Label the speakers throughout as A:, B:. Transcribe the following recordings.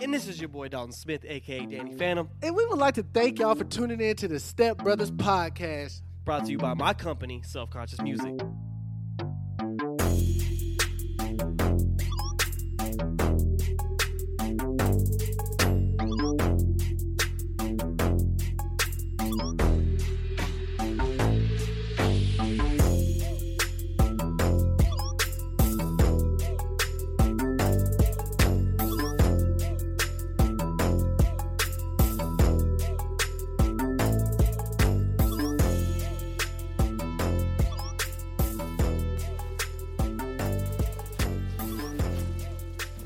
A: And this is your boy Dalton Smith, aka Danny Phantom,
B: And we would like to thank y'all for tuning in to the Step Brothers podcast.
A: brought to you by my company, Self Conscious Music.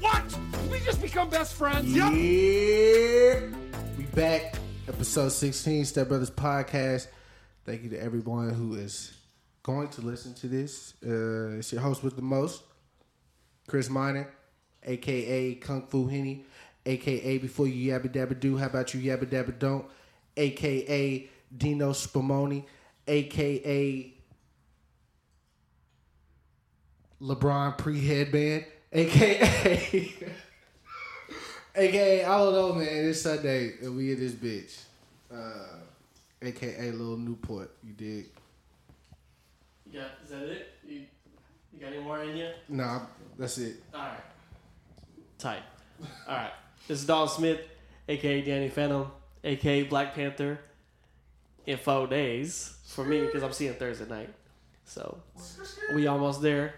C: What? We just become best friends?
B: Yeah. We back, episode 16, Step Brothers podcast. Thank you to everyone who is going to listen to this. Uh, it's your host with the most, Chris Minor, aka Kung Fu Henny, aka Before You Yabba Dabba Do, How About You Yabba Dabba Don't, aka Dino Spumoni, aka LeBron pre headband, aka aka I don't know, man. It's Sunday and we in this bitch, uh, aka Little Newport. You dig?
C: You got, is that it? You, you got any more in you?
B: Nah, that's it.
C: Alright. Tight. Alright. This is Don Smith, aka Danny Phantom, aka Black Panther, in four days for me because I'm seeing Thursday night. So we almost there.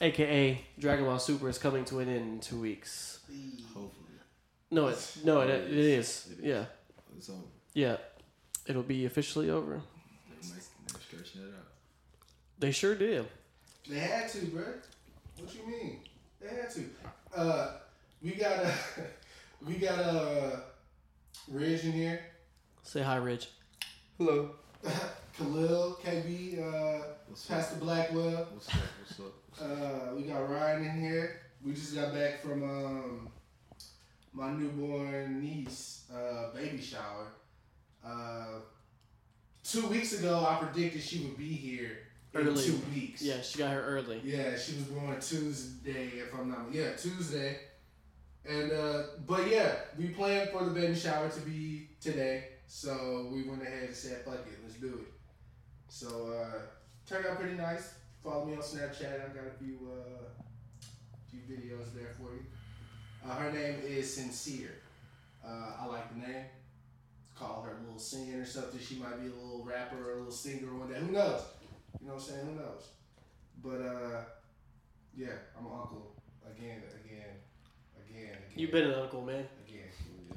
C: AKA Dragon Ball Super is coming to an end in two weeks. Hopefully. No, it, no, it, it is. yeah. It's over. Yeah. It'll be officially over. They sure did.
B: They had to, bro. What you mean? They had to. Uh, we got a we got a uh, Ridge in here.
C: Say hi, Rich.
B: Hello. Khalil, KB, uh, Pastor Blackwell. What's up? What's up? Uh, we got Ryan in here. We just got back from um, my newborn niece uh, baby shower. Uh, two weeks ago, I predicted she would be here in
C: Early.
B: two weeks.
C: Yeah, she got here early.
B: Yeah, she was born Tuesday, if I'm not yeah Tuesday, and uh, but yeah, we planned for the baby shower to be today, so we went ahead and said, "Fuck it, let's do it." So uh, turned out pretty nice. Follow me on Snapchat. I got a few uh, few videos there for you. Uh, her name is Sincere. Uh, I like the name. Call her a little singer or something. She might be a little rapper or a little singer one day. Who knows? You know what I'm saying? Who knows? But uh, yeah, I'm an uncle again, again, again, again.
C: You've been an uncle, man.
B: again.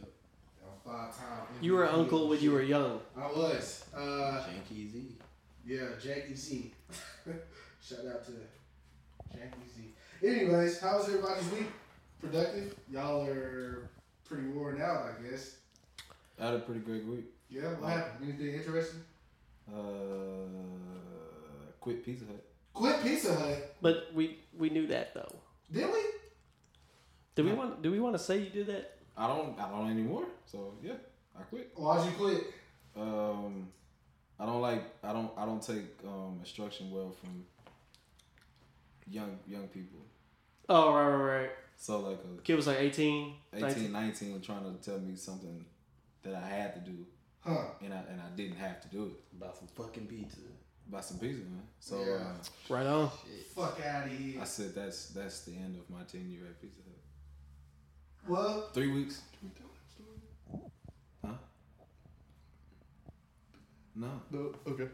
B: I'm five time.
C: You were an
B: MVP.
C: uncle when you were young.
B: I was. Uh, Yeah, Janky Z. Shout out to Janky Z. Anyways, how was everybody's week? Productive? Y'all are pretty worn out, I guess.
D: I had a pretty great week.
B: Yeah, what happened? Anything interesting?
D: Uh, quit Pizza Hut.
B: Quit Pizza Hut.
C: But we we knew that though.
B: Did we?
C: Do we want do we want to say you did that?
D: I don't. I don't anymore. So yeah, I quit.
B: Why'd you quit?
D: Um, I don't like. I don't. I don't take um instruction well from young young people.
C: Oh right right right.
D: So like a
C: Kid was like 18, 19.
D: 18, 19 trying to tell me something that I had to do
B: Huh.
D: and I and I didn't have to do it.
E: About some fucking pizza.
D: Buy some pizza, man. So
B: Yeah.
C: Right on.
B: Fuck out of here.
D: uh, I said that's that's the end of my tenure at Pizza Hut.
B: Well,
D: Three weeks. Huh? No.
B: no, okay.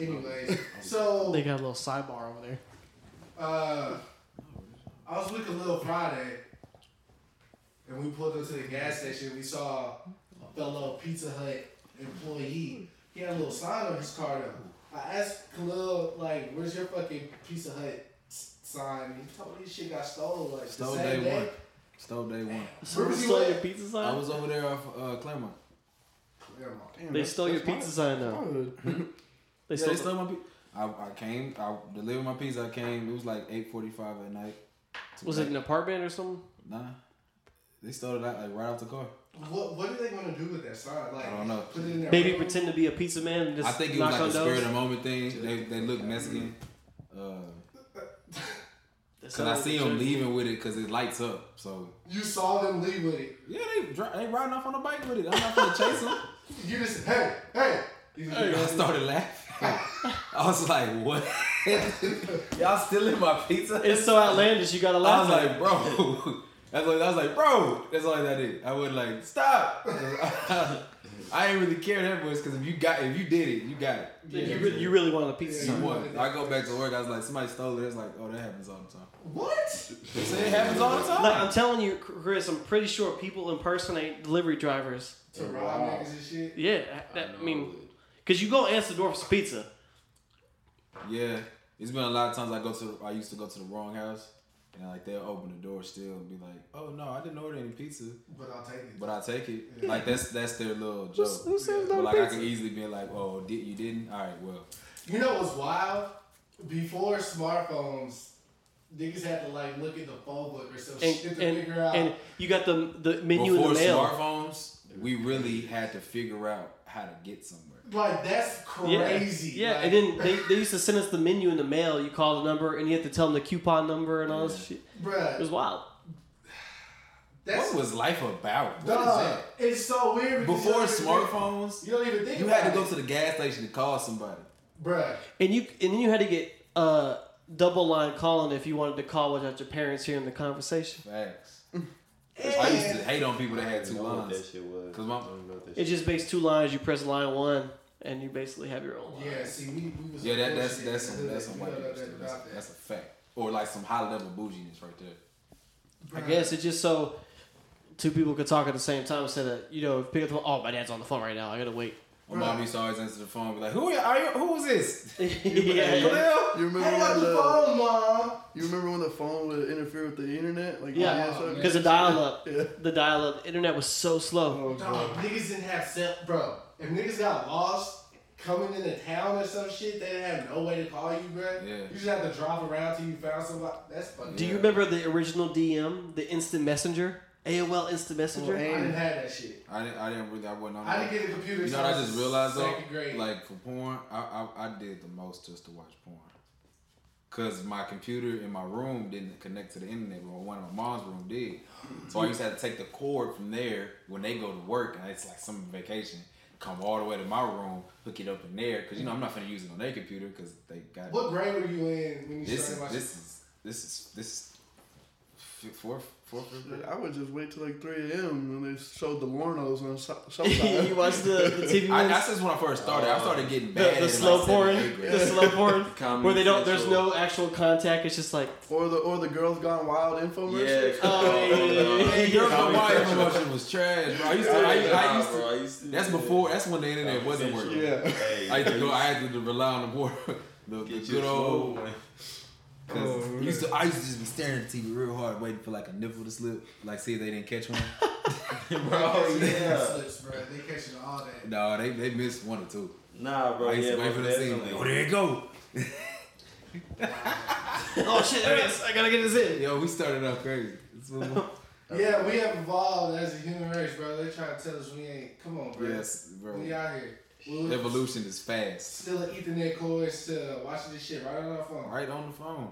B: Anyway, so
F: They got a little sidebar over there.
B: Uh, I was with Khalil Friday, and we pulled into the gas station. We saw a fellow Pizza Hut employee. He had a little sign on his car though. I asked Khalil, like, "Where's your fucking Pizza Hut s- sign?" He told me this shit got stolen. Like,
D: Stole
B: the same
D: day
B: day.
D: one. Stole day one.
F: Someone
B: was he
F: stole
B: at?
F: your pizza
D: I
F: sign?
D: was over there off uh, Claremont.
B: Grandma.
F: they stole your pizza sign though. They
D: Yeah,
F: stole.
D: they stole my pizza. I, I came. I delivered my pizza. I came. It was like eight forty-five at night.
F: was it an apartment or something?
D: Nah. They stole it out like right off the car.
B: What What do they want to do with that sign? Like,
D: I don't know.
B: Put it in their
F: Maybe
B: room?
F: pretend to be a pizza man and just
D: I think it
F: knock
D: was like
F: on
D: a spirit
F: doors.
D: of the moment thing. They they look Mexican. Uh,
F: That's
D: Cause I
F: how
D: see
F: they
D: them
F: trick.
D: leaving with it, cause it lights up. So
B: You saw them leave with it.
D: yeah, they dri- they riding off on a bike with it. I'm not gonna chase them.
B: You just hey hey. You just-
D: I started laughing. I was like, what? Y'all still in my pizza?
F: It's so outlandish. You gotta
D: I
F: laugh.
D: was
F: at it.
D: like, bro. That's like, I was like, bro. That's all I did. I would like stop. I didn't really care that much because if you got if you did it, you got it.
F: you, really, you really wanted a pizza
D: You
F: sign.
D: won. it. I go back to work. I was like, somebody stole it. It's like, oh, that happens all the time.
B: What?
D: They say it happens all the time.
F: Like, I'm telling you, Chris, I'm pretty sure people impersonate delivery drivers.
B: To rob niggas and shit.
F: Yeah, that, I, mean, because you go answer the door for some pizza.
D: Yeah, it's been a lot of times I go to. I used to go to the wrong house, and like they'll open the door still and be like, "Oh no, I didn't order any pizza,
B: But I'll take it.
D: but I take it." Like that's that's their little joke.
B: says
D: but like I can easily be like, "Oh, did you didn't? All right, well,
B: You know what's wild? Before smartphones, niggas had to like look at the phone book or some
F: And,
B: shit to
F: and,
B: figure out.
F: and you got the the menu
D: before
F: in the mail.
D: smartphones, we really had to figure out how to get somewhere."
B: like that's
F: Yeah,
B: crazy.
F: Yeah,
B: like,
F: and then they, they used to send us the menu in the mail. You call the number and you have to tell them the coupon number and all this shit. It was
B: bruh,
F: wild.
B: that's
D: what was life about? What is
B: dog,
D: that?
B: it's so weird. because you
D: Before
B: don't even think-
D: smartphones,
B: you don't even think
D: you
B: about
D: had to go
B: it.
D: to the gas station to call somebody.
B: bruh.
F: And you and then you had to get uh double line calling if you wanted to call without your parents hearing the conversation.
D: Facts. I used to hate on people that had two
G: I don't know what
D: lines.
G: that shit was.
D: 'Cause
G: I
D: my-
G: don't know what that shit
F: It just makes two lines. You press line one, and you basically have your own line.
B: Yeah, see, we, we was
D: Yeah, that, that's
B: bullshit.
D: that's some that's some
B: You
D: white
B: know
D: people
B: nothing
D: shit. That's,
B: about that.
D: that's a fact. Or like some high level bouginess right there.
F: I
B: Bruh.
F: guess it's just so two people could talk at the same time instead of you know pick up the phone. Oh, my dad's on the phone right now. I gotta wait.
D: My mom used to always answer the phone, be like, "Who are you? Who was this?
F: yeah,
D: Khalil?"
F: yeah.
H: You remember
B: Hang up
H: when
B: the
H: the,
B: phone, mom.
H: you remember when the phone would interfere with the internet? Like
F: Yeah,
H: all that
F: because
H: stuff?
F: the dial up,
H: Yeah.
F: the dial up internet was so slow.
B: Dog, niggas didn't have cell, bro. If niggas got lost coming into town or some shit, they didn't have no way to call you, bro.
D: Yeah.
B: You just have to drive around till you found somebody. That's fucking.
F: Do you remember the original DM, the instant messenger, AOL instant messenger?
B: I
H: ain't-
B: didn't have that shit.
D: I didn't. I didn't really. I wasn't on.
B: I
D: that.
B: didn't get a computer.
D: You know
B: till
D: what
B: I
D: I
B: was
D: just realized though?
B: second grade.
D: Like for porn, I, I I did the most just to watch porn. Cause my computer in my room didn't connect to the internet, but one of my mom's room did. So I used to have to take the cord from there when they go to work, and it's like summer vacation. Come all the way to my room, hook it up in there, cause you know I'm not gonna use it on their computer, cause they got
B: what grade were you in when you
D: this is
B: started watching?
D: this is this is this is f- fourth fourth fifth grade.
H: Shit, I would just wait till like 3 a.m. when they showed the Lornos on so-
F: you
H: Showtime.
F: watch the, the TV
D: I,
F: ones,
D: that's just when I first started. I started getting
F: the,
D: bad.
F: the
D: in,
F: slow
D: like,
F: porn,
D: seventh, eighth grade.
F: the slow porn,
G: Comedy
F: where they don't. There's
G: Central.
F: no actual contact. It's just like,
H: or the or the Girls Gone Wild infomercial.
G: was. Yeah.
F: oh, yeah, yeah, yeah, yeah.
D: Hey, Girls Gone
G: Comedy
D: Wild
G: Central.
D: promotion was trash, bro. I used to, I, I used to,
G: Nah, bro, I used to-
D: that's before, that's when the internet wasn't working.
H: Yeah.
G: Hey,
D: I used to go, I had to rely on the board. The, the
G: get
D: good
G: your
D: old,
G: slow Oh, one.
D: cause I used to, I used to just be staring at the TV real hard, waiting for like a nipple to slip, like see if they didn't catch one.
G: Bro, yeah.
B: Slips, bro. They catching all that.
D: no, they, they missed one or two.
G: Nah, bro,
D: I used
G: yeah,
D: to wait for
G: bro,
D: the scene, like, oh, there it go.
F: oh shit, there it is. I gotta get this in.
D: Yo, we started off crazy. It's one-
B: Yeah, we have evolved as a human race, bro. They trying to tell us we ain't. Come on, bro.
D: yes, bro.
B: We out here. We was
D: Evolution is fast.
B: Still an Ethernet cord to watching this shit right on our phone.
D: Right on the phone.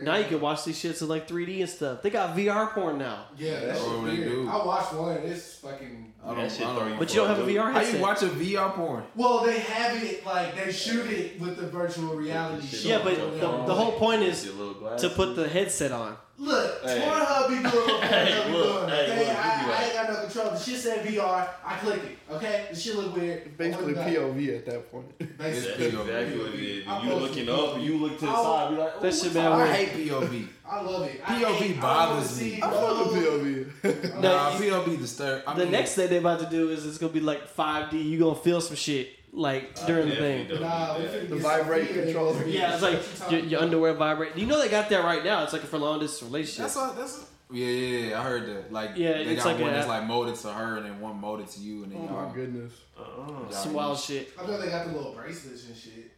F: Now you can watch these shits in like 3D and stuff. They got VR porn now,
B: Yeah, that
D: Bro,
B: shit
D: they
B: weird.
D: do.
B: I watched one. It's fucking.
D: I don't,
G: That shit
D: I
G: throw you
D: don't,
F: but you don't have a VR
D: How you
F: headset.
D: watch a VR porn?
B: Well, they have it like they shoot it with the virtual reality. shit.
F: Yeah, but the, the whole point is
G: Your little glasses.
F: to put the headset on.
B: look,
G: Hey.
B: Pornhub be doing what Pornhub
G: Hey,
B: be
G: look,
B: doing.
G: hey,
B: okay?
G: look, you
B: I,
G: be
B: I
G: like-
B: ain't got no control. The shit said VR. I clicked it. Okay, the shit look weird. I
H: Basically
B: went back.
H: POV at that point.
E: That's
B: Basically.
E: exactly what it is.
B: I
E: You
B: posted
E: looking
B: it.
E: up, you look to the
B: I-
E: side, be like, oh,
F: That shit
E: what's
F: been
E: up?
D: I hate POV.
B: I love it. I
D: POV
B: hate- I
D: bothers
B: wanna see
D: me.
H: I
B: no-
H: love the POV.
D: Nah,
F: No, you-
D: POV disturb. I
F: the
D: mean,
F: next thing they're about to do is it's gonna be like 5D. You gonna feel some shit like
E: I
F: during the
E: definitely
F: thing.
E: don't
B: Nah,
E: do
B: we
E: that.
B: finna
H: The
B: get
H: vibrate
B: Sophia in
H: controller.
B: this bitch.
F: Yeah, it's like your, your underwear vibrate. You know they got that right now. It's like for long distance relationship.
D: That's all. That's a, yeah, yeah, yeah. I heard that. Like,
F: Yeah,
D: they
F: it's
D: got
F: like
D: one
F: a-
D: that's like molded to her, and then one molded to you, and then
H: oh
D: y'all.
H: my goodness.
E: Oh.
D: y'all
F: some wild shit.
B: I know they got the little bracelets and shit.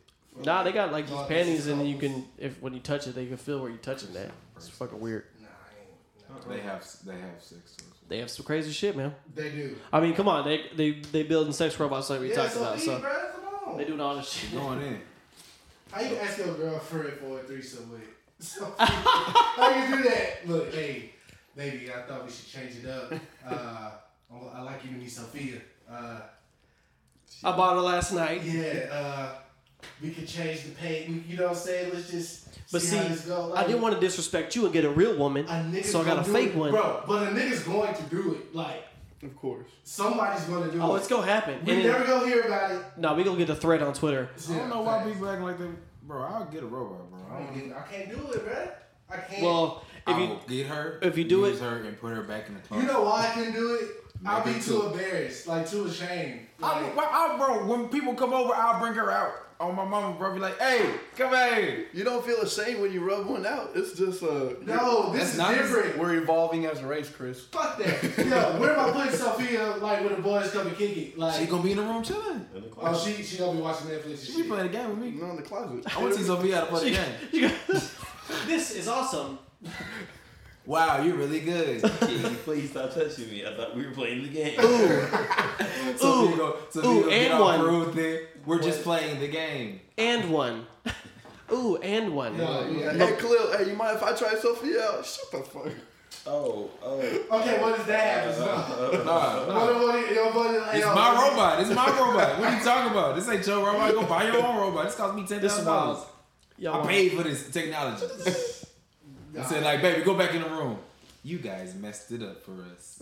F: Nah, they got like these
B: Nah,
F: panties,
B: this
F: and you
B: is-
F: can if when you touch it, they can feel where you're touching that. It's fucking weird.
B: Nah, I ain't. nah.
D: They have they have sex. toys.
F: They have some crazy shit, man.
B: They do.
F: I mean, come on, they they they building sex robots like we
B: yeah,
F: talked
B: so
F: about.
B: eat,
F: So
B: bruh, come on.
F: they doing all this shit.
D: Going in.
B: How you ask your girlfriend for a threesome with? So, how you do that? Look, hey, baby, I thought we should change it up. Uh, I wa- I like you to meet Sophia. Uh,
F: I bought it last night.
B: yeah, uh, we could change the pay. We, you know what I'm saying? Let's just
F: But
B: see,
F: see,
B: how this go.
F: I didn't want to disrespect you and get a real woman,
B: a nigga
F: so I got
B: gonna
F: a
B: do
F: fake
B: it.
F: one.
B: bro. But a nigga's going to do it. Like
H: Of course.
B: somebody's going to do
F: Oh,
B: it.
F: it's gonna happen.
B: we
F: And then-
B: never gonna hear about it.
F: no, we gonna get the thread on Twitter.
D: I don't know why
B: we.
D: people acting like they. Bro, I'll get a robot, bro.
B: I
D: I don't.
B: can't do it, bro. I can't.
F: Well, if
D: I
F: you
D: will get her.
F: if you do
D: use
F: it-
D: her and put her back in the closet.
B: You know why I can do it? I'll be
D: Maybe
B: too
D: too.
B: embarrassed, like too ashamed.
D: I,
B: Like,
D: I, bro, when people come over, I'll bring her out on my mama, bro. Be like, hey, come here.
H: You don't feel ashamed when you rub one out. It's just uh
B: no, this is different.
H: We're evolving as a race, Chris.
B: Fuck that. Yo, where am I putting Sophia? Like when the boys come and kick it? Like,
D: She gonna be in the room chilling.
E: In the closet.
B: oh, she she gonna be watching Netflix. And
D: She be
B: shit.
D: playing a game with me.
H: You're in the closet.
D: I want to see Sophia how to play the game.
F: this is awesome.
D: Wow, you're really good.
E: Katie, please stop touching me. I thought we were playing the game.
D: So we go, so we
F: ooh,
D: go get
F: and
D: off
F: one.
D: real thick. We're just playing the game.
F: And one. Ooh, and one.
B: No, yeah.
H: Hey Khalil, hey, you mind if I try Sophia out? Shut the fuck.
E: Oh, oh.
B: Okay, what does that happen? No.
D: Uh, Nah, nah.
B: What if- what if- yo, what if- like,
D: It's
B: yo,
D: my
B: what if-
D: robot. It's my robot. What are you talking about? This ain't your robot. Go buy your own robot. This cost me ten
F: This is
D: thousand
F: wild.
D: dollars.
F: Y'all
D: I
F: want-
D: paid for this technology. I said, like, baby, go back in the room. You guys messed it up for us.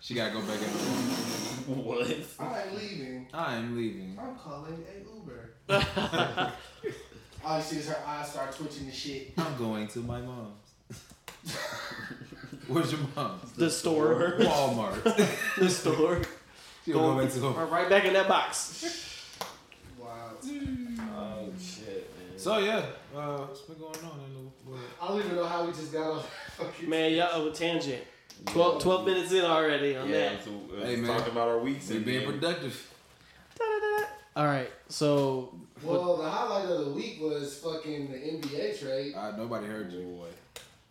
D: She gotta go back in the room.
E: What?
B: I'm leaving.
D: I am leaving.
B: I'm calling a Uber. All you see is her eyes start twitching and shit.
D: I'm going to my mom's. Where's your mom's?
F: the store.
D: Walmart.
F: The store.
D: She'll go back to
F: Or
D: her.
F: right back in that box.
B: Wow.
E: Oh, shit, man.
D: So yeah, uh, what's been going on in the world?
B: I don't even know how we just got off. Fucking
F: Man, y'all on a tangent. 12, 12 minutes in already on
E: Yeah,
F: that.
E: so, uh,
D: Hey, man.
E: talking about our weeks.
D: We
E: and
D: being
E: then-
D: productive.
F: All right, so
B: Well, the highlight of the week was fucking the NBA trade.
D: Uh, nobody heard you.
E: Boy.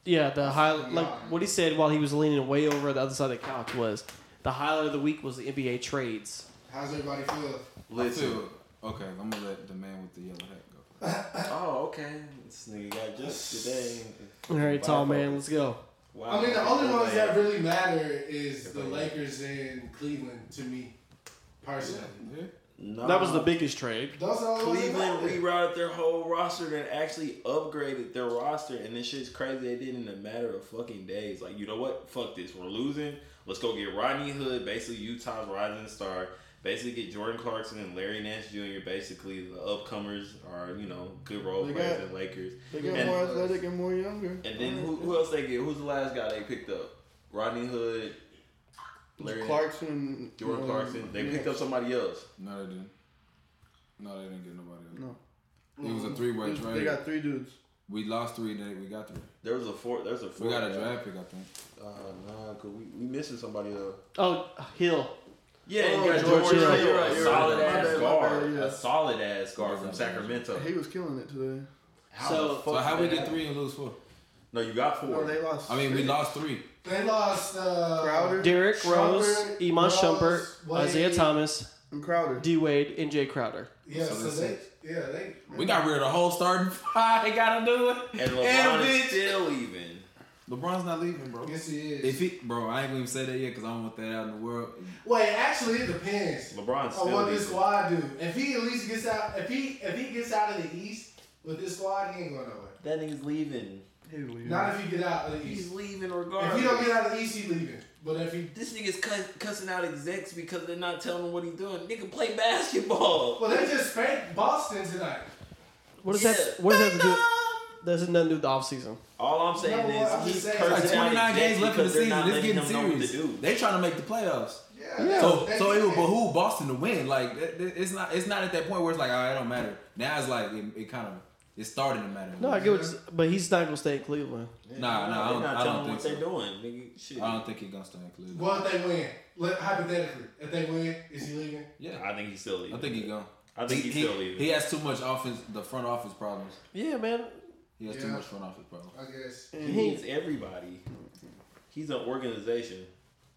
F: yeah, the highlight, like what he said while he was leaning way over the other side of the couch was the highlight of the week was the NBA trades.
B: How's everybody feel?
D: I
E: Listen.
D: feel- Okay, I'm gonna let the man with the yellow hat go.
E: Oh, okay. This nigga got just today.
F: All right, tall man, let's go.
E: Wow.
B: I mean,
D: Uh,
B: the only ones that
E: really
B: really matter is the
E: Yeah.
B: Lakers and Cleveland to me, personally.
D: Yeah.
E: no.
F: That was the biggest trade.
B: Those are the ones that
E: Cleveland
B: matter.
E: rerouted their whole roster and actually upgraded their roster, and this shit's crazy. They did it in a matter of fucking days. Like, you know what? Fuck this. We're losing. Let's go get Rodney Hood, basically Utah's rising star. Basically, get Jordan Clarkson and Larry Nash Jr. Basically, the upcomers are you know good role
H: They
E: players
H: got-
E: in Lakers.
H: They get
E: And-
H: more athletic and more younger.
E: And then who, who else they get? Who's the last guy they picked up? Rodney Hood, Larry
H: Clarkson.
E: Jordan
H: um,
E: Clarkson. They
H: yeah.
E: picked up somebody else.
D: No, they didn't. No, they didn't get nobody. Else.
H: No. Mm-hmm.
D: It was a three-way
H: They-
D: trade.
H: They got three dudes.
D: we lost three, then we got three.
E: There was a four. There's a four.
D: We got a draft pick, I think.
E: Uh, nah, cause we, we missing somebody though.
F: Oh, Hill.
E: Yeah,
H: Oh,
E: you got
F: George
E: George,
F: Hill.
E: Hill,
H: You're right,
E: a
H: you're
E: solid
H: right. My
E: ass
H: bad, my
E: guard,
H: bad, yeah.
E: a solid ass guard from Sacramento.
H: He was killing it today.
E: How
F: So-
E: the
D: So
E: fuck
D: how
E: did
D: we
E: that
D: get
E: happen?
D: three and lose four?
E: No, you got four.
H: No, Oh, they lost.
D: I mean, we
H: three.
D: lost three.
B: They lost uh,
H: Crowder
F: Derrick Rose,
B: Shumpert,
F: Iman
B: Rose,
F: Shumpert,
B: Wade.
F: Isaiah Thomas,
H: and Crowder.
F: D Wade, and Jay Crowder.
B: Yeah,
D: So
B: so,
D: that's
B: they, yeah, they.
D: We got rid of the whole starting five. They gotta do it.
E: and LeBron is still even.
D: LeBron's not leaving, bro.
B: Yes, he is.
D: If he, bro, I ain't gonna even say that yet because I don't want that out in the world.
B: Wait, actually, it depends
E: LeBron's
B: on
E: still
B: what
E: even.
B: this squad do. If he at least gets out, if he if he gets out of the East with this squad, he ain't going nowhere.
E: That nigga's leaving.
H: He's leaving.
B: Not if he get out of the East.
E: He's leaving regardless.
B: If he don't get out of the East, he leaving. But if he
E: This nigga's cuss, cussing out execs because they're not telling him what he's doing. Nigga, play basketball.
B: well, they just spanked Boston tonight.
F: What does that? What does that have to do? Does it nothing to do with the off season?
E: All I'm saying
B: No, I'm
E: is
B: just
E: he's
B: saying,
E: cursing
B: like,
D: Like
E: out
D: 29
E: execs
D: games left in the
E: because they're
D: season.
E: not
D: It's
E: letting
D: getting
E: them know what to
D: serious.
E: do.
D: They trying to make the playoffs.
B: Yeah.
D: So,
B: they-
D: so it would behoove Boston to win. Like it- it- it's not, it's not at that point where it's like, all right, it don't matter. Now it's like it, it kind of, it's starting to matter.
F: No, I get what, you're s- but he's not gonna stay in Cleveland.
D: Nah, nah, I
E: they're
D: don't-
E: not
D: I
E: telling
D: don't
E: what
D: think
E: they're doing, nigga. Shit.
D: I don't think he's gonna stay in Cleveland.
B: Well, if they win, Let- hypothetically, if they win, is he leaving?
D: Yeah,
E: I think he's still leaving.
D: I think he's gone.
E: I think he's
D: he,
E: still leaving.
D: He has too much offense, the front office problems.
F: Yeah, man.
D: He has
B: Yeah.
D: too much front office problems.
B: I guess.
E: He needs everybody. He's an organization.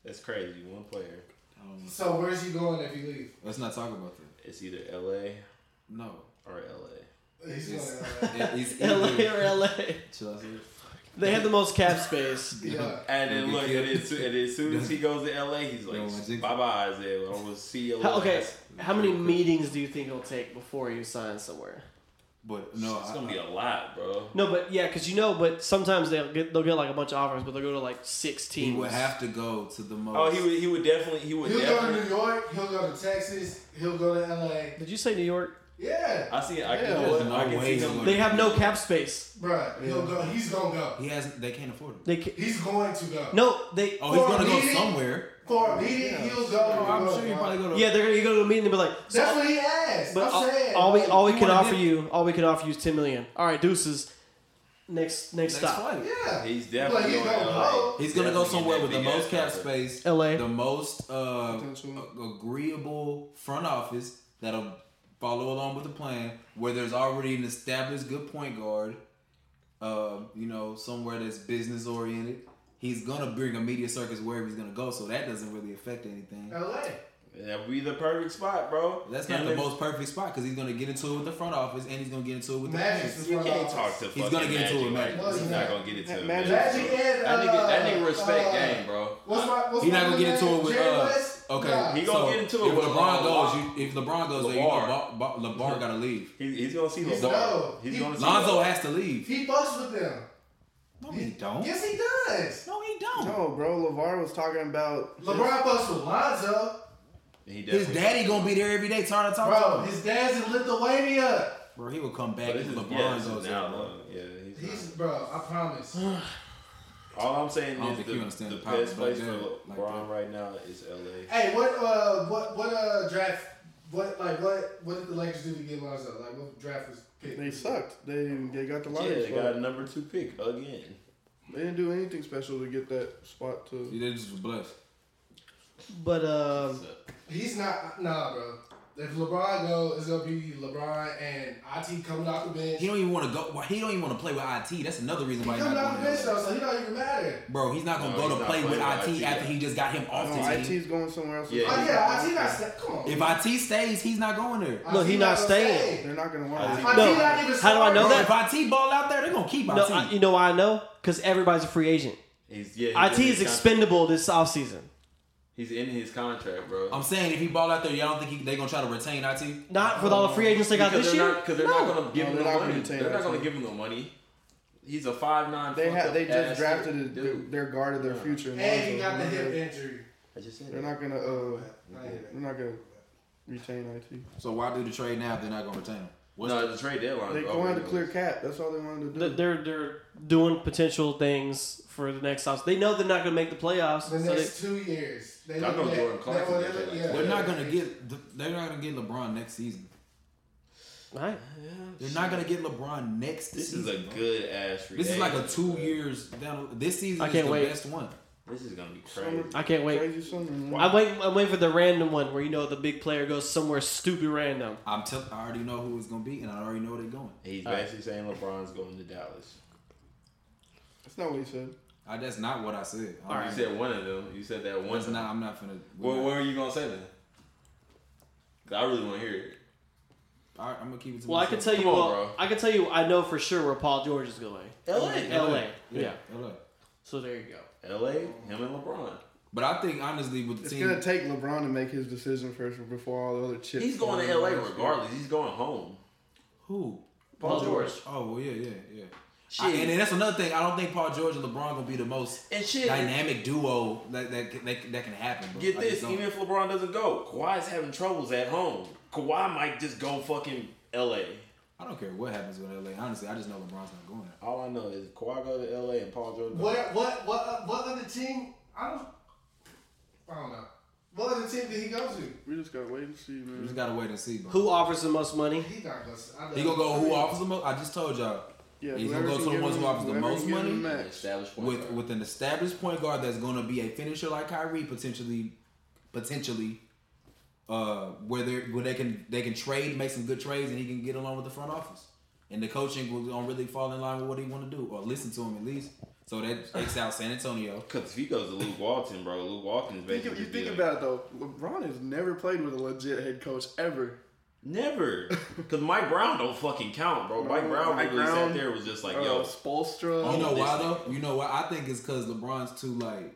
E: That's crazy. One player.
B: So where's he going if he leaves?
D: Let's not talk about that.
E: It's either LA
D: No,
E: or LA.
B: He's
D: Yes.
B: going.
D: it, it's
F: LA
D: either
F: or LA.
D: Chelsea.
F: They have the most cap space.
B: Yeah.
E: And then
D: Don't
E: look,
D: get
E: and
D: killed.
E: as, soon, and as soon as he goes to LA, he's
D: Don't want
E: like,
D: Jigsaw.
E: "Bye bye, Isaiah. I will see you."
F: How, okay,
E: last."
F: how many meetings do you think he'll take before you sign somewhere?
D: But no,
E: it's
D: I-
E: gonna
D: I-
E: be a lot, bro.
F: No, but yeah, because you know, but sometimes they'll get they'll get like a bunch of offers, but they'll go to like six
D: he
F: teams.
D: would have to go to the most.
E: Oh, he would. He would definitely. He would
B: He'll go to
E: definitely.
B: New York. He'll go to Texas. He'll go to LA.
F: Did you say New York?
B: Yeah,
E: I see. I can.
H: Yeah,
E: I
D: there's no
E: can see
D: way
E: him.
D: he's
F: They have no cap space.
B: bruh. He'll go. He's gonna go.
D: He has. They can't afford him.
F: They ca-
B: He's going to go.
F: no, they
D: Oh, he's
B: For
D: gonna
B: me?
D: go somewhere.
B: For a meeting, he'll go.
D: Oh, I'm
B: He'll
D: sure you
B: go.
D: probably go to.
F: yeah they're gonna you go to a meeting and be like. so-
B: That's what he asked.
F: but
B: I'm
F: all,
B: saying.
F: all we all we
D: You
F: can
D: wanna
F: offer
D: do-
F: you all we can offer you is ten million. All right, deuces. Next next,
D: next
F: stop.
D: flight.
B: yeah.
E: He's definitely
B: Like, he's
E: going
B: gonna
E: LA.
B: go.
D: He's gonna
E: Definitely
D: go somewhere
E: get
D: with
E: that
D: the
E: big
D: most
E: ass
D: cap
E: offer.
D: space,
F: LA.
D: the most uh,
H: Potential.
D: ag- agreeable front office that'll follow along with the plan, where there's already an established good point guard. Uh, you know, somewhere that's business oriented. He's gonna bring a media circus wherever he's gonna go, so that doesn't really affect anything.
B: LA.
E: That would be the perfect spot, bro.
D: That's not
E: And
D: the
E: if-
D: most perfect spot because he's gonna get into it with the front office and he's gonna get into it with the
B: Magic's
D: fans.
B: the
E: You
B: front
E: can't
B: office.
E: talk to.
D: He's
E: fucking
D: gonna get into it,
E: Magic
D: Magic.
E: like that. He's not
B: Magic.
E: gonna get into it.
F: Magic
B: Magic and,
E: That nigga, that
B: uh,
E: nigga respect
B: uh,
E: game, bro.
B: What's my? What's
D: He's
B: my
D: not gonna get
B: nigga
D: into it
B: name?
D: with
B: Jerry
D: us.
B: West?
D: Okay,
B: Nah.
E: He gonna get into it
D: if
E: with
D: LeBron
E: LeBron.
D: goes. You, if LeBron goes, there, you know,
E: LeVar.
D: ba- Ba- LeBron gotta leave.
E: He's, he's gonna see
B: He's
E: LeBron.
B: no.
E: He's
B: He-
E: gonna see.
D: Lonzo
E: LeVar.
D: has to leave.
B: He fucks with them.
D: No, he don't.
B: Yes, he does.
D: No, he don't.
H: No, bro. Levar was talking about
B: LeBron fucks with Lonzo.
E: He
D: His
E: definitely-
D: daddy gonna be there every day trying to talk
B: Bro,
D: to him.
B: his dad's in Lithuania.
D: Bro, he will come
E: But
D: back
E: this
D: if
E: is
D: LeBron
E: yeah, this
D: goes
E: is
D: there.
E: now,
D: bro.
E: though. Yeah, he's,
B: He's bro. I promise.
E: All I'm
D: I
E: saying
D: don't
E: is
D: think
E: the,
D: you understand
E: the
D: the power
E: best
D: of
E: place
D: that,
E: for
D: like
E: LeBron right now is LA.
B: hey, what? Uh, what? What? Uh, draft? What? Like what? What did the Lakers do to get Lonzo? Like what draft was picked?
H: they sucked. They they got the
E: yeah,
H: lottery
E: they got
H: spot.
E: a number two pick again.
H: They didn't do anything special to get that spot to.
D: They just was blessed.
F: But um,
B: He's not. Nah, bro. If LeBron go, it's gonna be LeBron and It coming off the bench.
D: He don't even want to go. Why he don't even want to play with it. That's another reason why he's
B: coming
D: not
B: off the
D: going.
B: bench
D: to
B: though, so he don't even matter.
D: Bro, he's not gonna
E: No,
D: go
E: he's
D: to
E: not
D: play with
E: playing with
D: it
E: IT.
D: after he just got him off
H: No,
D: the team.
H: IT's going somewhere else.
E: Yeah.
B: Oh yeah, IT not. sta- Come on.
D: If it stays, he's not going there.
B: IT
F: No, he not staying.
B: stay.
H: They're not gonna want
E: I
H: it.
E: think-
B: IT
F: No,
B: not even
F: how do I know
D: Bro,
B: starting.
F: that?
D: if it ball out there, they're gonna keep it.
F: no, I, you know why I know? Because everybody's a free agent.
E: He's yeah.
F: IT
E: he's
F: is
E: in his con-
F: expendable this offseason.
E: He's in his contract, bro.
D: I'm saying if he ball out there, y'all don't think he, they gonna try to retain it?
F: Not with all the free agents they got
E: because
F: this
E: they're
F: year.
E: not because they're
F: No.
E: not gonna give
H: No,
E: him
H: they're not
E: the
H: gonna
E: money.
H: retain
E: They're not
H: that
E: gonna
H: team.
E: give him the money. He's a five nine.
H: They had they just drafted
E: it,
H: it. They're guarded their future. in
B: And he
H: Lonzo.
B: got the
H: They're-
B: hip injury.
E: I just said
H: They're
E: it.
H: not gonna. Uh,
B: Not yet.
H: they're not gonna retain IT.
D: So why do the trade now if they're not gonna retain him? What's
E: No, the trade deadline.
H: They
E: bro.
H: wanted to clear cap. That's all they wanted to
F: Th-
H: do.
F: They're they're doing potential things for the next offseason. They know they're not gonna make the playoffs.
B: The
F: so
B: next
F: they,
B: two years, they
E: Y'all
B: look
E: know
B: at-
E: Jordan
B: they-
E: Clarkson
B: well, they
E: did
B: look-
E: that.
B: yeah.
D: They're not gonna get. They're not gonna get LeBron next season.
F: all right.
D: They're not gonna get LeBron next
E: This
D: season.
E: is a
D: bro.
E: good ass.
D: This is like a two years down. This season
F: I
D: is
F: can't
D: the
F: wait.
D: best one.
E: This is gonna be crazy.
F: I can't wait.
H: Crazy summer.
F: I'm waiting I'm waiting for the random one where you know the big player goes somewhere stupid random.
D: I'm tell. I already know who it's gonna be, and I already know where they're going.
E: He's basically saying LeBron's going to Dallas.
H: That's not what he said.
D: I, that's not what I said. I
E: You
D: already-
E: said one of them. You said that one.
D: That's
E: time.
D: not. I'm not gonna.
E: What, what are you gonna say then? 'Cause I really want to hear it.
D: All right, I'm gonna keep it. To
F: Well I can
D: myself.
F: tell you
E: Come on,
F: well,
E: bro.
F: I can tell you I know for sure where Paul George is going.
E: LA.
F: LA.
D: Yeah.
F: Yeah.
D: LA.
F: So there you go.
E: LA, him and LeBron.
D: But I think honestly, with the
H: It's
D: team,
H: gonna take LeBron to make his decision first before all the other chips.
E: He's going to LA regardless. He's going home.
D: who?
F: Paul George.
D: Oh well, yeah, yeah, yeah. I-
E: Shit.
D: and then that's another thing. I don't think Paul George and LeBron gonna be the most
E: And shit,
D: dynamic duo that that can- that, can- that can happen. bro.
E: Get
D: I just
E: this,
D: don't-
E: even if LeBron doesn't go, Kawhi's having troubles at home. Kawhi might just go fucking LA.
D: I don't care what happens with LA. Honestly, I just know LeBron's not going there.
E: All I know is Kawhi go to LA and Paul George. go-
B: What what what what other team? I don't. I don't know. What other team did he go to?
H: We just gotta wait and see,
D: We just
H: man.
D: gotta wait and see. Bro.
F: Who offers the most money?
B: He not gonna. I know.
D: He gonna go who offers the most? I just told y'all.
H: Yeah,
D: he's gonna
H: whoever
D: go
H: can
D: to the
H: give
D: ones who
H: him-
D: offers the
H: whoever
D: most
H: can give him
D: money
H: the max.
E: Established point
D: with
E: guard.
D: with an established point guard that's gonna be a finisher like Kyrie potentially, potentially, uh, where they where they can they can trade, make some good trades, and he can get along with the front office. And the coaching will don't really fall in line with what he want to do, or listen to him at least. So that takes out San Antonio.
E: Cause if he goes to Luke Walton, bro, Luke
H: Think
E: Walton's basically
H: of, you think
E: good.
H: about it though. LeBron has never played with a legit head coach ever.
E: never. Cause Mike Brown don't fucking count, bro. Mike Brown
H: Mike
E: literally
H: Brown,
E: sat there and was just like,
H: Uh,
E: yo,
H: Spoelstra.
D: You know
E: this
D: why though? You know why? I think it's because LeBron's too like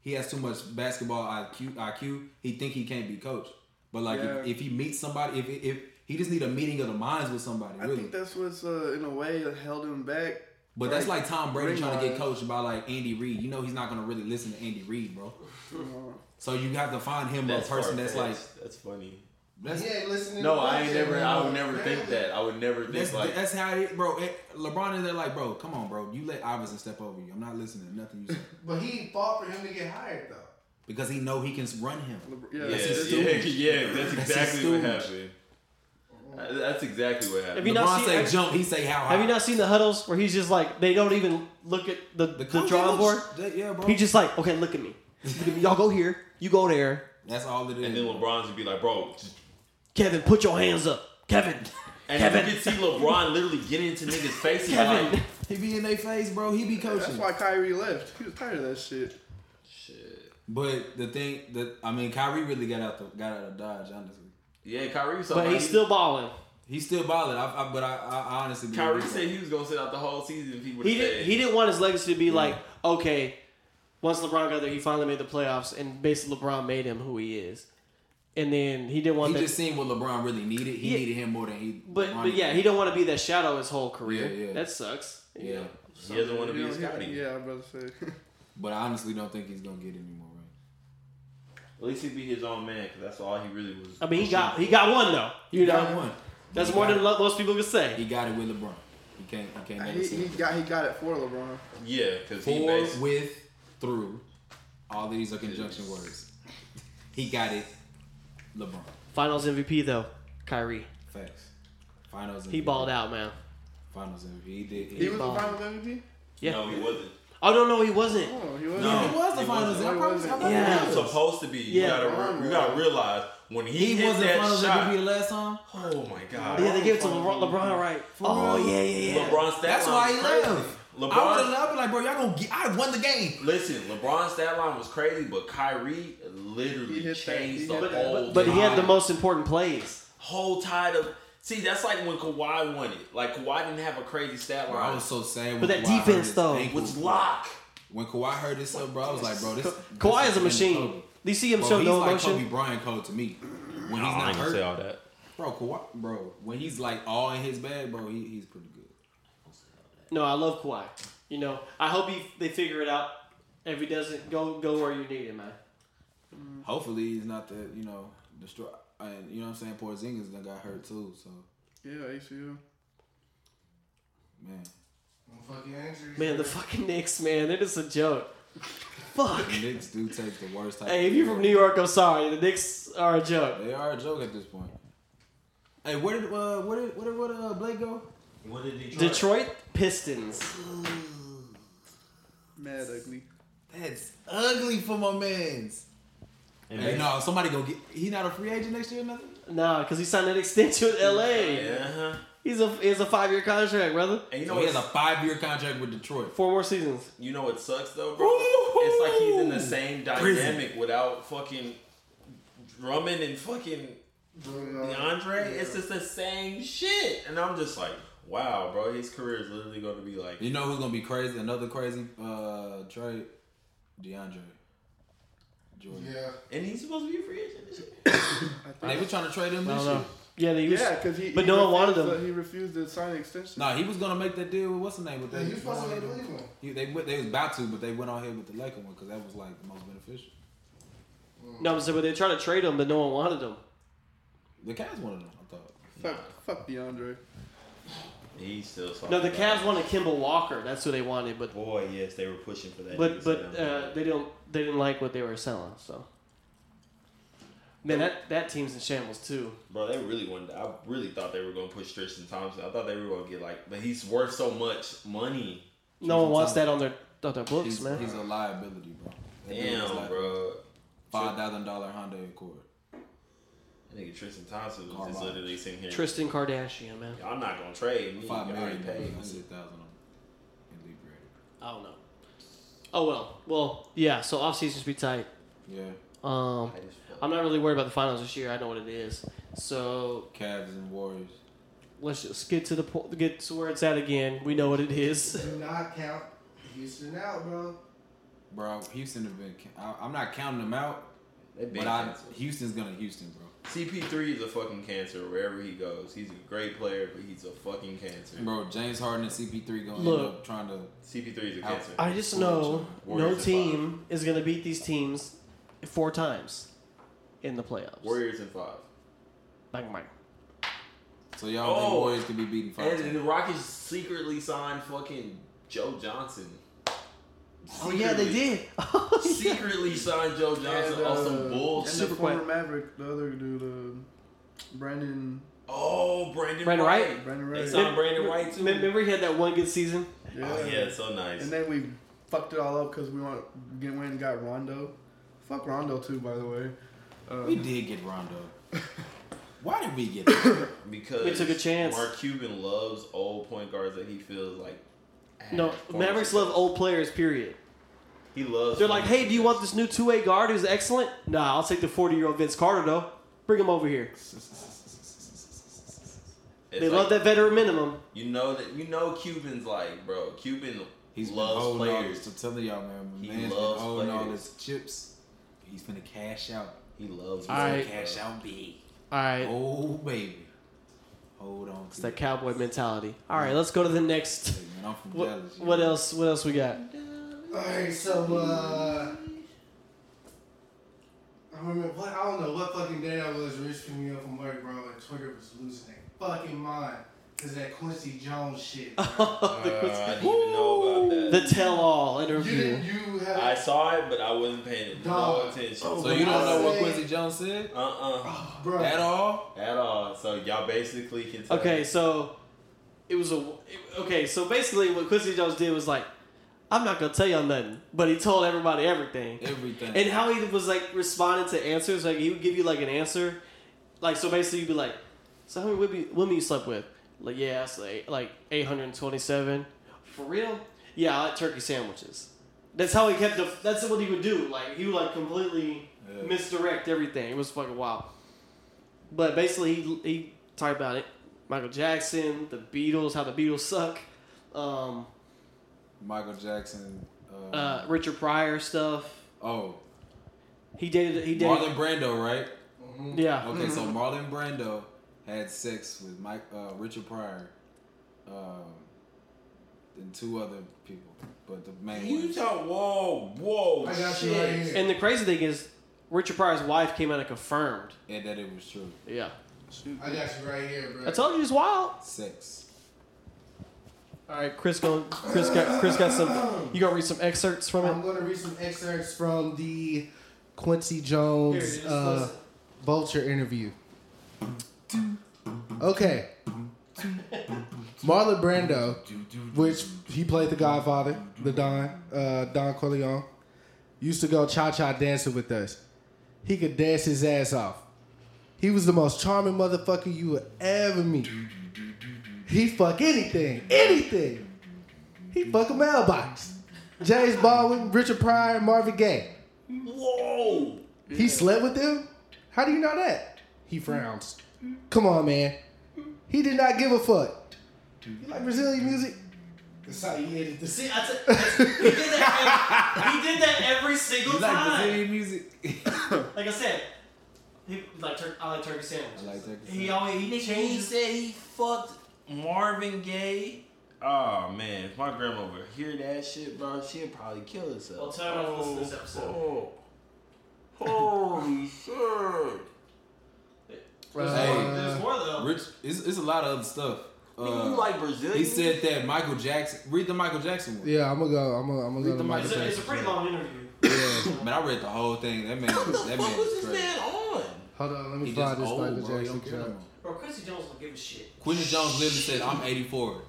D: he has too much basketball IQ. IQ. He think he can't be coached, but like if,
H: Yeah.
D: if he meets somebody, if if he just need a meeting of the minds with somebody,
H: I
D: really.
H: think that's what's uh, in a way that held him back.
D: But that's like Tom Brady
H: ring
D: trying to get
H: wise.
D: coached by like Andy Reid. You know he's not gonna really listen to Andy Reid, bro.
H: Uh-huh.
D: So you have to find him
E: that's
D: a person that's like
E: far-fetched. that's funny.
D: that's
B: He ain't listening.
E: No,
B: to
E: I ain't
B: Belichick,
E: never. I would
B: man.
E: never think that. I would never think
D: that's,
E: like
D: that's how it, bro. It, LeBron is there like, bro, come on, bro. You let Iverson step over you. I'm not listening to nothing you say
B: But he fought for him to get hired though.
D: because he know he can run him.
H: Yeah,
E: yeah,
H: that's-
E: yeah,
D: stooge.
E: yeah. That's
D: his
E: exactly what
D: stooge.
E: happened. Uh, That's exactly what
F: Have
E: happened.
F: you not
D: LeBron
F: seen?
D: say
F: Have,
D: jump, he say how high.
F: have you not seen the huddles where he's just like they don't even look at the the,
D: coach,
F: drawing
D: he
F: board?
D: looks- that- yeah, bro.
F: He's just like, okay, look at me. Look at me. Y'all go here. You go there.
D: that's all it is.
E: And then LeBron's would be like, bro. just-
F: Kevin, put your hands up. Kevin.
E: And
F: Kevin.
E: you can see LeBron literally get into niggas' faces
F: Kevin.
E: like,
D: he be in their face, bro. He be coaching.
H: that's why Kyrie left. He was tired of that shit.
E: shit.
D: But the thing that I mean, Kyrie really got out the got out of dodge. Honestly,
E: Yeah, Kyrie.
F: But
E: Somebody,
F: he's still balling.
D: he's still balling. I, I, but I, I I honestly, believe
E: Kyrie
D: that.
E: said he was gonna sit out the whole season if he would
F: He didn't. He didn't want his legacy to be like, okay, once LeBron got there, he finally made the playoffs, and basically LeBron made him who he is. And then he didn't want
D: He
F: that.
D: just seen what LeBron really needed. He
F: Yeah.
D: needed him more than he.
F: but
D: LeBron
F: but yeah, he
D: needed.
F: don't want to be that shadow his whole career.
D: Yeah, yeah.
F: That sucks.
D: Yeah.
E: He doesn't want to be
H: You
E: a
H: know, he-
E: Scotty.
H: yeah, I'm about to say.
D: but I honestly don't think he's gonna get any more rings.
E: At least he'd be his own man because that's all he really was.
F: I mean, he got he got one though. You
D: He
F: know,
D: got one.
F: that's
D: He
F: more
D: got
F: than
D: it.
F: lo- most people can say.
D: He got it with LeBron. He can't. He can't.
H: he, he got he got it for LeBron.
E: Yeah, because he
D: For
E: basically.
D: with through. All these are conjunction words. He got it. LeBron.
F: Finals MVP though, Kyrie.
D: Facts. Finals.
F: He
D: MVP.
F: balled out, man.
D: Finals. MVP. He did.
H: He was
F: balled.
H: the final MVP.
F: Yeah.
E: No, he wasn't.
F: Oh no, no, he wasn't.
H: Oh, he was.
E: No.
D: He was the
E: He
D: finals.
E: wasn't.
D: I promise. I
H: He
D: thought
F: wasn't.
E: He was supposed to be. You
F: Yeah.
E: gotta, re- you gotta realize when he,
D: He
E: hit
D: wasn't
E: that
D: finals
E: shot.
D: MVP the last time.
E: Oh my god.
F: Yeah, they gave it to LeBron, LeBron right? Oh yeah, yeah, yeah.
E: LeBron's stat
D: That's
E: line
D: why he
E: was crazy.
D: left. I would have
E: LeBron,
D: left. I'd be Like, bro, y'all gonna get? I won the game.
E: listen, LeBron's stat line was crazy, but Kyrie literally
H: He hit
E: changed
H: that- he
E: the
H: hit that-
E: whole.
F: But he had the
E: tide.
F: most important plays.
E: whole tide of. See, that's like when Kawhi won it. Like Kawhi didn't have a crazy stat
D: Bro, I
E: line.
D: was so sad. When
F: But that
D: Kawhi hurt
F: defense,
D: his
F: though,
D: ankle.
E: was lock.
D: When Kawhi hurt himself, bro, I was like, bro, this.
F: Kawhi
D: this
F: is a
D: Kobe.
F: machine. Do you see him
D: Bro,
F: show
D: he's
F: no
D: like
F: emotion?
D: Kobe Bryant code to me. When he's not hurt,
E: all that.
D: bro, Kawhi, bro, when he's like all in his bag, bro, he, he's pretty good.
F: No, I love Kawhi. You know, I hope he, they figure it out. If he doesn't, go go where you need him, man.
D: Hopefully, he's not that you know destroy. And you know what I'm saying? Porzingis done got hurt too, so
H: Yeah, ACL.
D: man,
B: Fucking injuries.
F: Man, the fucking Knicks, man, it is a joke. Fuck.
D: the Knicks do take the worst type.
F: Hey,
D: of
F: if you're from New York, I'm sorry. The Knicks are a joke.
D: they are a joke at this point. Hey, where did uh, where did where did, where did uh, Blake go?
E: What did Detroit?
F: Detroit Pistons.
H: Mad ugly.
D: That's ugly for my man's.
E: And
D: Hey,
E: they-
D: no, somebody go get. He not a free agent next year, or nothing.
F: Nah, because he signed an extension with LA.
E: Yeah, uh-huh.
F: He's a he's a five year contract, brother.
E: And you know
D: So he has a
E: what?
D: five year contract with Detroit.
F: Four more seasons.
E: You know what sucks though, bro. It's like he's in the same
D: Prison.
E: dynamic without fucking Drummond and fucking DeAndre. It's just the same shit, and I'm just like, wow, bro. His career is literally going to be like.
D: You know who's gonna be crazy? Another crazy uh, trade, DeAndre Jordan.
B: Yeah.
E: And he's supposed to be a free agent. this year.
D: They were trying to trade him
F: I don't
D: this year.
F: know. Yeah, they used.
H: Yeah, because he.
F: but
H: he
F: no one wanted
H: refused
F: them.
H: to- He refused to sign an extension.
D: No, he was gonna make that deal with what's the name with
B: Yeah,
D: that.
B: he was supposed to go to Cleveland.
D: He- they went- they was about to, but they went on here with the Laker one because that was like the most beneficial.
F: No, I'm saying, but they tried to trade him, but no one wanted him.
D: The Cavs wanted them, I thought.
H: Fuck, fuck DeAndre.
E: He's still
F: No, the
E: talking about
F: Cavs wanted Kimball Walker. That's who they wanted, but
E: it. Boy, yes, they were pushing for that.
F: but
E: dude,
F: but
E: so-
F: uh, they didn't they didn't like what they were selling. So man, that that team's in shambles too.
E: Bro, they really wanted. I really thought they were gonna push Tristan Thompson. I thought they were gonna get like, but he's worth so much money.
F: No one wants that on their on their books,
D: He's,
F: man.
D: he's a liability, bro. That dude was
E: Damn,
D: like
E: bro.
D: Five thousand dollar Hyundai Accord.
E: That nigga Tristan Thompson was
D: Carmine.
E: just literally sitting here.
F: Tristan Kardashian, man.
E: Y'all not gonna trade me.
D: Five
E: Y'all
D: million,
E: already paid.
D: hundred thousand and leave rated.
F: I don't know. Oh well, well yeah. So off seasons be tight.
D: Yeah,
F: Um,
E: Tight as fuck.
F: I'm not really worried about the finals this year. I know what it is. So
D: Cavs and Warriors.
F: let's just get to the po- get to where it's at again. We know what it is.
B: Do not count Houston out, bro.
D: Bro, Houston have been. ca- I, I'm not counting them out,
E: They been
D: but I,
E: canceled.
D: Houston's gonna Houston, bro.
E: CP3 is a fucking cancer wherever he goes. He's a great player, but he's a fucking cancer.
D: Bro, James Harden and CP3 gonna end
F: Look.
D: up trying to.
E: CP3 is a
D: Out.
E: cancer.
F: I just know
E: Warriors
F: no
E: in five.
F: team is going to beat these teams four times in the playoffs.
E: Warriors in five.
F: Bang, bang.
D: So y'all think
E: Oh.
D: Warriors can be beaten five
E: And the
D: times?
E: Rockets secretly signed fucking Joe Johnson.
F: Oh yeah, they
E: Secretly-
F: did. Oh, yeah.
E: Secretly signed Joe Johnson
H: And,
E: on
H: uh,
E: some bullshit.
H: And
F: Super
H: the former Maverick, the other dude, uh, Brandon.
E: Oh, Brandon,
F: Brandon
E: White.
F: Wright?
H: Brandon
E: They
H: Wright.
E: signed Brandon White too.
F: Remember he had that one good season.
E: Oh yeah, it's so nice.
H: And then we fucked it all up because we want get went and got Rondo. Fuck Rondo too, by the way.
D: We did get Rondo. Why did we get? That?
E: because
F: We took a chance.
E: Mark Cuban loves old point guards that he feels like. had
F: No,
E: former
F: Mavericks
E: success.
F: love old players. Period.
E: He loves.
F: They're like,
E: former
F: hey, do you
E: success.
F: want this new two-way guard who's excellent? Nah, I'll take the 40-year-old Vince Carter though. Bring him over here.
E: It's
F: they
E: like-
F: love that veteran minimum.
E: You know that you know Cuban's like, bro. Cuban
D: He's been
E: loves
D: holding all
E: players.
D: this. I'm telling y'all, man.
E: He
D: man's been
E: loves
D: holding all
E: players.
D: this chips. He's gonna cash out.
E: He loves
F: All right.
D: He's gonna cash out big.
F: All right.
D: Oh baby, hold on.
F: It's that cowboy mentality. All right, let's go to the next.
D: man, I'm from
F: What,
D: Dallas. you
F: what
D: know.
F: else? What else we got?
B: Alright, so uh I remember what I don't know what fucking day that was Rich picked me up from work, bro, and Twitter was losing their fucking mind. Cause that Quincy Jones shit. Bro.
E: Uh, I didn't even know about
F: The
E: that.
F: tell-all
B: you
F: interview.
B: didn't you
E: I
B: have
E: saw it, but I wasn't paying no
B: Dog.
E: attention.
F: Oh
D: So you don't know what
B: Say-
D: Quincy Jones said
E: uh
B: bro
D: at all?
E: uh at all. So y'all basically can tell.
F: Okay, so it was a. it- okay, so basically, what Quincy Jones did was like, I'm not gonna tell y'all nothing, but he told everybody everything,
D: Everything.
F: and how he was like responding to answers. Like he would give you like an answer, like so basically you'd be like, so how many women, women you slept with? Like yeah, it's like like 827. For real? Yeah, I like turkey sandwiches. That's how he kept. The, that's what he would do. Like he would like completely
D: Yeah.
F: misdirect everything. It was fucking wild. But basically, he, he talked about it. Michael Jackson, the Beatles, how the Beatles suck, um,
D: Michael Jackson. Uh,
F: uh, Richard Pryor stuff.
D: oh,
F: He dated. He dated.
D: Marlon Brando, right?
F: Yeah.
D: Okay, so
E: Mm-hmm.
D: Marlon Brando had sex with Mike uh, Richard Pryor, um, and two other people, but the main
E: You
D: one.
E: talk whoa, whoa,
B: I got you right
E: shit.
B: here.
F: And the crazy thing is, Richard Pryor's wife came out and confirmed.
D: and that it was true.
F: Yeah.
B: I got you right here, bro.
F: I told you it's wild.
D: Sex.
F: All right, Chris. Going. Chris got. Chris got some. You gonna read some excerpts from
B: I'm
F: it?
B: gonna read some excerpts from the Quincy Jones uh, Vulture interview. Okay. Marlon Brando, which he played the Godfather, the Don, uh, Don Corleone, used to go cha cha dancing with us. He could dance his ass off. He was the most charming motherfucker you would ever meet. He fuck anything, anything. He fuck a mailbox. James Baldwin, Richard Pryor, and Marvin Gaye.
E: Whoa.
B: He slept with them? How do you know that? He frowns. Come on, man. He did not give a fuck. You like Brazilian music? That's how you edit this.
F: See, I t- he did that. Every, he did that every single
D: You like
F: time.
D: Brazilian music?
F: Like I said,
C: He like tur- I like turkey sandwiches.
D: I like turkey
C: He always he
E: He
C: changes.
E: said he fucked Marvin Gaye. Oh man, if my grandma would hear that shit, bro, she'd probably kill herself.
C: Well, tell her not to listen to this episode.
E: Oh. Holy shit!
C: There's,
D: Hey.
C: more, there's more though.
D: Rich, it's, it's a lot of other stuff.
E: Nigga,
D: Uh,
E: you like Brazilian?
D: he said that Michael Jackson. Read the Michael Jackson one.
B: Yeah, I'm gonna go. I'm gonna, I'm gonna
D: Read
B: go
D: the
B: to my
C: it's, a, it's a pretty long interview.
D: Yeah, man, I read the whole thing. That man,
E: What the
D: that
E: fuck
D: man
E: was
D: is
E: this
D: crazy.
E: man on?
B: Hold on, let me
D: He
B: find
D: just
B: this
D: old,
B: Michael
D: bro. He
B: Jackson
D: don't care no
B: track.
D: more.
C: Bro, Quincy Jones don't give a shit.
D: Quincy Jones literally said, "I'm 84.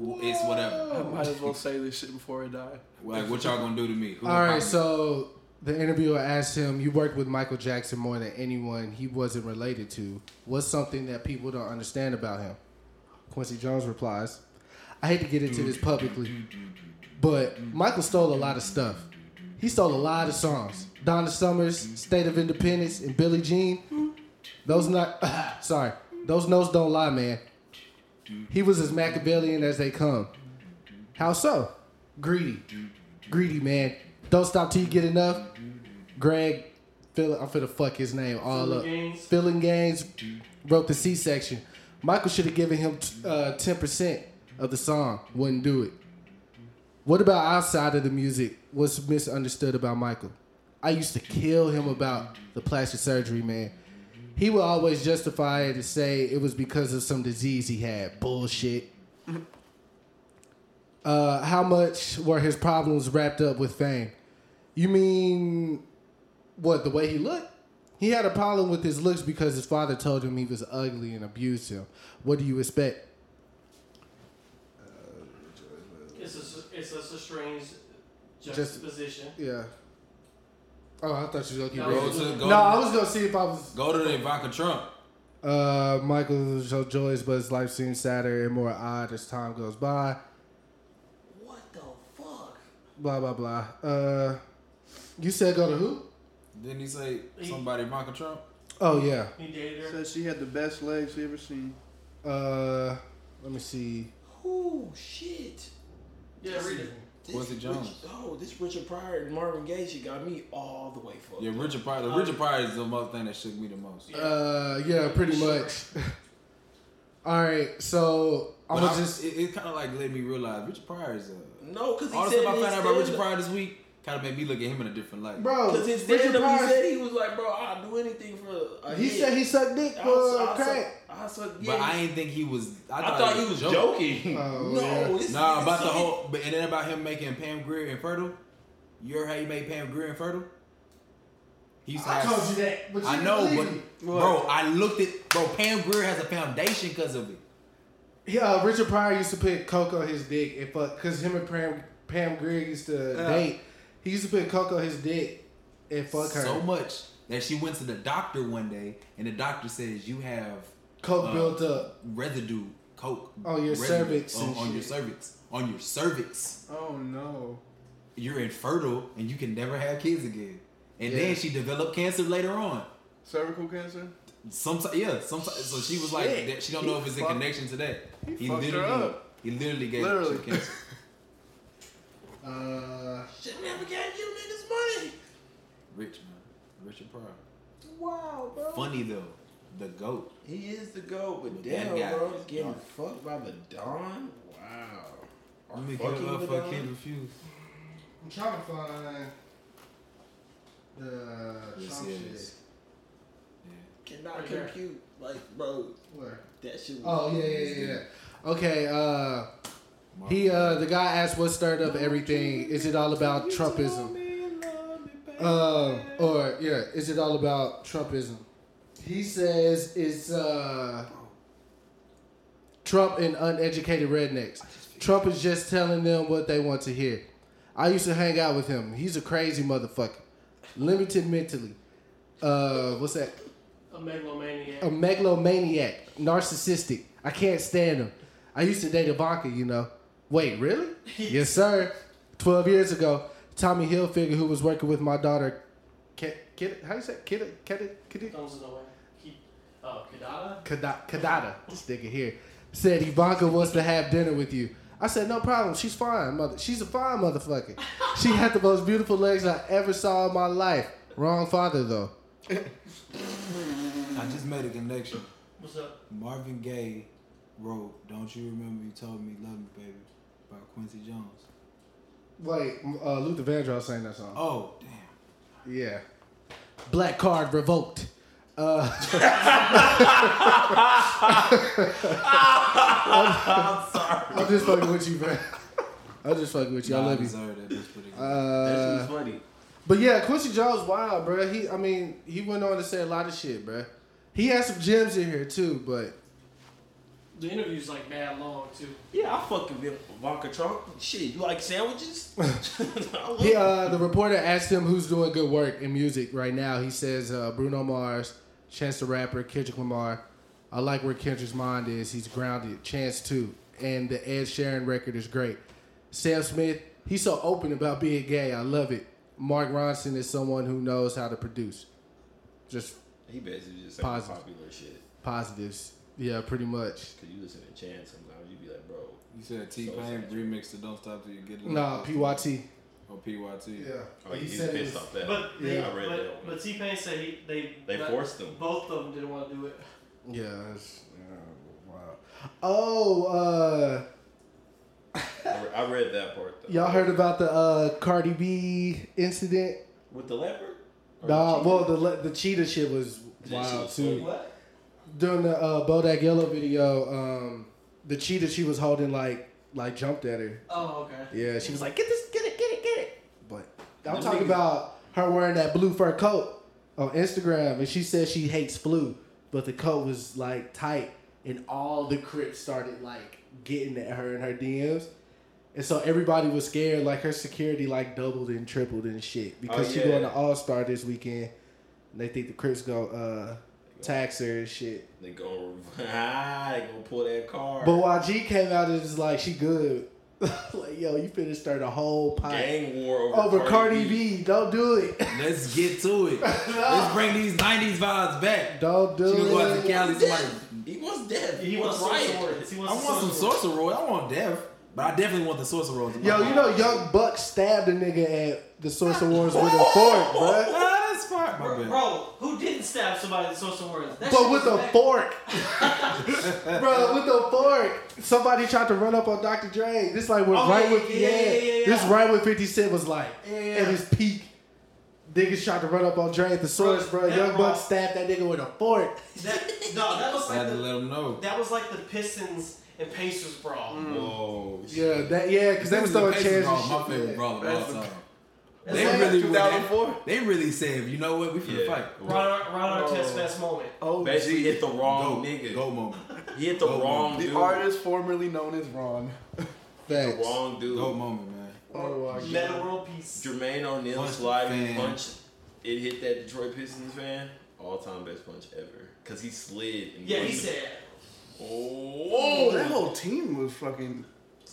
D: W- It's whatever.
B: might as well say this shit before I die.
D: Like, what y'all gonna do to me?" Who
B: All
D: gonna
B: right,
D: pop me?
B: so the interviewer asked him, "You worked with Michael Jackson more than anyone he wasn't related to. What's something that people don't understand about him?" Quincy Jones replies, "I hate to get into this publicly, but Michael stole a lot of stuff. He stole a lot of songs: Donna Summers, State of Independence, and Billie Jean. Those not sorry, those notes don't lie, man. He was as Machiavellian as they come. How so? Greedy." greedy man. Don't stop till you get enough. Greg, Phil, I'm finna fuck his name all
C: Phil
B: up.
C: Gaines.
B: Phil Gaines wrote the C section. Michael should have given him uh, ten percent of the song. Wouldn't do it. What about outside of the music? What's misunderstood about Michael? I used to kill him about the plastic surgery, man. He would always justify it and say it was because of some disease he had. Bullshit. Uh, how much were his problems wrapped up with fame? You mean what? The way he looked? He had a problem with his looks because his father told him he was ugly and abused him. What do you expect?
C: It's a it's a, it's a strange
B: Just-
C: juxtaposition.
B: Yeah. Oh, I thought you were gonna
C: No,
B: keep
D: go
B: reading.
D: to go,
B: No, I was gonna see if I was.
D: go to the Ivanka Trump.
B: Uh, Michael Jo- Joyce, but his life seems sadder and more odd as time goes by.
E: What the fuck?
B: Blah blah blah. Uh, you said go to who?
D: Didn't he say somebody Ivanka Trump?
B: Oh yeah.
C: He dated her.
H: Said she had the best legs she ever seen.
B: Uh, let me see.
E: Oh shit!
C: Yeah, read it.
E: This
D: Quincy
E: Rich-
D: Jones.
E: oh, this Richard Pryor and Marvin Gaye shit got me all the way fucked.
D: Yeah, Richard Pryor. The Richard Pryor is the most thing that shook me the most.
B: Uh, yeah, pretty much. All right, so I'm
D: But I
B: gonna
D: just
B: just
D: it, it kind of like let me realize Richard Pryor is a.
E: No, because he
D: All the
E: said
D: stuff I
E: in
D: found
E: his
D: out about Richard
E: stand-up-
D: Pryor this week kind of made me look at him in a different light.
B: bro.
E: Cause his
B: Richard
E: stand up, he
B: Pryor-
E: said he was like, bro, I'll do anything for. A
B: he
E: hit.
B: said he sucked dick
E: I
B: for
E: was- I was-
B: crack.
E: I was- yeah,
D: But I ain't think he was. I
E: I
D: thought,
E: thought, he was joking.
B: Oh,
E: no,
B: yeah.
E: this
D: Nah,
E: nigga
D: about the
E: said-
D: whole. But and then about him making Pam Grier infertile. You heard how he made Pam Grier infertile? He used to have-
B: that, but
D: I know, but bro, I looked at bro. Pam Grier has a foundation because of it.
B: yeah, uh, Richard Pryor used to put coke on his dick and fuck because him and Pam Pam Grier used to date. He used to put coke on his dick and fuck her.
D: So much that she went to the doctor one day, and the doctor says you have
B: coke
D: uh,
B: built up.
D: residue, coke
B: On your
D: residue
B: cervix
D: on,
B: and
D: on your
B: shit.
D: cervix, on your cervix.
H: Oh no.
D: you're infertile and you can never have kids again. And then
B: Yeah.
D: she developed cancer later on.
H: Cervical cancer?
D: Sometimes, yeah, sometimes. So she was like,
B: Shit.
D: that, she don't know if it's in
H: fucked-
D: connection to that. He,
H: fucked her
D: literally,
H: up.
D: he literally gave
H: Literally.
D: her cancer.
B: Uh,
E: Shit never gave you niggas money.
D: Rich man, Richard Pryor.
E: Wow, bro.
D: Funny though, the goat.
E: He is the goat, but
D: But
E: damn,
D: that guy
E: bro,
D: is
E: getting
D: dark.
E: fucked by the Don. Wow. Or
D: You make
E: fucking
D: her up
E: the
D: for a
E: Don?
D: kid refuse.
B: I'm trying to find the
D: Yes,
B: Trump
D: yes.
E: Cannot
C: Right there.
E: compute, like, bro,
B: Where?
E: that shit.
B: Oh yeah, yeah, yeah. yeah. Okay, uh, he uh, the guy asked what stirred up everything. Is it all about Trumpism? Um, or yeah, is it all about Trumpism? He says it's uh, Trump and uneducated rednecks. Trump is just telling them what they want to hear. I used to hang out with him. He's a crazy motherfucker, limited mentally. Uh, what's that?
C: A megalomaniac.
B: a
D: Oh.
B: megalomaniac, narcissistic. I can't stand him. I used to date Ivanka, you know. Wait, really? yes, sir. Twelve years ago, Tommy Hilfiger, who was working with my daughter, Kid, Kid, how you say Kid, Kid, Kid,
C: Comes in the way. He, oh, Kadada.
B: Kadada, this nigga here, said Ivanka wants to have dinner with you. I said no problem. She's fine, mother. She's a fine motherfucker. She had the most beautiful legs I ever saw in my life. Wrong father though.
D: I just made a connection.
C: What's up?
D: Marvin Gaye wrote "Don't You Remember You Told Me You Love Me, Baby" by Quincy Jones.
B: Wait, uh, Luther Vandross sang that song.
D: Oh damn!
B: Yeah. Black card revoked. Uh, I'm, I'm just fucking with you, man. I'm just fucking with you. I
D: Nah,
B: love you.
D: deserve that bitch for the-
B: Uh,
E: That's funny.
B: but yeah, Quincy Jones, wild, bruh. He, I mean, he went on to say a lot of shit, bruh. He had some gems in here too, but
C: The interview's like mad long too.
E: Yeah, I fuck with Ivanka Trump. Shit, you like sandwiches? I love
B: he, uh, the reporter asked him who's doing good work in music right now. He says uh, Bruno Mars, Chance the Rapper, Kendrick Lamar. I like where Kendrick's mind is. He's grounded. Chance too, and the Ed Sheeran record is great. Sam Smith, he's so open about being gay. I love it. Mark Ronson is someone who knows how to produce. Just
E: He basically just saying
B: Positive.
E: popular shit.
B: positives. Yeah, pretty much.
E: Cause you listen to Chan sometimes, you be like, bro.
D: You said T Pain remixed it. "Don't Stop Till You Get It."
B: Nah, PYT.
D: Or PYT.
E: Oh, he's pissed off that.
C: But they,
E: I read that
C: but,
E: one.
C: but T Pain said he, they
E: They
C: that-
E: forced him.
C: Both of them didn't want to do it.
B: Yeah. it's- yeah, wow. Oh, uh,
E: I, re- I read that part though.
B: y'all heard about the uh, Cardi B incident?
E: with the leopard? Or
B: Nah,
E: the
B: well, the le- the cheetah shit was
E: That shit
B: wild
E: was
B: too.
E: funny.
C: What?
B: During the uh, Bodak Yellow video, um, the cheetah she was holding like like jumped at her.
C: Oh, okay.
B: Yeah, she was like, get this, get it, get it, get it. But I'm
E: Them
B: talking
E: niggas-
B: about her wearing that blue fur coat on Instagram, and she said she hates flu, but the coat was like tight, and all the crips started like getting at her in her DMs. And so everybody was scared. Like her security, like doubled and tripled and shit because she
E: yeah.
B: going to All Star this weekend. And they think the Crips go uh, tax her and shit.
E: They go, ah, they gonna pull that car.
B: But YG came out and was like, "She good." like, yo, you finished her the whole pot
E: Gang war over,
B: over Cardi B. Don't do it.
D: Let's get to it. Let's bring these '90s vibes back.
B: Don't do
D: She gonna go out
B: it.
D: to Cali. Somebody,
E: He was dead.
C: He wants
E: right.
C: some swords. He
D: I
C: wants
D: want some
C: swords.
D: sorcerer. I want death, but I definitely want the sorcerer.
B: Yo, you know, Young Buck stabbed a nigga at the Source Awards with a fork, bruh.
D: Ah, that's fine. My
C: Bro,
D: bad.
C: bro, who didn't stab somebody with social words? That shit
B: But with
C: was
B: a
C: bad.
B: fork. Bro, with a fork. Somebody tried to run up on Dr. Dre. This like was
C: Oh,
B: right
C: yeah,
B: with
C: yeah,
B: yeah,
C: yeah, yeah, yeah,
B: This
C: yeah.
B: right with 50 Cent was like
C: yeah.
B: at his peak. Niggas tried to run up on Dre at the source, bro.
C: Bro, that
B: Young
C: raw-
B: Buck stabbed that nigga with a fork.
C: That, no, that was
D: I
C: like
D: had to
C: the,
D: let them know.
C: that was like the Pistons and Pacers brawl.
B: Mm.
E: Whoa.
B: Yeah, that yeah, because they was throwing chairs and
D: My
B: shit.
D: favorite
B: yeah.
D: brawler of all
H: That's a-
D: time.
C: That's
D: They
C: like
D: really, went at-
H: 2004?
D: they really said, you know what, we finna
E: Yeah.
D: fight.
C: Ron, Ar- Ron Artest's best moment.
H: Oh,
E: Basically hit the wrong
D: go,
E: nigga.
D: Go moment.
E: He hit the
D: Go,
E: wrong
H: the
E: dude.
H: artist formerly known as Ron.
E: The
B: Facts.
E: wrong dude.
D: Go moment, man.
H: Oh,
C: Meta world peace.
E: Jermaine O'Neal
D: Punch the
E: sliding
D: fan.
E: punch. It hit that Detroit Pistons fan. All time best punch ever. Cause he slid. And
C: Yeah, he
E: went-
C: said.
H: Oh,
E: Oh,
H: that whole team was fucking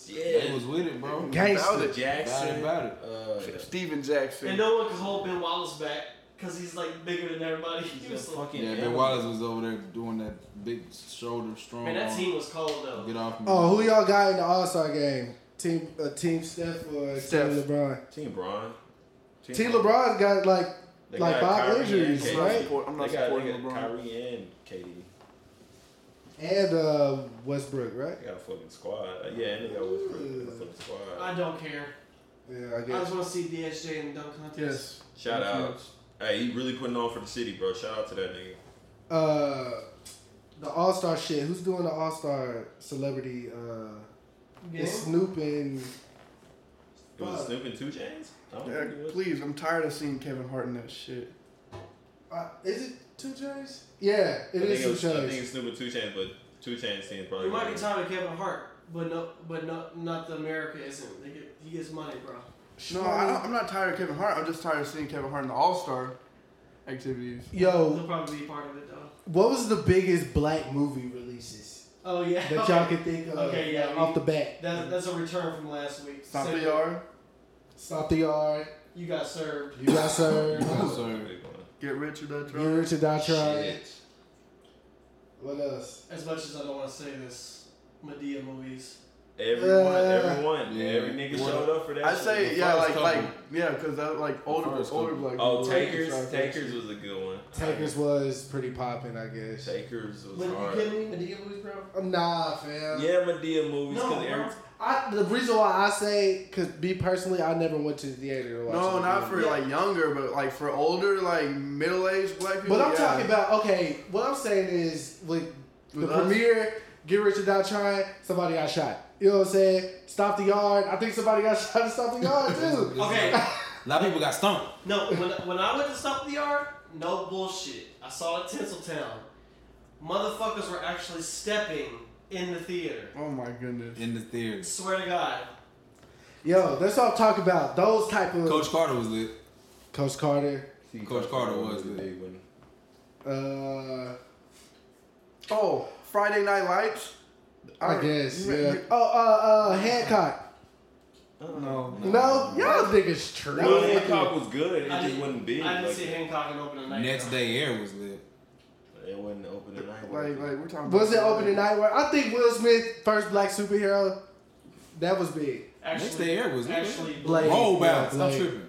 D: They
E: yeah.
D: was with it, bro.
H: about
B: Gangster.
H: it.
E: Jackson.
D: About it,
E: Uh,
H: Steven Jackson.
C: And no one could hold Ben Wallace back because he's like bigger than everybody. He
E: he's a
C: was like,
E: fucking
D: Yeah, Ben
E: animal.
D: Wallace was over there doing that big shoulder strong.
C: man, that team was cold though.
D: Get off me.
B: Oh, who y'all got in the All Star game? Team uh, Team Steph or
H: Steph.
B: Team LeBron?
E: Team Bron.
B: Team LeBron's got like
E: They
B: like
E: got
B: five
E: Kyrie and
B: injuries,
E: KD.
H: I'm not,
B: right?
H: support, I'm not
E: they got,
H: supporting
E: they got
H: LeBron.
E: Kyrie and KD.
B: And uh, Westbrook, right?
E: They got a fucking squad. Uh, yeah, and they got Westbrook. They got a fucking
C: I
E: squad.
C: don't care.
B: Yeah, I
C: I just
B: guess.
C: want to see DSJ in the dunk contest.
H: Yes.
E: Shout out. Hey, he really putting on for the city, bro. Shout out to that nigga.
B: Uh, the All Star shit. Who's doing the All Star celebrity? Uh,
C: Yeah.
B: it's Snoop and
E: It was
B: Fuck.
E: Snoop and Two Chains. I don't
H: Yeah,
E: think it was.
H: please, I'm tired of seeing Kevin Hart in that shit.
B: uh, is it Two J's? Yeah, it
E: I think
B: is
E: it was-
B: Two
E: I think
B: J's.
E: it's Snoop and Two Chains, but Two Chains seems probably.
C: It might be
E: better.
C: time to Kevin Hart, but no, but no, not the America isn't. They get, he gets money, bro.
H: No, I don't, I'm not tired of Kevin Hart. I'm just tired of seeing Kevin Hart in the All Star activities.
C: He'll
B: Yo,
C: probably be part of it though.
B: what was the biggest black movie releases
C: Oh yeah.
B: that y'all can think of?
C: Okay, yeah,
B: off
C: we-
B: the bat.
C: That, that's a return from last week.
H: Stop
C: Same-
H: the yard.
B: Stop the yard.
C: You got served.
B: You got served.
D: Yes,
E: That's a
D: sir.
E: big one.
H: Get rich or die
B: You
H: trying.
B: Richard I tried.
E: Shit.
B: What else?
C: As much as I don't want to say this, Medea movies.
E: Everyone,
B: Yeah.
E: everyone,
D: Yeah.
E: every nigga
D: What-
E: showed up for that.
H: I say yeah,
D: first
H: like like
D: couple.
H: yeah, because like older
D: first
H: older
D: couple.
H: black.
E: Oh,
H: people,
E: Takers.
H: like,
E: Takers was a good one.
B: Takers was pretty popping, I guess.
E: Takers was
B: When you
E: hard.
B: kidding me, Medea movies, bro? Nah, fam.
E: Yeah, Medea movies.
B: No,
E: cause every,
B: bro. I, the reason why I say, because me personally, I never went to the theater to watch
H: No,
B: it.
H: not for like younger, but like for older, like middle aged black people.
B: But I'm
H: yeah.
B: talking about okay. What I'm saying is with the
H: With us?
B: premiere, get rich or die trying. Somebody got shot. You know what I'm saying? Stop the yard. I think somebody got shot to stop the yard too.
C: Okay.
D: A lot of people got stoned.
C: No, when, when I went to Stop the Yard, no bullshit. I saw it at Tinseltown. Motherfuckers were actually stepping in the theater.
H: Oh my goodness.
D: In the theater.
C: Swear to God.
B: Yo, that's what I'm talking about. Those type of Coach,
D: Coach Carter was lit.
B: Carter.
D: Coach Carter was lit.
B: Uh,
H: Oh, Friday Night Lights.
B: I guess.
H: you-
B: Yeah.
H: you-
B: Oh, uh, uh, Hancock.
H: No.
B: No, y'all niggas true.
E: No, Hancock was good. It
C: I
E: just
C: didn't-
E: wasn't big.
C: I didn't
E: like
C: see
E: that.
C: Hancock in opening night.
D: Next day air was lit.
E: It wasn't open tonight.
H: Like like we're talking.
B: Was it
H: about-
B: opening night? Where I think Will Smith first black superhero. That was big.
C: Actually,
D: Next Day Air was lit.
C: actually
B: Blade.
D: Roll
B: yeah,
D: bounce. Stop
B: like-
D: tripping.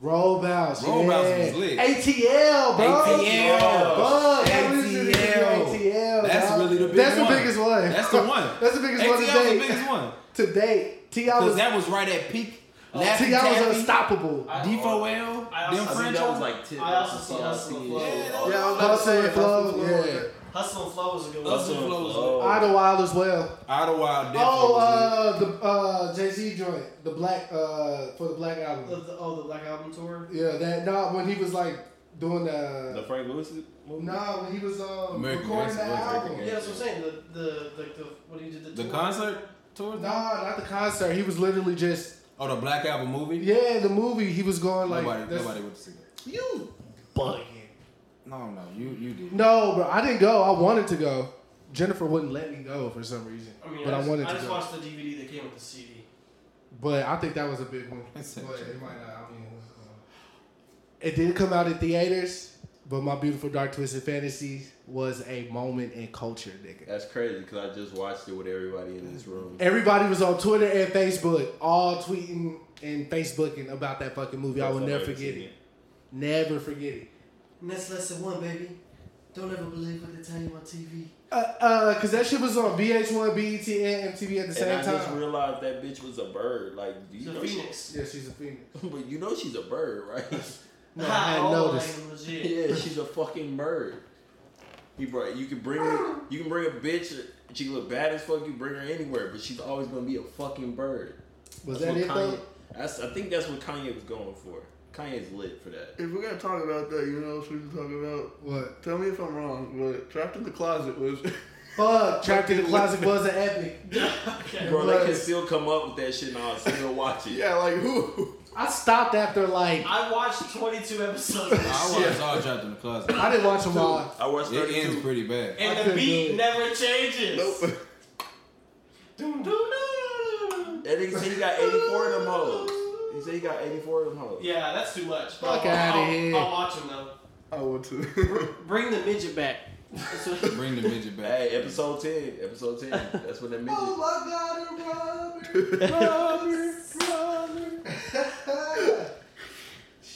B: Roll bounce.
D: Roll
B: yeah.
D: bounce was lit.
B: ATL, bro.
D: ATL.
B: Bro, y'all listening to
D: ATL.
B: ATL.
D: That's
B: dog.
D: really the big
B: That's
D: one.
B: the biggest one.
D: That's the one.
B: That's the biggest
D: ATL
B: one
D: was
B: to
D: the
B: date.
D: biggest one.
B: To date, Ti
D: Because
B: was
D: that was right at peak.
B: Ti
D: Laffy
B: was
D: Taffy,
B: unstoppable.
D: Defo L,
C: I
D: them
C: also- I
E: that was
D: franchise.
E: like ten.
C: I also saw Hustle and Flow.
D: Yeah,
H: Yeah, I was about to
B: Hustle
H: say
B: and flow. Yeah,
C: Hustle and Flow was a good one.
E: Hustle and Flow.
B: Idlewild as well.
D: Idlewild.
B: Oh, uh, the uh, Jay Z joint, the black uh, for the black
C: The,
B: album.
C: the, oh, the Black Album tour?
B: Yeah, that nah when he was like doing
E: The
B: the
E: Frank Lewis movie.
B: nah when he was um,
D: American
B: recording the
D: Gangster was American
B: album.
C: Yeah, that's what I'm saying. The, the, the, the when he did the
D: The
C: tour.
D: concert tour?
B: Nah, not the concert. He was literally just
D: Oh, the Black Album movie?
B: yeah the movie. He was going like
D: nobody,
B: that's-
D: nobody went to see that.
B: You bugging.
D: No, no, you, you did.
B: No, bro, I didn't go. I wanted to go. Jennifer wouldn't let me go for some reason.
C: I mean,
B: but
C: I
B: I,
C: just,
B: wanted
C: I
B: to
C: just
B: go.
C: watched the DVD that came with the CD.
B: But I think that was a big one. But
D: That's
B: it
D: it.
B: might not. I mean, uh, it did come out in theaters, but my beautiful dark twisted fantasy was a moment in culture, nigga.
E: That's crazy because I just watched it with everybody in this room.
B: Everybody was on Twitter and Facebook, all tweeting and Facebooking about that fucking movie. I will never forget it. Never forget it.
C: And that's lesson one, baby. Don't ever believe what they tell you on TV.
B: Uh, uh, cause that shit was on VH1, BET, E and MTV at the
E: And
B: same
E: I just
B: time.
E: realized that bitch was a bird. Like you
C: The
E: know,
C: Phoenix.
B: yeah, she's a phoenix.
E: She, but you know she's a bird, right?
B: No, I hadn't
C: Oh,
B: noticed.
C: like, legit.
E: yeah, she's a fucking bird. You brought. You can bring. Her, you can bring a bitch. She look bad as fuck. You bring her anywhere, but she's always gonna be a fucking bird.
B: Was
E: That's
B: that it
E: what Kanye,
B: though?
E: That's. I think that's what Kanye was going for. Kanye's lit for that.
H: If we're gonna talk about that, you know what we can talk about.
B: What?
H: Tell me if I'm wrong, but Trapped in the Closet was.
B: Fuck, Trapped in the Closet was an epic.
E: Bro, they can
B: was.
E: still come up with that shit and I'll still watch it.
H: yeah, like who?
B: I stopped after like
C: I watched 22 episodes of
D: I
C: this
D: watched
C: shit.
D: all trapped in the closet.
B: I didn't watch them all.
E: I watched
D: It ends
E: 32.
D: pretty bad.
B: I
C: And the
B: couldn't do
C: beat
B: it.
C: never changes.
H: Nope.
C: Doom, doom, doom, doom.
E: That nigga said he got 84 of them hoes. He said he got 84 of them hoes.
C: Yeah, that's too much.
B: Fuck
C: I'll-
B: outta
D: Oh,
C: I'll-
B: here.
C: I'll watch them though.
H: I want to.
C: Bring the midget back. That's what-
D: Bring the midget back.
E: Hey, episode 10. Episode 10. That's when that midget.
B: Oh my god, Robert, Robert,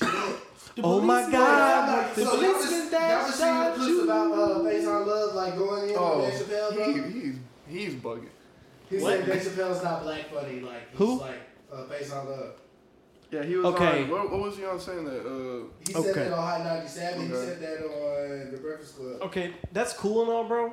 B: Robert. oh my god, the so that was, that was shot you. about uh, Based on Love, like going in
H: oh,
B: with Dave Chappelle, bro.
H: he, he's he's bugging.
B: He said Dave Chappelle's not black funny, like he's
C: Who?
B: like uh, Based on Love.
H: Yeah, he was.
C: Okay.
H: On, what, what was he on saying that? Uh,
B: He
C: Okay.
B: said that on Hot 97, he
H: Okay.
B: said that on The Breakfast Club.
C: Okay, that's cool and all, bro.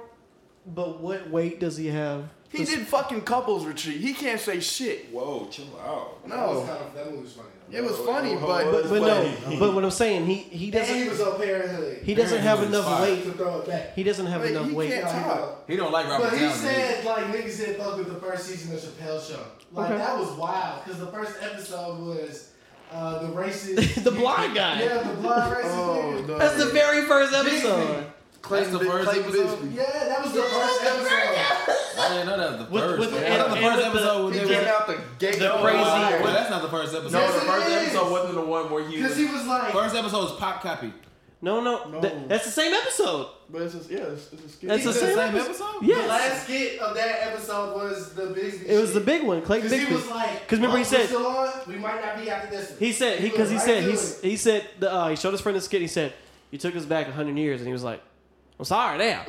C: But what weight does he have?
H: he did fucking couples retreat. He can't say shit.
E: Whoa, chill out.
B: That was
H: No,
B: kind of, that movie was funny. though.
H: it was funny, but
C: But, but no, but what I'm saying, he he
B: And he
C: doesn't
B: was on Parenthood.
C: he doesn't have enough
B: to
C: weight.
B: throw it back.
C: He doesn't have
H: Wait,
C: enough
H: he
C: weight.
H: can't-
B: No, he
H: Todd.
B: don't.
D: He don't like Robert
B: But he
D: Downey.
B: said like niggas didn't fuck with the first season of Chappelle Show. Like that was wild because the first episode was uh, the racist,
C: The blind guy.
B: yeah, the blind racist.
H: oh,
B: nigga.
H: no.
C: That's the very first episode.
D: That's the
H: Big-
D: first
H: Clay
D: episode.
H: Bisbee.
B: Yeah, that was the first episode.
D: I didn't know that was the
C: With-
D: first.
C: with-
D: one.
C: and-
D: I thought the
C: and
D: first
C: with the-
D: episode was
H: He
D: they
H: came
D: were-
H: out the gate.
C: The
H: blind.
C: crazy-
D: Well, that's not the first episode.
E: No,
B: Yes,
E: the
B: it
E: first
B: is.
E: episode wasn't the one where he
B: Because
E: was.
B: he was like,
D: First episode is pop copy.
C: No, no,
H: No.
C: that- that's the same episode.
H: But it's just yeah, it's, it's a skit.
C: That's the
B: Is it
C: same,
B: the
C: episode.
B: The
C: Yes.
B: last skit of that episode was the Bixby.
C: It was the
B: shit.
C: big one, Clayton
B: Because
C: Bixby.
B: he was like,
C: 'Cause remember he
B: "Oh, we're
C: said-
B: still on? we might not be after this. one."
C: He said he
B: was
C: because he
B: right
C: said
B: to
C: he
B: it.
C: s- he said the, uh, he showed his friend the skit. He said, "You took us back hundred years," and he was like, "I'm sorry, damn."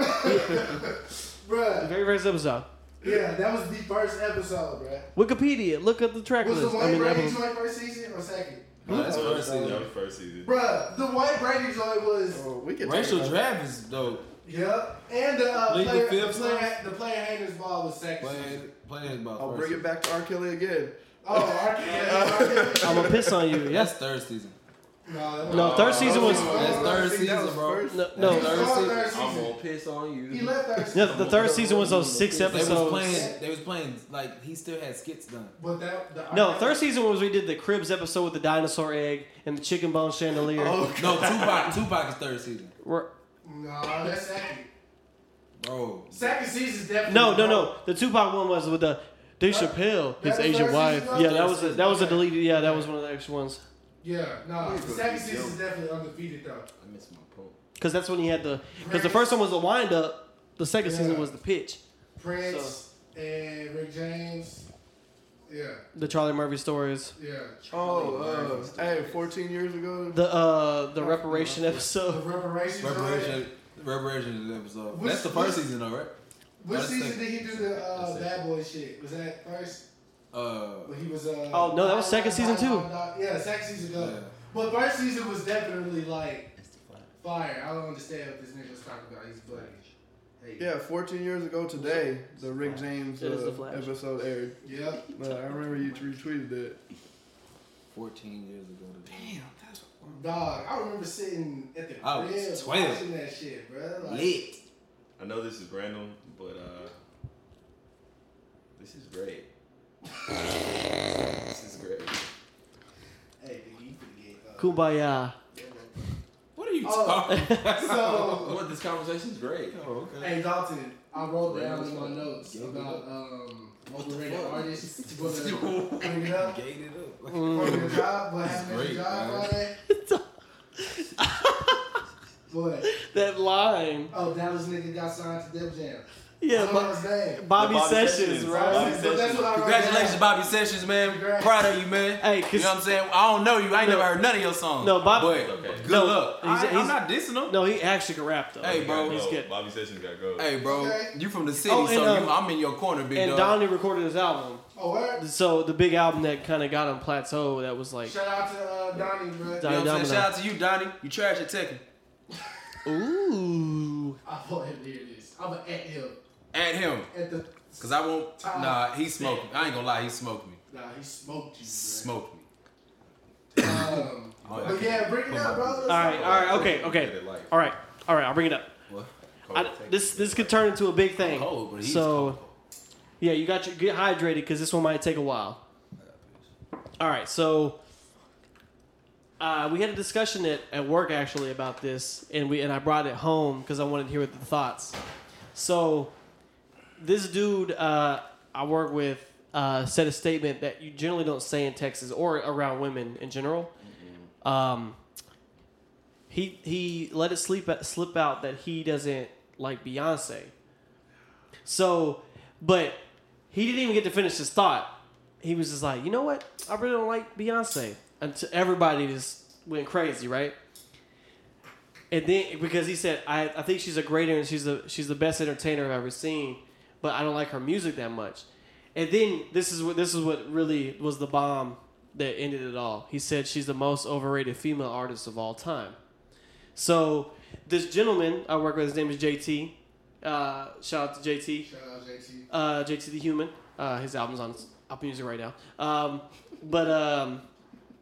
B: Bruh,
C: Very first episode.
B: yeah, that was the first episode, bruh.
C: Wikipedia. Look at the track
B: Was the
C: list. I
B: White
C: mean,
B: Brady
C: episode-
B: joint first season or second? Uh,
D: No, that's
E: That was
D: first season.
E: the first season.
B: Bruh, the White Brady joint was.
H: Oh, we can
D: Rachel
H: talk about
D: Travis though
B: Yep. And the uh,
D: League of
B: player, the
D: Fifth
B: player, the player haters ball was second.
D: playing playing his
H: I'll
D: about
H: Oh, bring
D: first.
H: it back to R. Kelly again.
B: Oh, R. Kelly.
C: I'm gonna piss on you.
D: That's
C: Yes.
D: third season.
C: No, third season was
D: That's third
H: I think that was
D: season, bro.
H: first.
C: no. no.
D: Third
B: Oh,
D: season.
B: third
E: I'm
B: season.
E: gonna piss on you.
B: He left third season.
C: No, the third season was those six
D: They was
C: episodes.
D: playing. They was playing like he still had skits done.
B: But that, the
C: No,
B: R.
C: third season was we did the Cribs episode with the dinosaur egg and the chicken bone chandelier.
D: No, Tupac. Tupac is third season,
C: We're-
B: No, that's second.
D: bro.
B: Second season's definitely.
C: No, no, no. The Tupac one was with the Dave Chappelle, his
B: That's the
C: Asian
B: third
C: wife.
B: season?
C: Yeah, that was a, that was a deleted. Yeah, that was one of the extra ones.
B: Yeah, no. The second season's definitely undefeated though.
D: I missed my pro.
C: Because that's when he had the. Because the first one was the wind up. The second season
B: Yeah.
C: was the pitch.
B: Prince and Rick James. Yeah,
C: The Charlie Murphy stories.
B: yeah.
H: Oh, uh, hey, 14 years ago.
C: The uh the reparation
B: The
C: episode.
B: reparations.
D: Reparation. Reparation episode.
B: Which-
D: That's the first
B: which-
D: season though, right?
B: Which
D: That's
B: season
D: the-
B: did he do the uh,
D: that's it.
B: bad boy shit? Was that first?
D: Uh,
B: When he was. Uh,
C: Oh, no, that was second season, too.
B: Yeah, second season
D: Yeah.
B: though. But first season was definitely like fire. I don't understand what this nigga was talking about. He's buddy. Hey.
H: Yeah, 14 years ago today, the Rick James
C: It is The
H: uh,
C: Flash.
H: episode aired.
B: Yep.
H: But I remember you retweeted it.
D: fourteen years ago. Today.
H: Damn, that's
B: Dog, I remember sitting at the
D: I
B: crib
D: was 12.
B: watching that shit, bro. Like,
D: Lit.
E: I know this is random, but uh, this is great. this is great.
B: Hey, nigga, you finna get, uh,
C: Kumbaya.
D: What are you
B: Oh.
D: talking?
B: So,
E: What this conversation's great.
D: Oh, okay.
B: Hey Dalton, I wrote down
E: Random
B: in my
E: fuck.
B: notes
E: Gave it
B: about
E: up.
B: um overrated
D: fuck?
B: artists. Bring it up.
D: Gated up.
B: From your job, what happened at
D: great,
B: your job
D: man.
B: Friday? What?
C: That line.
B: Oh, Dallas nigga got signed to Def Jam.
C: Yeah,
B: That's what I
C: Bo-
B: was saying.
C: Bobby,
E: Bobby
C: Sessions,
E: Sessions.
C: right?
E: Bobby
B: But that's what I wrote
D: Congratulations,
B: down.
D: Bobby Sessions, man.
B: Congrats.
D: Proud of you, man.
C: Hey,
D: you
C: 'cause-
D: know what I'm saying? I don't know you. I ain't
C: No.
D: never heard none of your songs.
C: No, Bobby-
D: But
E: Okay.
D: good
C: No,
D: luck.
C: he's-
D: I,
C: he's-
D: I'm not dissing him.
C: No, he actually can rap though.
D: Hey, bro.
C: he's
E: Go.
C: good.
E: Bobby Sessions got go.
D: Hey, bro.
B: Okay.
D: You from the city,
C: Oh, and,
D: so
C: um,
D: you, I'm in your corner, big
C: And
D: dog.
C: Donnie recorded his album.
B: Oh, word?
C: So the big album that kind of got him plateau. That was like,
B: Shout out to uh, Donnie, bro.
C: Don-
D: you know what I'm
C: Domino.
D: saying? Shout out to you, Donnie. You trash at Tekken.
C: ooh,
B: I want him to hear this. I'ma at him
D: At him.
B: at the.
D: Because I won't.
B: Time.
D: Nah, he smoked me. I ain't gonna lie, he smoked me.
B: Nah, he smoked you. Bro.
D: Smoked me.
B: Um,
D: Oh, I
B: but
D: can't
B: yeah, bring it
D: put
B: up,
D: my-
B: bro. Let's
C: All right, all right, okay,
E: Get
C: okay,
E: it light.
C: all right, all right. I'll bring it up.
D: What?
C: I, this this could turn into a big thing.
D: Cold, but he's
C: so, yeah, you got your get hydrated because this one might take a while. All right, so uh, we had a discussion at, at work actually about this, and we and I brought it home because I wanted to hear the thoughts. So, this dude uh, I work with uh, said a statement that you generally don't say in Texas or around women in general.
D: Mm-hmm.
C: Um, he he let it sleep slip out that he doesn't like Beyonce. So, but he didn't even get to finish his thought. He was just like, you know what? I really don't like Beyonce. Until everybody just went crazy, right? And then because he said, I, I think she's a great and she's the she's the best entertainer I've ever seen, but I don't like her music that much. And then this is what this is what really was the bomb that ended it all. He said she's the most overrated female artist of all time. So this gentleman I work with, his name is JT. Uh, shout out to JT
B: Shout out JT.
C: uh, JT the Human. Uh, his album's on Apple Music right now. Um, but um,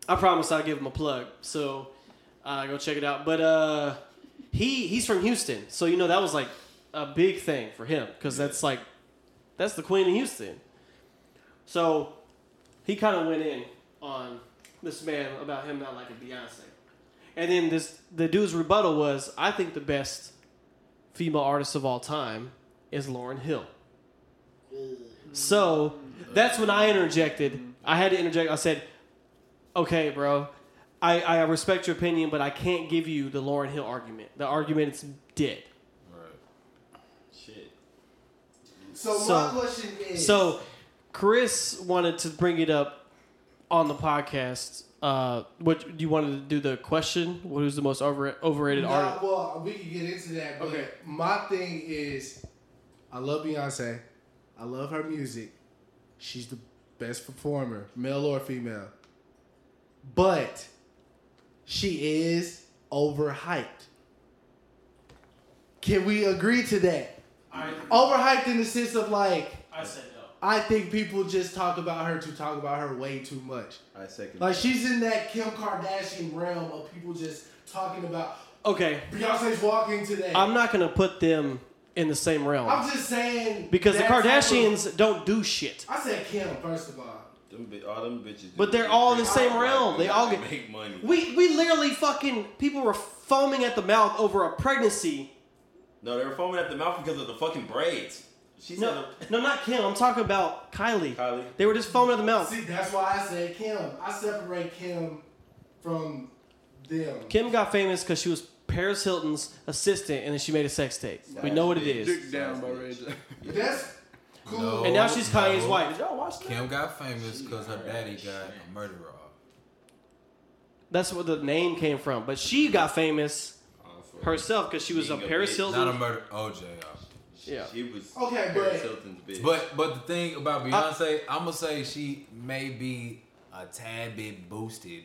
C: I promise I'll give him a plug. So uh, go check it out. But uh, he he's from Houston, so you know that was like a big thing for him because that's like that's the queen of Houston. So he kind of went in on this man about him not liking Beyonce, and then this the dude's rebuttal was, "I think the best female artist of all time is Lauren Hill." So that's when I interjected. I had to interject. I said, "Okay, bro, I, I respect your opinion, but I can't give you the Lauren Hill argument. The argument is dead.
E: Shit.
B: So,
C: So-
B: my question is.
C: So, Chris wanted to bring it up on the podcast. Uh, what you wanted to do the question? What is the most over, overrated
B: Nah,
C: artist?
B: well, we can get into that, but
C: Okay.
B: my thing is,
F: I love Beyonce. I love her music. She's the best performer, male or female. But she is overhyped. Can we agree to that? Overhyped in the sense of like,
C: I said no.
F: I think people just talk about her to talk about her way too much.
E: I second.
B: like, she's in that Kim Kardashian realm of people just talking about
C: Okay,
B: Beyonce's walking today. I'm,
C: I'm not gonna put them in the same realm
B: just saying
C: because the
B: that type of-
C: Kardashians don't do shit.
B: I said Kim first of all.
E: Them, bi- all them bitches. do
C: But they're
E: what
C: all in
E: they
C: the
E: do.
C: same realm. They all
E: can
C: get-
E: make money.
C: We we literally fucking people were foaming at the mouth over a pregnancy.
E: No, they were foaming at the mouth because of the fucking braids. She said,
C: No, no, not Kim. I'm talking about Kylie.
E: Kylie.
C: They were just foaming at the mouth.
B: See, that's why I said Kim. I separate Kim from them.
C: Kim got famous because she was Paris Hilton's assistant, and then she made a sex tape. We know what it is.
H: Dick down by Ray J.
B: But that's cool.
D: No.
C: And now she's Kanye's
D: No.
C: wife.
E: Y'all watch that?
D: Kim got famous because her daddy got a murderer. off.
C: That's where the name came from. But she got famous herself because she was a
E: Being a
C: Paris
E: bitch.
C: Hilton.
D: Not a murder, uh. OJ. off.
C: yeah.
E: She was
B: Okay,
E: Paris
B: but-
E: Hilton's bitch.
D: But but the thing about Beyonce, I'm gonna say she may be a tad bit boosted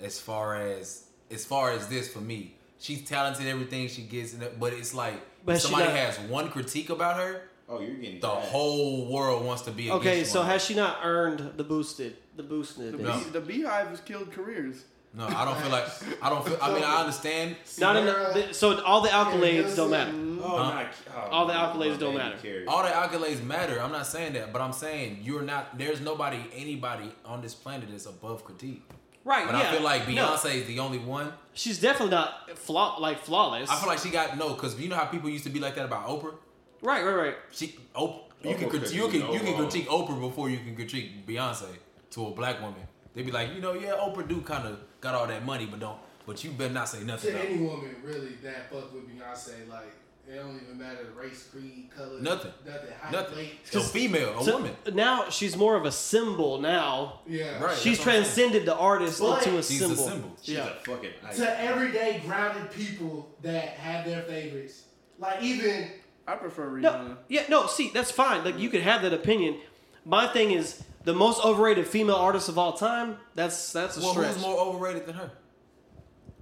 D: as far as as far as this for me. She's talented, in everything she gets, in it, but it's like
C: But
D: if
C: she
D: somebody
C: got-
D: has one critique about her,
E: oh, you're getting
D: the
E: dragged.
D: whole world wants to be.
C: Okay,
D: against
C: so
D: one.
C: has she not earned the boosted? The boosted.
H: The,
C: is?
D: No.
H: bee, the beehive has killed careers.
D: no, I don't feel like I don't feel. I mean, I understand.
C: Not in the, th- so all the accolades don't matter.
E: Oh,
D: Huh?
E: not- oh,
C: All the
E: my
C: accolades don't
E: baby
C: matter.
E: carried.
D: All the accolades matter. I'm not saying that, but I'm saying you're not. There's nobody, anybody on this planet that's above critique.
C: Right.
D: But
C: yeah.
D: I feel like
C: No,
D: Beyonce is the only one.
C: she's definitely not flaw, like flawless.
D: I feel like she got no, because you know how people used to be like that about Oprah.
C: right. Right. Right.
D: She Oprah, you can
E: Oprah
D: crit-
E: could
D: you
E: do
D: can
E: no
D: you can
E: wrong.
D: critique Oprah before you can critique Beyonce to a black woman. They'd be like, you know, yeah, Oprah do kind of got all that money, but don't. But you better not say nothing.
B: to
D: About
B: any woman really that fuck with Beyonce, like it don't even matter the race, creed, color,
D: Nothing.
B: nothing, height,
D: nothing.
B: weight.
D: So female, a
C: So
D: woman.
C: Now she's more of a symbol. Now
B: Yeah,
D: Right.
C: she's
D: that's what I'm saying.
C: transcended the artist
B: But-
C: into a
D: She's
C: symbol.
D: a symbol.
E: She's
C: yeah.
E: a fucking icon.
B: To everyday grounded people that have their favorites, like even
H: I prefer Rihanna.
C: No, yeah, no. See, that's fine. Like you could have that opinion. My thing is the most overrated female artist of all time. That's that's a
D: Well,
C: stretch.
D: who's more overrated than her?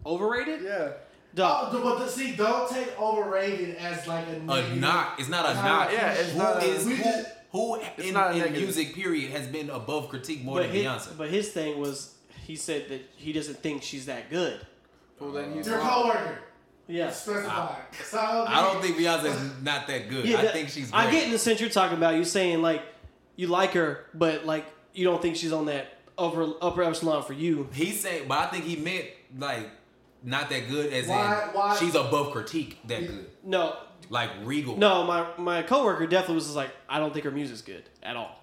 C: overrated?
H: Yeah.
C: Dog.
B: oh, the- but the, see, don't take overrated as like a
D: A
B: negative.
D: knock. It's not a knock.
H: yeah, it's
D: Who
H: not a-
D: is-
B: we
D: who-
B: just-
D: who in,
H: not a
D: in
H: negative.
D: music period has been above critique more
C: but
D: than
C: his,
D: Beyonce?
C: but his thing was he said that he doesn't think she's that good.
H: Well, then he's
B: Your
H: wrong.
B: coworker
C: Yeah.
B: specified. So I
D: I don't think Beyonce's not that good.
C: yeah
D: I
C: that-
D: think she's. Great.
C: I get in the sense you're talking about. You saying like you like her, but like you don't think she's on that upper upper echelon for you.
D: He said, but I think he meant like not that good as
B: Why-
D: in
B: why-
D: she's above critique that good.
C: No,
D: Like Regal.
C: no. My my coworker definitely was just like I don't think her music's good at all.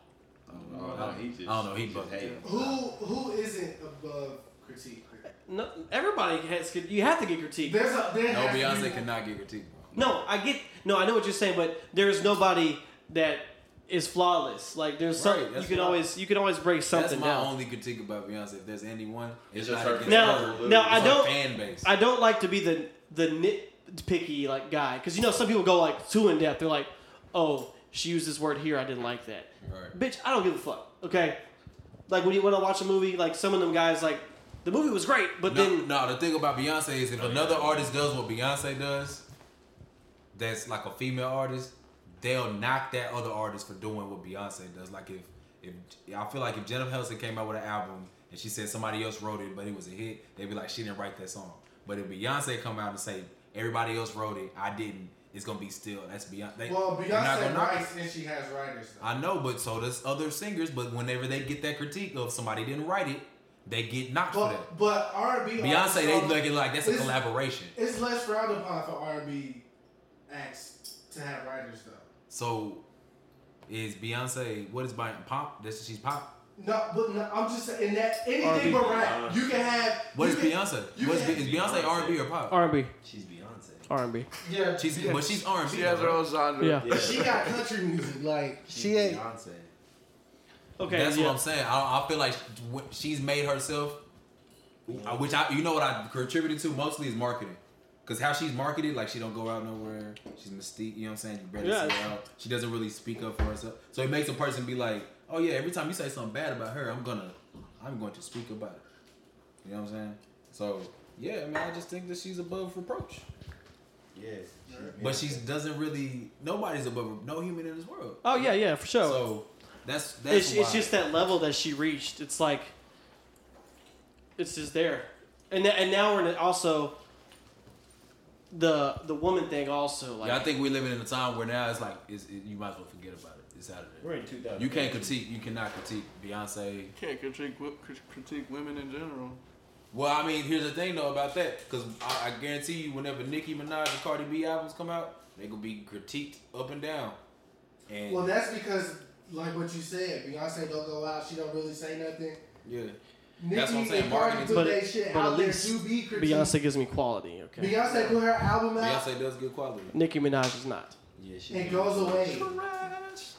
E: Oh, no, he just,
D: I don't know, he
E: just
D: bugged.
E: hating.
B: Who who isn't above critique?
C: No, everybody has. You have to get critiqued.
B: There's a there
D: No,
B: has to
D: Beyonce
B: be-
D: cannot get critique.
C: No, I get. No, I know what you're saying, but there's nobody that is flawless. Like there's some.
D: Right, that's
C: you can
D: why-
C: always you can always break
D: That's
C: something
D: my
C: down.
D: only critique about Beyonce. If there's anyone,
E: It's
D: it's
E: just
D: not
E: her
D: against
C: now,
D: her.
E: Absolutely.
C: now
D: It's
C: I
D: her
C: don't.
D: fan base.
C: I don't like to be the the nitpicky like guy because you know some people go like too in depth. They're like, oh, she used this word here. I didn't like that.
D: Right.
C: Bitch, I don't give a fuck. Okay. Like when you when I watch a movie, like some of them guys like the movie was great, but
D: no,
C: then
D: no, the thing about Beyonce is if another artist does what Beyonce does, that's like a female artist, they'll knock that other artist for doing what Beyonce does. Like if if I feel like if Jennifer Hudson came out with an album and she said somebody else wrote it but it was a hit, they'd be like she didn't write that song. But if Beyonce come out and say everybody else wrote it, I didn't, it's gonna be still that's Beyonce. They,
B: Well,
D: they're not
B: Beyonce
D: gonna knock it.
B: writes and she has writers. Though.
D: I know, but so does other singers. But whenever they get that critique of somebody didn't write it, they get knocked for that.
B: But but R and B
D: Beyonce, they look at it like that's a
B: It's-
D: collaboration.
B: It's less frowned upon for R and B acts to have writers though.
D: So, is Beyonce what is Beyonce pop? That's she's pop.
B: No, but no, I'm just saying that anything but rap. You can have.
D: What
B: you
D: is
B: can-
D: Beyonce?
B: you
D: What is,
B: can-
D: Be- is Beyonce R and B or pop?
C: R&B,
E: She's Beyonce.
C: R&B.
B: Yeah,
D: She's but she's R and B.
H: She has her own genre.
C: Yeah.
B: but she got country music. Like she ain't.
E: Beyonce.
C: Okay.
D: That's
C: yeah.
D: what I'm saying. I, I feel like wh- she's made herself, I- which I you know what I contributed to mostly is marketing. Cause how she's marketed, like she don't go out nowhere. She's mystique. You know what I'm saying? You barely
C: Yeah.
D: see her out. She doesn't really speak up for herself. So it makes a person be like, oh yeah, every time you say something bad about her, I'm gonna, I'm going to speak about it. You know what I'm saying? So yeah, I mean, I just think that she's above reproach.
E: Yeah. she's
D: But she doesn't really. Nobody's above. No human in this world.
C: Oh yeah, yeah, for sure.
D: So that's that's
C: it's, it's
D: why.
C: just that level that she reached. It's like it's just there, and th- and now we're in it also the the woman thing also like
D: yeah, I think we're living in a time where now it's like it's, it, you might as well forget about it. It's out of
E: We're
D: there.
E: in 2000.
D: You can't critique. You cannot critique Beyonce.
H: Can't critique wo- crit- critique women in general.
D: Well, I mean, here's the thing though about that, because I, I guarantee you, whenever Nicki Minaj and Cardi B albums come out, they gonna be critiqued up and down. And
B: Well, that's because like what you said, Beyonce don't go out. She don't really say nothing.
D: yeah,
B: Nicki
D: That's what I'm saying,
B: and Cardi
D: marketing.
B: put
C: But-
B: that shit
C: but
B: out
C: at
B: there
C: least
B: to be critiqued.
C: Beyonce gives me quality. Okay,
B: Beyonce put her album out
D: Beyonce does good quality.
C: Nicki Minaj is not.
E: Yeah, she
B: and goes away.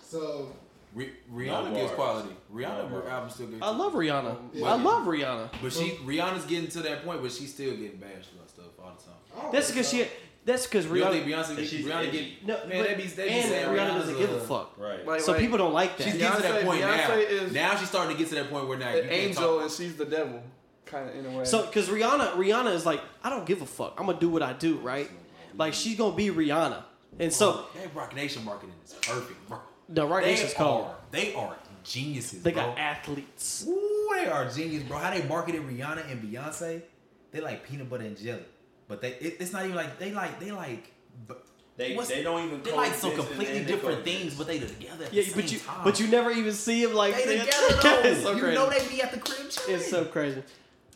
B: So
D: Re-
E: No
D: Rihanna gives
E: bars.
D: quality. Rihanna
E: No bars.
D: albums still good.
C: I love Rihanna.
B: Yeah.
C: I love Rihanna.
D: But she Rihanna's getting to that point where she's still getting bashed about stuff all the time.
B: I don't
C: That's
B: think
C: because
B: so.
C: she. That's because
D: You don't
C: Rihanna.
D: think Beyonce,
E: She's
D: Rihanna
E: edgy.
D: get
C: No,
D: man,
C: but-
D: they be, they be
C: and
D: saying
C: Rihanna
D: Rihanna's
C: doesn't give a fuck.
E: Right.
H: Like,
C: so
H: like,
C: people don't like that.
D: She's getting to that
H: Beyonce-
D: point now.
H: Beyonce is-
D: now she's starting to get to that point where now you
H: An
D: can't
H: angel
D: talk.
H: and she's the devil, kind of in a way.
C: So, because Rihanna, Rihanna is like, I don't give a fuck. I'm gonna do what I do, right? Like she's gonna be Rihanna, and so
D: that Rock Nation marketing is perfect, bro.
C: the right
D: They
C: nation's called.
D: are, they are geniuses,
C: They
D: bro.
C: got athletes.
D: Ooh, they are genius, bro. How they marketed Rihanna and Beyonce, they like peanut butter and jelly. But they, it, it's not even like they like they like. But
E: They- they don't even
D: They like some
E: coexist and
D: completely
E: then they
D: different
E: coexist.
D: things, but they together. At
C: Yeah,
D: the
C: but
D: same
C: you
D: time.
C: but you never even see him like
D: They
C: that.
D: together though.
C: it's so
D: you
C: crazy.
D: know they be at the crib chilling.
C: it's so crazy.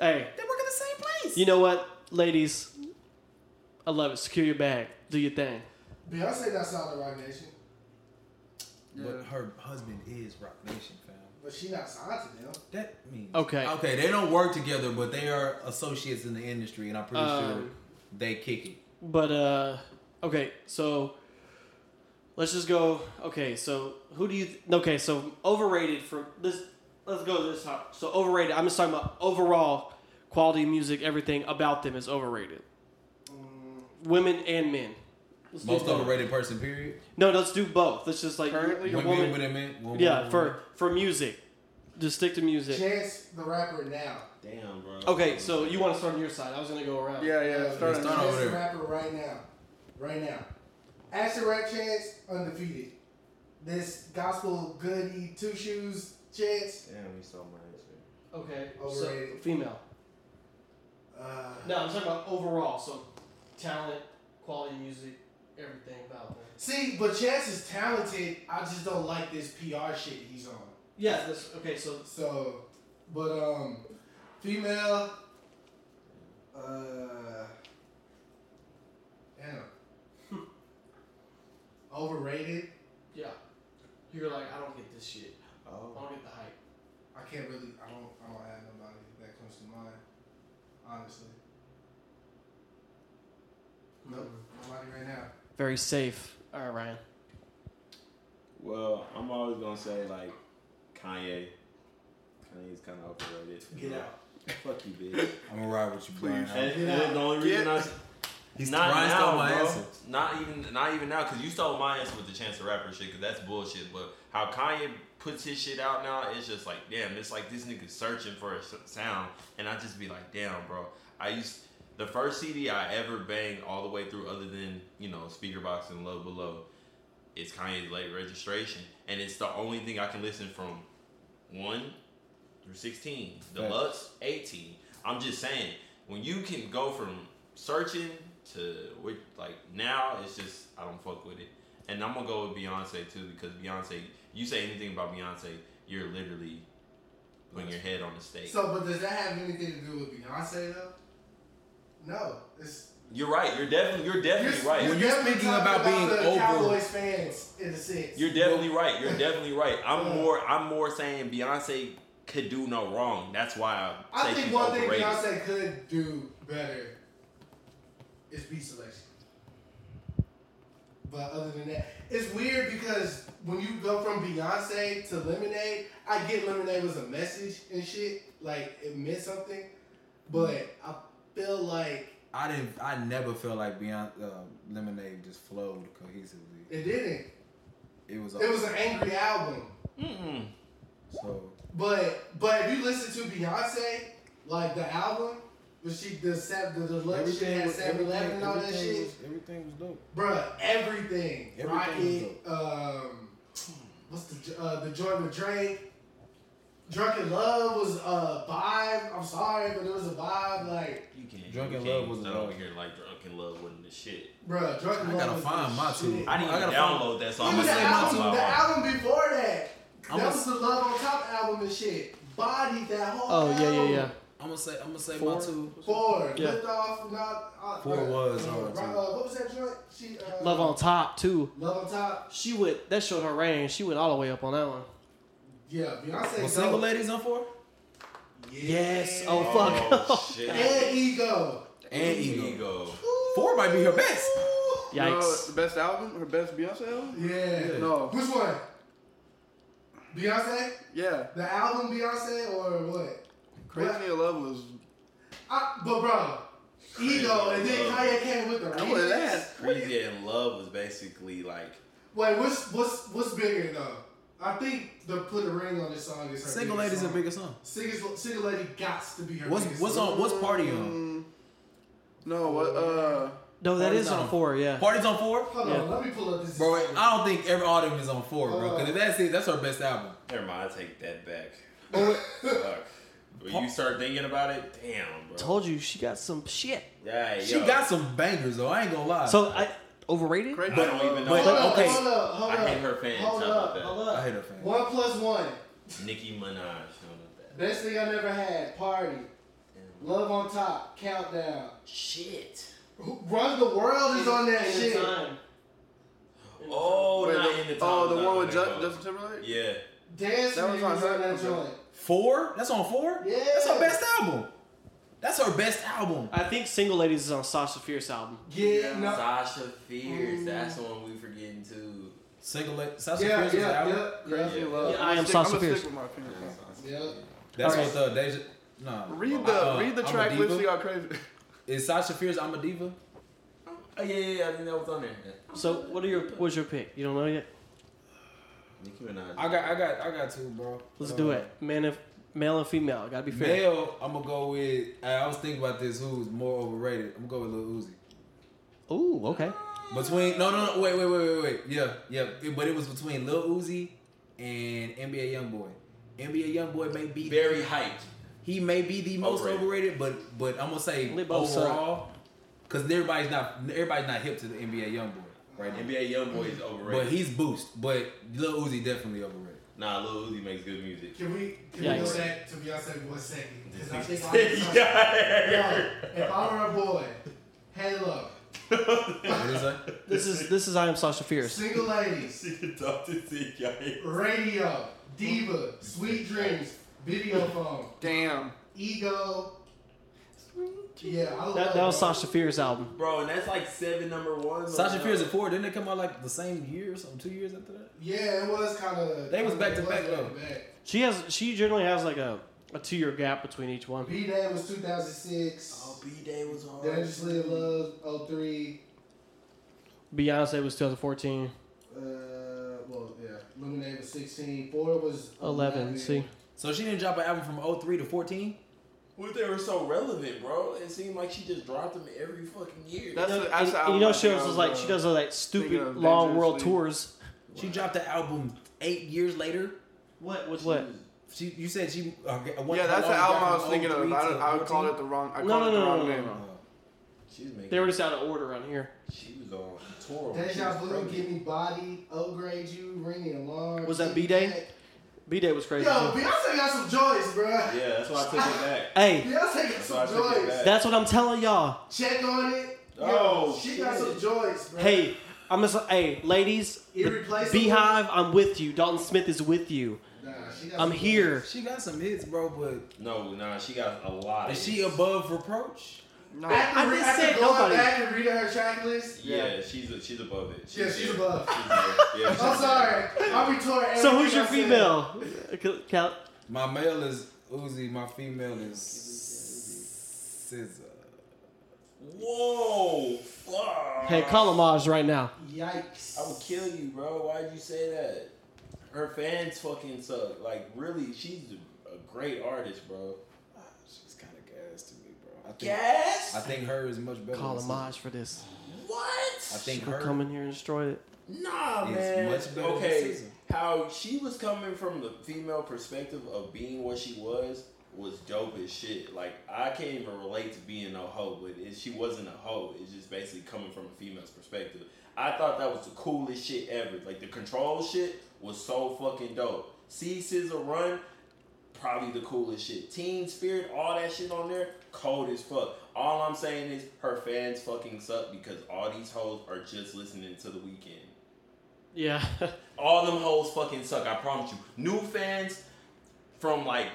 C: Hey,
D: they work in the same place.
C: you know what, ladies? I love it. Secure your bag. Do your thing.
B: Beyonce not signed to Rock Nation,
D: But her husband is Rock Nation, fam.
B: but she not signed to them.
D: That means
C: Okay.
D: Okay, they don't work together, but they are associates in the industry, and I'm pretty sure
C: Um,
D: they kick it.
C: But uh, okay, so let's just go. Okay, so who do you? Th- okay, so overrated for this. Let's go to this top. So overrated. I'm just talking about overall quality of music. Everything about them is overrated. Women and men. Let's do
D: Most
C: both.
D: overrated person, period.
C: No, let's do both. Let's just like
H: Currently?
C: the
D: Women,
C: woman.
D: women, men, women,
C: yeah,
D: women.
C: for for music, just stick to music.
B: Chance the rapper now.
E: Damn, bro.
C: Okay, so you want to start on your side? I was gonna go around.
H: yeah, yeah.
B: Yeah,
H: Start
D: let's
H: on
D: start
H: that.
B: Uh,
D: over
B: Chance the
D: there.
B: rapper right now, right now. Acid rap Chance undefeated. This gospel goody two shoes Chance
E: Damn, we saw my answer.
C: Okay. So,
B: Overrated.
C: female.
B: uh,
C: No, I'm talking about overall. So, talent, quality of music, everything about them.
B: See, but Chance is talented. I just don't like this PR shit he's on.
C: Yeah. That's, okay. So,
B: So, but um, female. Uh, damn. Overrated.
C: yeah, you're like, I don't get this shit. I
E: Oh.
C: don't get the hype.
B: I can't really. I don't. I don't have nobody that comes to mind. Honestly. Nope. Nobody right now.
C: Very safe. All right, Ryan.
E: Well, I'm always gonna say like Kanye. Kanye's kind of overrated.
B: Get out.
E: Fuck you, bitch.
D: I'm gonna ride with you, Brian.
E: And the only reason I
D: He's
E: not
D: Brian
E: now,
D: stole my
E: bro.
D: answer.
E: Not even, not even now, because you stole my answer with the chance to rapper shit, because that's bullshit. But how Kanye puts his shit out now, it's just like, damn, it's like this nigga searching for a s- sound, and I just be like, damn, bro. I used the first CD I ever banged all the way through, other than you know Speaker Box and Love Below, is Kanye's Late Registration, and it's the only thing I can listen from one through 16, deluxe 18. I'm just saying, when you can go from searching to what- like now, it's just I don't fuck with it. And I'm gonna go with Beyonce too because Beyonce, you say anything about Beyonce, you're literally putting your head on the stake.
B: So, but does that have anything to do with Beyonce though? No. It's
E: you're right. You're definitely you're definitely right.
D: you're speaking about
B: talking
D: being
B: the
D: over-
B: Cowboys fans in a sense.
E: You're definitely right. You're definitely right. I'm more I'm more saying Beyonce could do no wrong. That's why I say
B: I think
E: she's
B: one thing
E: overrated.
B: Beyonce could do better is be selection. But other than that, it's weird because when you go from Beyonce to Lemonade, I get Lemonade was a message and shit, like it meant something. But I feel like
D: I didn't. I never felt like Beyonce uh, Lemonade just flowed cohesively.
B: it didn't.
D: It was.
B: It was an angry album.
D: So
B: But but if you listen to Beyonce, like the album, when she the sev- the deluxe shit
D: everything
B: had
D: was
B: 7 Eleven
D: everything,
B: and all that
D: everything
B: shit.
D: was- everything was dope.
B: Bruh, everything.
D: Everything
B: Rocket, um, what's the uh, the joint with Drake? Drunken Love was a vibe. I'm sorry, but it was a vibe. Like,
E: You can't.
D: Drunk
E: you
D: in
E: can't
D: Love was
E: sit
D: a
E: over
D: dog.
E: here like drunk in love wasn't the shit.
B: bruh, Drunken
D: I
B: Love.
D: gotta
B: was
D: find
B: the
D: my
B: shit.
D: two.
E: I didn't
D: I
E: even
D: gotta
E: download that song.
B: Even
D: I'ma
B: the
D: say my
B: album,
D: two.
B: the album before that.
D: I'ma-
B: that was the Love on Top album and shit. Body that whole.
C: Oh yeah, yeah,
B: album.
C: yeah.
D: I'm gonna say. I'm gonna say
C: Four?
D: my two.
B: Four.
C: Yeah.
B: Lift off. Not. Uh,
D: Four
B: uh,
D: was
B: Uh,
D: on
B: right,
D: top.
B: uh, what was that joint? She, uh,
C: Love on top too.
B: Love on top.
C: She went. That showed her range. She went all the way up on that one.
B: Yeah, Beyonce.
D: Was
B: go.
D: single ladies on four?
C: Yes. Oh fuck.
E: Oh shit.
B: And ego.
D: And ego.
E: Ego.
D: Four might be her best.
H: No,
C: Oh, Yikes.
H: the best album, her best Beyonce album.
B: Yeah.
H: No,
B: Which one? Beyonce?
H: yeah,
B: The album Beyonce or what?
H: Crazy in Love was.
B: I, but bro, ego and then Kanye came with the
H: That was
B: remix.
H: that.
E: Crazy in love was basically like
B: Wait, what's what's what's bigger though? I think the put a ring on this song is her
D: Single
B: biggest
D: ladies
B: song.
D: are biggest song.
B: Single, single lady gots to be her.
D: What's
B: biggest
D: what's
B: song.
D: on? What's party on?
H: No, what? Uh,
C: No, that
D: Party's
C: is on
D: on.
C: four. Yeah.
D: Party's on four.
B: Hold
C: Yeah.
B: on, let me pull up this.
D: Bro, I don't think every all of them is on four,
B: Uh.
D: bro. Because if that's it, that's her best album.
E: never mind, I take that back.
D: oh,
E: Fuck. But you start thinking about it, damn, bro.
C: Told you she got some shit.
E: yeah,
D: She
E: yo.
D: got some bangers though. I ain't gonna lie.
C: So I overrated.
H: Crazy.
E: I don't even know.
D: but-
B: hold up,
D: okay.
B: hold up, hold
E: I
B: up.
E: hate her fans.
B: Hold
E: How about
B: up,
E: that?
B: hold
D: I
B: up.
D: hate her fan.
B: One plus one.
E: Nicki Minaj. How about that?
B: Best thing I never had. Party. Love on top. Countdown.
E: Shit.
B: Who- Run the world is on that shit.
E: Oh,
H: Wait,
E: not
H: the-
E: in the top.
H: oh, the
E: not
H: one
E: in
H: with
E: the
H: Ju-
E: top.
H: Justin Timberlake.
E: Yeah.
B: Dance
H: That
B: that
H: was
B: was
H: on her-
B: on that
H: okay.
B: joint.
D: Four? That's on four?
B: Yeah.
D: That's her best album. That's her best album.
C: I think Single Ladies is on Sasha Fierce album.
B: Yeah, no.
E: Sasha Fierce. That's the one we forgetting too.
D: Single la- Sasha
B: Yeah,
D: Fierce's
B: yeah,
D: album.
B: yeah, yeah.
H: Crazy in Love.
C: Yeah, I
H: I'm
C: am
H: stick- I'm
C: Sasha
H: gonna
C: Fierce.
H: stick with my opinion.
E: Oh,
B: yeah.
D: That's
C: Alright.
D: what the Deja. Nah.
H: Read the
D: Uh,
H: read the
D: I'm a
H: track list.
D: Diva.
H: You got crazy.
D: Is Sasha Fierce I'm a Diva?
E: Oh yeah, yeah, yeah. I think that was on there.
C: So what are your what's your pick? You don't know yet.
E: Nicki Minaj.
D: I got I got I got two, bro.
C: Let's
D: Uh,
C: do it. Man and male and female. Gotta be fair.
D: Male, I'm gonna go with. I I was thinking about this. Who's more overrated? I'm gonna go with Lil Uzi.
C: Ooh, okay.
D: Between no, no, no, wait, wait, wait, wait, wait. Yeah, yeah. It- but it was between Lil Uzi and NBA YoungBoy. NBA YoungBoy may be
E: very hyped.
D: he may be the most
E: Overrated.
D: overrated, but but I'm gonna say
C: They both suck.
D: overall because everybody's not everybody's not hip to the NBA YoungBoy right now.
E: NBA YoungBoy is
D: But
E: overrated.
D: he's boost. But Lil Uzi definitely overrated.
E: nah, Lil Uzi makes good music.
B: Can we can we
C: Yikes.
B: go back to Beyonce one second? Because I think I'm yeah.
E: yeah.
B: If I were a boy, Halo,
D: What is that?
C: This is this is I am Sasha Fierce.
B: single ladies,
E: adopted the guy.
B: radio, diva, sweet dreams, video phone,
H: Damn.
B: ego. Yeah, I love
C: That, that was
B: bro.
C: Sasha Fierce album.
E: Bro, and that's like seven number ones.
D: Sasha
E: on
D: Fierce
E: the-
D: and Four didn't they come out like the same year or something? Two years after that.
B: Yeah, it was kind of.
D: They was back to back, though.
C: She has she generally has like a, a two year gap between each one.
B: B Day was 2006.
E: Oh, B Day was on.
B: Dangerously in Love 03.
C: Beyonce was 2014,
B: Uh, well, yeah. Lemonade was 16. Four was
C: 11. See,
D: So she didn't drop an album from 03 to 14.
E: Well, they were so relevant, bro. It seemed like she just dropped them every fucking year.
H: That's the, that's
C: And-
H: the
C: and
H: album
C: you know
H: I
C: she
H: think
C: was
H: I was,
C: like
H: uh,
C: she does all that stupid
H: of
C: long world
H: Dangerously.
C: tours.
D: She dropped the album eight years later.
C: What? What's what?
D: She, you said she. Okay, one-
H: Yeah, that's
D: how long
H: the album I was
D: from
H: thinking of.
D: 03
H: I,
D: to
H: I would call
D: 14?
H: it the wrong. I
C: No,
H: called
C: no,
H: it the
C: no,
H: wrong
C: no, no,
H: name.
C: no.
E: She's making.
C: They were just out of order on here.
E: She was on tour. when she
B: Deja
E: was
B: Blue,
E: pregnant.
B: Give Me Body, Upgrade You, Ring the Alarm.
C: Was that
B: Keep
C: B-Day?
B: It
C: B Day was
B: Back.
C: crazy.
B: Yo,
C: too.
B: Beyonce got some joys, bro.
E: Yeah, that's why I took it back.
C: hey,
B: Beyonce got
E: That's why I
B: some
E: took it
B: joys.
E: back.
C: that's what I'm telling y'all.
B: Check on it. Yo,
E: Oh,
B: she got
E: shit.
B: some joys, bro.
C: Hey, I'm just hey ladies, the
B: Irreplaceable.
C: Beehive. I'm with you. Dalton Smith is with you.
B: Nah, she
A: I'm here.
D: She got some hits, bro, but
E: No, no, she got a lot.
D: is
E: of
D: she
E: hits.
D: above reproach?
H: No.
B: After,
C: I just
B: after
C: said
B: going
C: nobody.
B: back and reading her track list,
E: Yeah, she's a, she's above it.
B: yeah, she's above.
E: She's above- yeah, she's
B: I'm sorry. I'll retort everything
C: So who's your
B: I said.
C: female? Cal- Cal-
D: My male is Uzi. My female is SZA.
E: Whoa, fuck.
C: Hey, call Amaj right now.
B: Yikes.
E: I would kill you, bro. Why'd you say that? Her fans fucking suck. Like, really, she's a, a great artist, bro.
D: She's kind of gas to me, bro. I think
E: Yes.
D: I think her is much better.
C: Call
D: than SZA.
C: Amaj for this.
D: I
E: What?
D: think
C: She'll
D: her
C: come in here and destroy it.
E: Nah,
D: It's
E: man.
D: much better than
E: okay,
D: SZA.
E: how she was coming from the female perspective of being what she was was dope as shit. Like, I can't even relate to being no hoe, but it, she wasn't a hoe. It's just basically coming from a female's perspective. I thought that was the coolest shit ever. Like, the control shit was so fucking dope. See Scissor Run, probably the coolest shit. Teen Spirit, all that shit on there, cold as fuck. All I'm saying is her fans fucking suck because all these hoes are just listening to the weekend.
C: Yeah.
E: All them hoes fucking suck. I promise you. New fans from like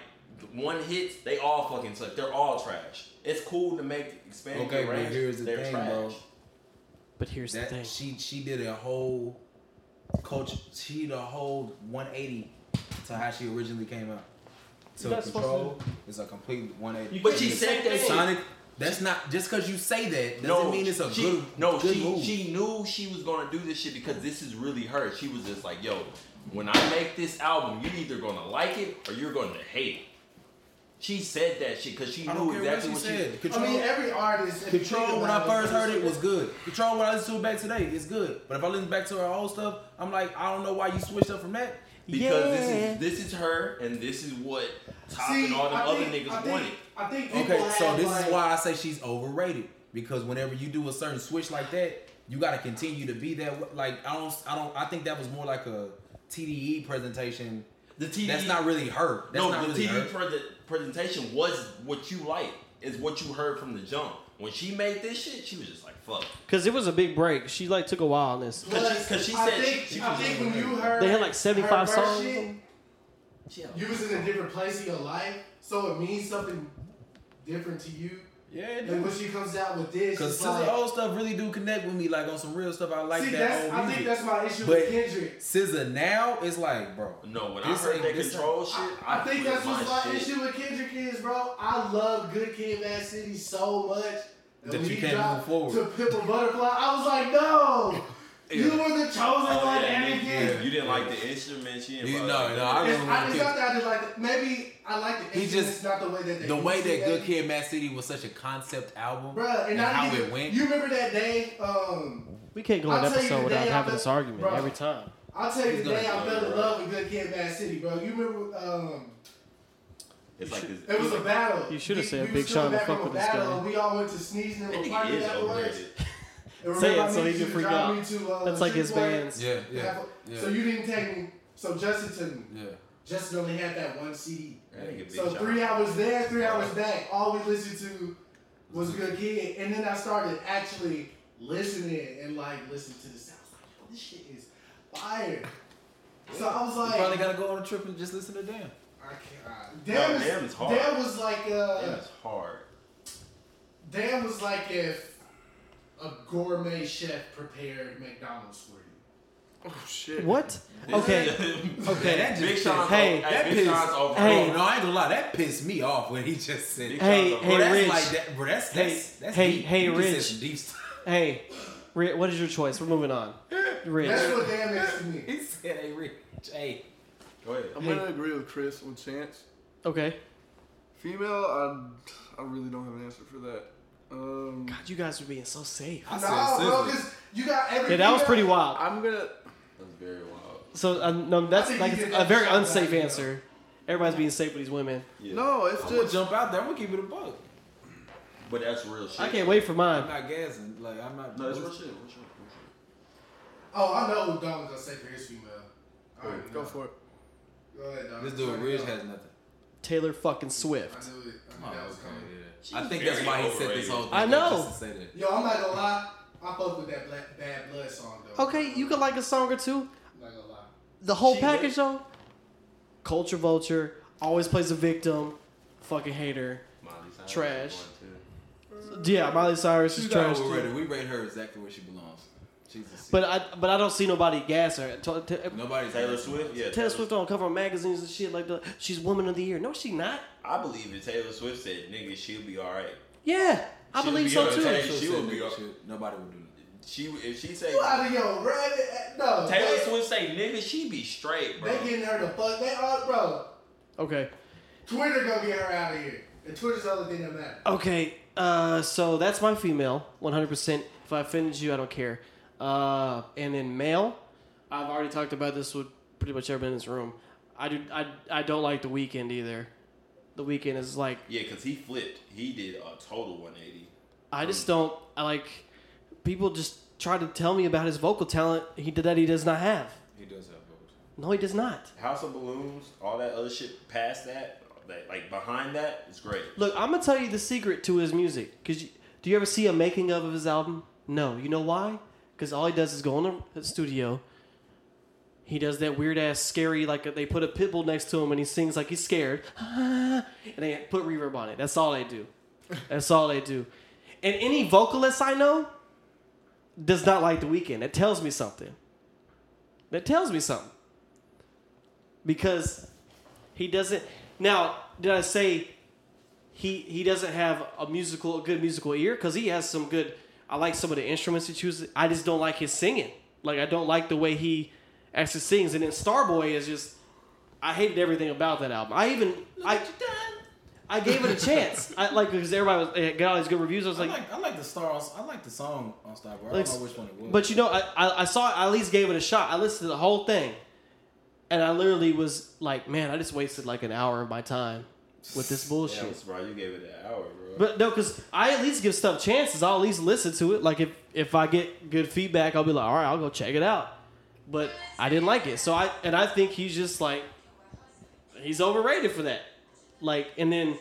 E: one hits, they all fucking suck. They're all trash. It's cool to make expand
D: Okay,
E: your
D: but
E: range.
D: here's the
E: They're
D: thing,
E: trash.
D: bro.
C: but here's the thing.
D: that she she did a whole coach. She did a whole 180 to how she originally came out. To
C: You're not supposed
D: control is a complete 180.
E: But she said that shit.
D: Sonic. That's not just because you say that doesn't
E: no,
D: mean it's a
E: she,
D: good
E: No,
D: good
E: she
D: move.
E: she knew she was gonna do this shit because this is really her. She was just like, yo, when I make this album, you're either gonna like it or you're gonna hate it. She said that shit because she
D: I
E: knew
D: don't care
E: exactly
D: what she
E: she
D: said.
B: I
D: Control,
B: mean, every artist. if you
D: Control
B: think
D: when I
B: about
D: first heard it was
B: it's-
D: good. Control when I listen to it back today is good. But if I listen back to her old stuff, I'm like, I don't know why you switched up from that.
E: Because this is this is her and this is what Top
B: See,
E: and all the
B: I
E: other
B: think-
E: niggas
B: I think-
E: wanted.
B: I think people
D: Okay, so
B: have,
D: this
B: like,
D: is why I say she's overrated because whenever you do a certain switch like that, you got to continue to be that. wa- Like I don't, I don't, I think that was more like a TDE presentation.
E: The TV
B: E.
D: That's not really her. That's
E: no,
D: not
E: the
D: really
E: TV
D: her.
E: pre- presentation was what you like. Is what you heard from the jump. When she made this shit, she was just like, "Fuck."
C: Because it was a big break. She like took a while on this.
E: Because she, 'cause she
B: I
E: said
B: think,
E: she, she
B: I
E: was
B: think
E: just,
B: when you heard
C: They had like
B: her
C: 75
B: verse
C: songs.
B: shit,
E: she had-
B: you was in a different place in your life, so it means something different to you.
D: Yeah,
B: And when she comes out with this,
D: because
B: it's
D: SZA
B: like,
D: old stuff really do connect with me. Like on some real stuff, I like
B: see,
D: that
B: that's,
D: old
B: I
D: music.
B: think that's my issue
D: But-
B: with Kendrick.
D: SZA now is like, bro.
E: no, when
D: this
E: I heard
D: ain't-
E: that
D: this
E: control shit,
B: I, I think
E: quit
B: that's what's
E: my
B: my
E: shit.
B: issue with Kendrick is, bro. I love Good Kid, Mad City so much
D: That
B: when
D: you
B: he
D: can't
B: dropped
D: move
B: To
D: forward.
B: Pimp a Butterfly, I was like, no, you were the chosen
E: Oh,
B: one,
E: yeah,
B: Anakin.
E: you, yeah, you didn't like the instrument. She didn't.
D: You-
E: fuck
D: no,
E: with
D: no,
E: it.
B: It's, I,
D: I
B: it's
D: Everyone
B: not that I didn't like it. Maybe I like the
D: He
B: instruments,
D: just-
B: not the way that they
D: The way
B: used it.
D: that Good Kid, Mad City was such a concept album,
B: Bruh, and,
D: and
B: I
D: how
B: didn't
D: it
B: even-
D: went.
B: You remember that day? Um,
C: We can't go
B: I'll
C: an
B: tell you
C: episode
B: today,
C: without
B: I
C: having
B: bet-
C: this argument
B: Bro.
C: every time.
B: I'll tell you
D: He's
B: the
D: gonna
B: day I
D: kill
B: fell
D: it,
B: in
D: bro.
B: love with Good Kid, Mad City, bro. You remember? Um,
E: It's like this.
B: it was a battle.
C: You shoulda
B: We-
C: said
B: we was coming
C: Big Sean would
B: back
C: fuck
B: from a
C: with this
B: battle,
C: guy.
B: and We all went to sneezing
E: That
B: and a
E: nigga
B: party
E: is
B: afterwards.
E: overrated.
B: And remember
C: Say it so
B: I
C: he
B: made
C: can
B: you
C: freak
B: drive
C: out.
B: me to, uh,
C: That's like
B: Street
C: his
B: Boy?
C: bands.
D: yeah, yeah, yeah,
B: So you didn't take me. So Justin took me.
D: yeah.
B: Justin only had that one CD.
E: That nigga Big
B: So
E: Sean.
B: three hours there, three hours back, all we listened to was Good Kid. And then I started actually listening and like listening to the sound. I was like, yo, this shit is fire. So I was
D: You probably
B: like,
D: gotta go on a trip and just listen to them.
B: I can't. Damn,
E: No,
B: is,
E: damn is hard.
B: Damn was like,
E: Damn,
B: uh,
E: it's hard.
B: damn was like if a gourmet chef prepared McDonald's for you.
H: Oh shit.
C: What? Okay. Okay.
D: that
E: Big Sean's
C: Hey,
E: over-
D: that
E: Big
D: pissed-
E: Sean's over.
C: hey.
D: Oh, no, I ain't gonna lie. That pissed me off when he just said.
E: Big
D: that.
C: Hey,
E: Sean's over.
D: Bro,
C: hey,
D: that's
C: Rich.
D: like that, bro. That's
C: Hey,
D: that's, that's
C: hey,
D: deep.
C: hey,
D: You just said
C: Rich.
D: some deep stuff.
C: Hey, Ri- what is your choice? We're moving on. Rich.
B: That's what damn is to me.
D: He said, "Hey, Rich, hey."
E: Go ahead.
H: I'm
C: Hey.
H: gonna agree with Chris on Chance.
C: Okay.
H: Female, I, I really don't have an answer for that. Um,
C: God, you guys are being so safe.
B: Nah,
D: I said,
B: bro,
D: "Scissor."
B: because you got every.
C: Yeah, that was
B: female-
C: pretty wild.
H: I'm gonna.
E: That's very wild.
C: So uh, no,
B: I
C: that's
B: think
C: like
B: you
C: it's
B: did
C: a
B: that
C: very
B: shot back,
C: unsafe
B: though.
C: answer. Everybody's being safe with these women.
E: Yeah.
H: No, it's
D: I'm gonna
H: just.
D: jump out there. I'm gonna keep it a buck.
E: But that's real shit.
C: I can't wait for
D: I'm
C: mine.
D: not gassing. Like I'm not.
E: No, that's real shit. Real shit. Real shit.
B: Oh, I know who Don was gonna say for his female. All right,
H: Go for it.
B: Go ahead, Don.
D: This dude,
B: Sorry,
D: Rich,
B: Don.
D: has nothing.
C: Taylor fucking
B: I
C: Swift.
B: knew it. I knew
D: Oh,
B: that was
D: okay,
B: coming.
D: yeah. I
E: She's
D: think that's
E: very
D: why he said this whole thing.
C: I
D: up
C: know.
D: Just to say that.
B: Yo, I'm not gonna lie. I fuck with that black, Bad Blood song, though.
C: Okay, you can like a song or two.
B: I'm not gonna lie.
C: The whole
E: She
C: package though. culture vulture, always plays a victim, fucking hater.
E: Miley Cyrus
C: Trash.
E: is one, too.
C: Yeah, Miley Cyrus is
D: She's
C: trash.
D: overrated.
C: too.
D: We rate her exactly where she belongs. She's a C.
C: But I but I don't see nobody gas her. T- t-
D: nobody's
E: Taylor
D: rated.
E: Swift, yeah.
C: Taylor Swift on cover of magazines and shit like that. She's woman of the year. No, she not.
E: I believe if Taylor Swift said, "Nigga, she'll be all right."
C: Yeah, I
E: She'll
C: believe
E: be
C: so
E: on
C: too.
E: Taylor
D: She,
E: She
D: would
E: would be
D: nigga
E: up.
D: shit. Nobody would do that.
E: She if she say
B: You out of your right? No.
E: Taylor
B: they-
E: Swift say, "Nigga, she be straight, bro."
B: They getting her the fuck. They all, bro.
C: Okay.
B: Twitter gonna get her out of here. And Twitter's the only thing that matters.
C: Okay, uh, so that's my female, 100%. If I offended you, I don't care. Uh, and then male, I've already talked about this with pretty much everyone in this room. I do, I, I don't like the weekend either. The weekend is like
E: Yeah, cause he flipped. He did a total 180.
C: I just don't. I like people just try to tell me about his vocal talent. He did that he does not have.
D: He does have votes.
C: No, he does not.
E: House of Balloons, all that other shit past that, that like behind that, is great.
C: Look, I'm gonna tell you the secret to his music. Cause you, do you ever see a making of of his album? No. You know why? Cause all he does is go in the studio. He does that weird ass scary like they put a pit bull next to him and he sings like he's scared, and they put reverb on it. That's all they do. That's all they do. And any vocalist I know does not like the weekend. That tells me something. That tells me something. Because he doesn't. Now, did I say he he doesn't have a musical a good musical ear because he has some good i like some of the instruments he chooses i just don't like his singing like i don't like the way he actually sings and then starboy is just i hated everything about that album i even i I gave it a chance. I like because everybody was, it got all these good reviews. I was
D: I
C: like,
D: like I like the stars. I like the song on Star Wars. I
C: Like,
D: don't know which one it was.
C: but you know, I, I, I saw it, I at least gave it a shot. I listened to the whole thing. And I literally was like, man, I just wasted like an hour of my time with this bullshit.
E: Damn, bro, you gave it an hour, bro.
C: But no, because I at least give stuff chances. I'll at least listen to it. Like if if I get good feedback, I'll be like, all right, I'll go check it out. But I didn't like it. So I and I think he's just like he's overrated for that. Like and then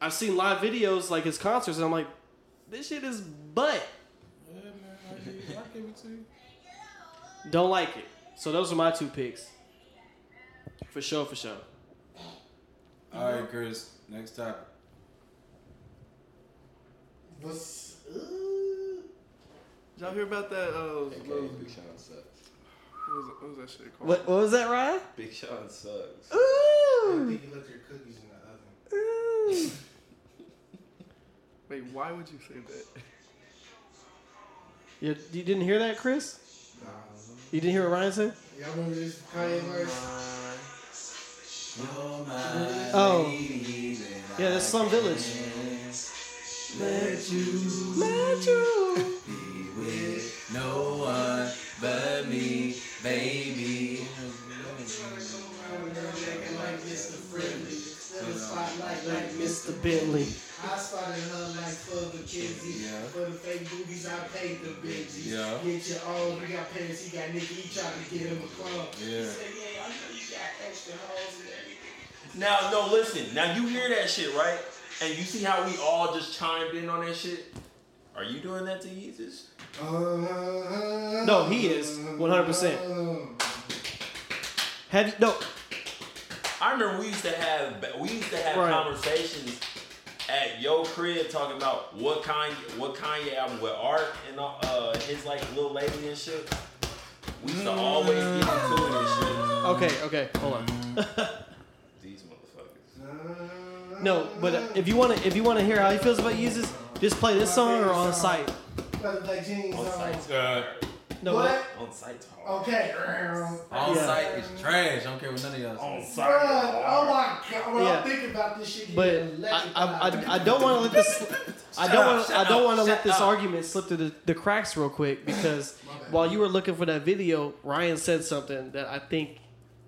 C: I've seen live videos like his concerts, and I'm like, this shit is butt.
D: yeah, man, I give, I give it to you.
C: Don't like it. So those are my two picks. For sure, for sure.
D: All right, Chris. Next topic.
B: What's
H: Did y'all hear about that? Uh,
E: Okay,
H: what, was,
E: Big Sean sucks.
H: what was that shit called?
C: What what was that, Ryan?
E: Big Sean sucks.
B: I
C: Ooh.
B: think you left your cookies in the oven.
C: Ooh.
H: Wait, why would you say that?
C: You, you didn't hear that, Chris?
B: Nah.
C: You didn't hear what Ryan said?
B: Y'all remember this Kanye verse?
C: Oh. Yeah, that's Slum Village. Let you. Let you.
D: No one but me, baby.
C: Mr. Bentley.
B: I spotted her like fuck the kids.
D: Yeah.
B: For the fake boobies, I paid the bitches.
D: Yeah.
B: Get your own. We got parents. He got nigga. He tried to get him a club.
D: Yeah.
E: Now, no, listen. Now you hear that shit, right? And you see how we all just chimed in on that shit. Are you doing that to Yeezus?
B: Uh,
C: No, he is 100%. Have you, no,
E: I remember we used to have we used to have
C: Right.
E: conversations at your crib talking about what Kanye what Kanye album with Art and uh, his like little lady and shit. We used to always get into it and shit.
C: okay, okay, hold on.
E: These motherfuckers.
C: No, but uh, if you want to, if you want to hear how he feels about Jesus, just play this song or on site.
B: Brother Black uh, jeans
E: On
B: on.
E: site's hard.
C: No,
B: What?
E: On site's
D: Oh.
E: hard.
B: Okay.
D: On
C: Yeah.
D: site is trash. I don't care what none of y'all say.
E: On
B: Bruh,
E: site's
B: oh
E: hard.
B: my god, when
C: Yeah.
B: I'm thinking about this shit,
C: but
B: you
C: I,
B: electrified.
C: I, I, I don't want to let this. I don't want. I don't want to let this argument slip through the, the cracks real quick because while you were looking for that video, Ryan said something that I think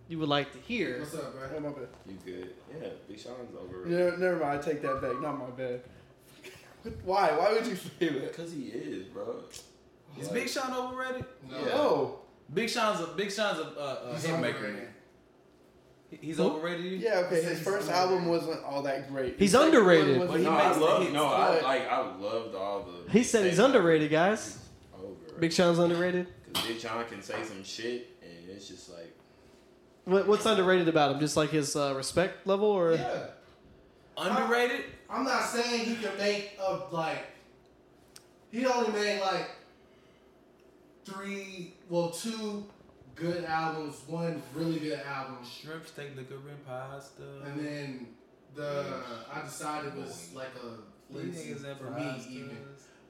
C: you would like to hear.
B: What's up, bro?
H: Oh, my bad.
E: You good? Yeah, Big Sean's over. it.
H: Yeah, never mind. I take that back. Not my bad. Why? Why would you say that?
E: Cause he is, bro.
D: Is Big Sean overrated?
B: No.
H: Oh,
D: Big Sean's a Big Sean's a, a, a
B: He's
D: hit maker.
B: overrated.
D: Man. He- He's
C: Who?
D: overrated. you?
H: yeah. Okay, his
B: He's
H: first
B: underrated.
H: album wasn't all that great. His
C: He's
H: second one
C: underrated.
H: wasn't-
D: But he
E: No,
D: makes
E: I
D: the
E: love.
D: hits.
E: No, I
H: But-
E: like. I loved all the.
C: He said he's underrated, guys.
E: Over.
C: Big Sean's underrated.
E: Cause Big John can say some shit, and it's just like
C: What, what's underrated about him? Just like his uh, respect level, or
B: Yeah.
D: Underrated?
B: I'm not saying he can make up like he only made like three well two good albums, one really good album.
D: Shrimp steak, liquor, and pasta.
B: And then the I decided was like a flimsy for me even.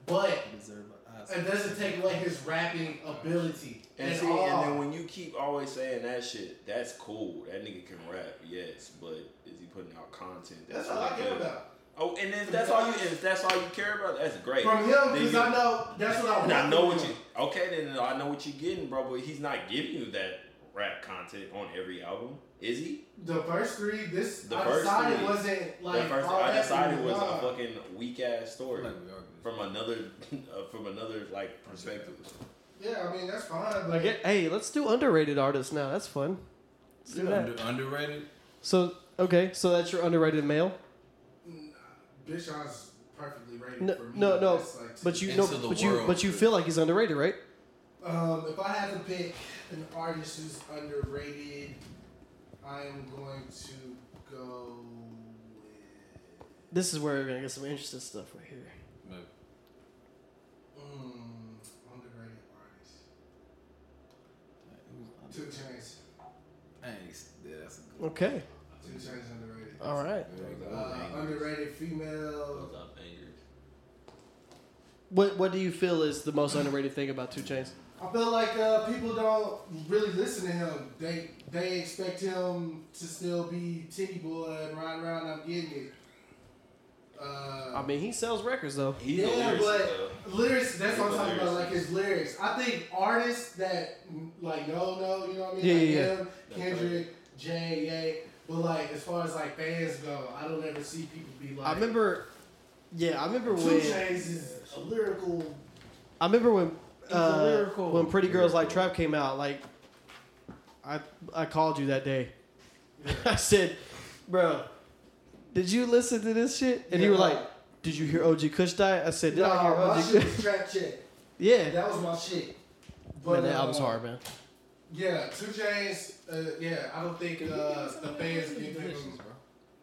B: But
D: Deserve an Oscar.
B: it doesn't take away his rapping ability.
E: And
B: at
E: see,
B: all.
E: and then when you keep always saying that shit, that's cool. That nigga can rap, yes, but is he putting out content?
B: that's all I
E: really
B: care
E: good?
B: about.
E: Oh, and if that's all you if that's all you care about, that's great.
B: From him,
E: Then
B: because
E: you-
B: I know that's what I want.
E: And I know
B: from
E: what you
B: him.
E: okay, then I know what you're getting, bro, but he's not giving you that rap content on every album, is he?
B: The first three, this
E: The
B: I
E: first
B: decided
E: three.
B: wasn't like
E: the first
B: all
E: I
B: that
E: decided was
B: nah.
E: a fucking weak ass story
D: Like we argued.
E: from another uh, from another like perspective.
B: Yeah, I mean that's fine.
C: I
B: But
C: get- hey, let's do underrated artists now. That's fun. Let's do that.
D: Under, underrated?
C: So okay, so that's your underrated male.
B: Bishan's perfectly rated
C: No,
B: for me.
C: no, no.
B: That's, like,
C: But you
D: Into
C: know,
D: the
C: but you,
D: world.
C: but you feel like he's underrated, right?
B: Um, if I had to pick an artist who's underrated, I am going to go with.
C: This is where we're gonna get some interesting stuff right here.
D: No.
B: Mm, underrated artist. Two Chainz.
D: I ain't, yeah, that's a good
C: Okay.
B: Two Chainz underrated.
C: All right.
B: Uh, underrated female.
C: What What do you feel is the most underrated thing about Two Chains?
B: I feel like uh, people don't really listen to him. They they expect him to still be Titty Boy and ride around. I'm getting it. Uh,
C: I mean, he sells records though.
E: He's a
B: yeah,
E: lyricist, though.
B: but lyrics. That's what I'm
E: He's a
B: talking about. Like
E: lyricist.
B: his lyrics. I think artists that like no, no, you know what I mean.
C: Yeah,
B: like
C: yeah, yeah.
B: him, Kendrick, Jay, Ye. But like as far as like fans go, I don't ever see people be like.
C: I remember. Yeah, I remember
B: Two
C: when.
B: Chainz is a lyrical.
C: I remember when.
B: a
C: Uh,
B: lyrical-
C: when Pretty Girls Like Trap came out, like, I I called you that day. I said, bro, did you listen to this shit? And you
B: Yeah.
C: were like, did you hear OG Kush die? I said, did I hear
B: Nah, my
C: OG
B: shit
C: Kush?
B: was trap check.
C: yeah.
B: That was my shit.
C: Man, that album's
B: uh,
C: hard, man.
B: Yeah, Two Chains. Uh, yeah, I don't think uh, the fans give him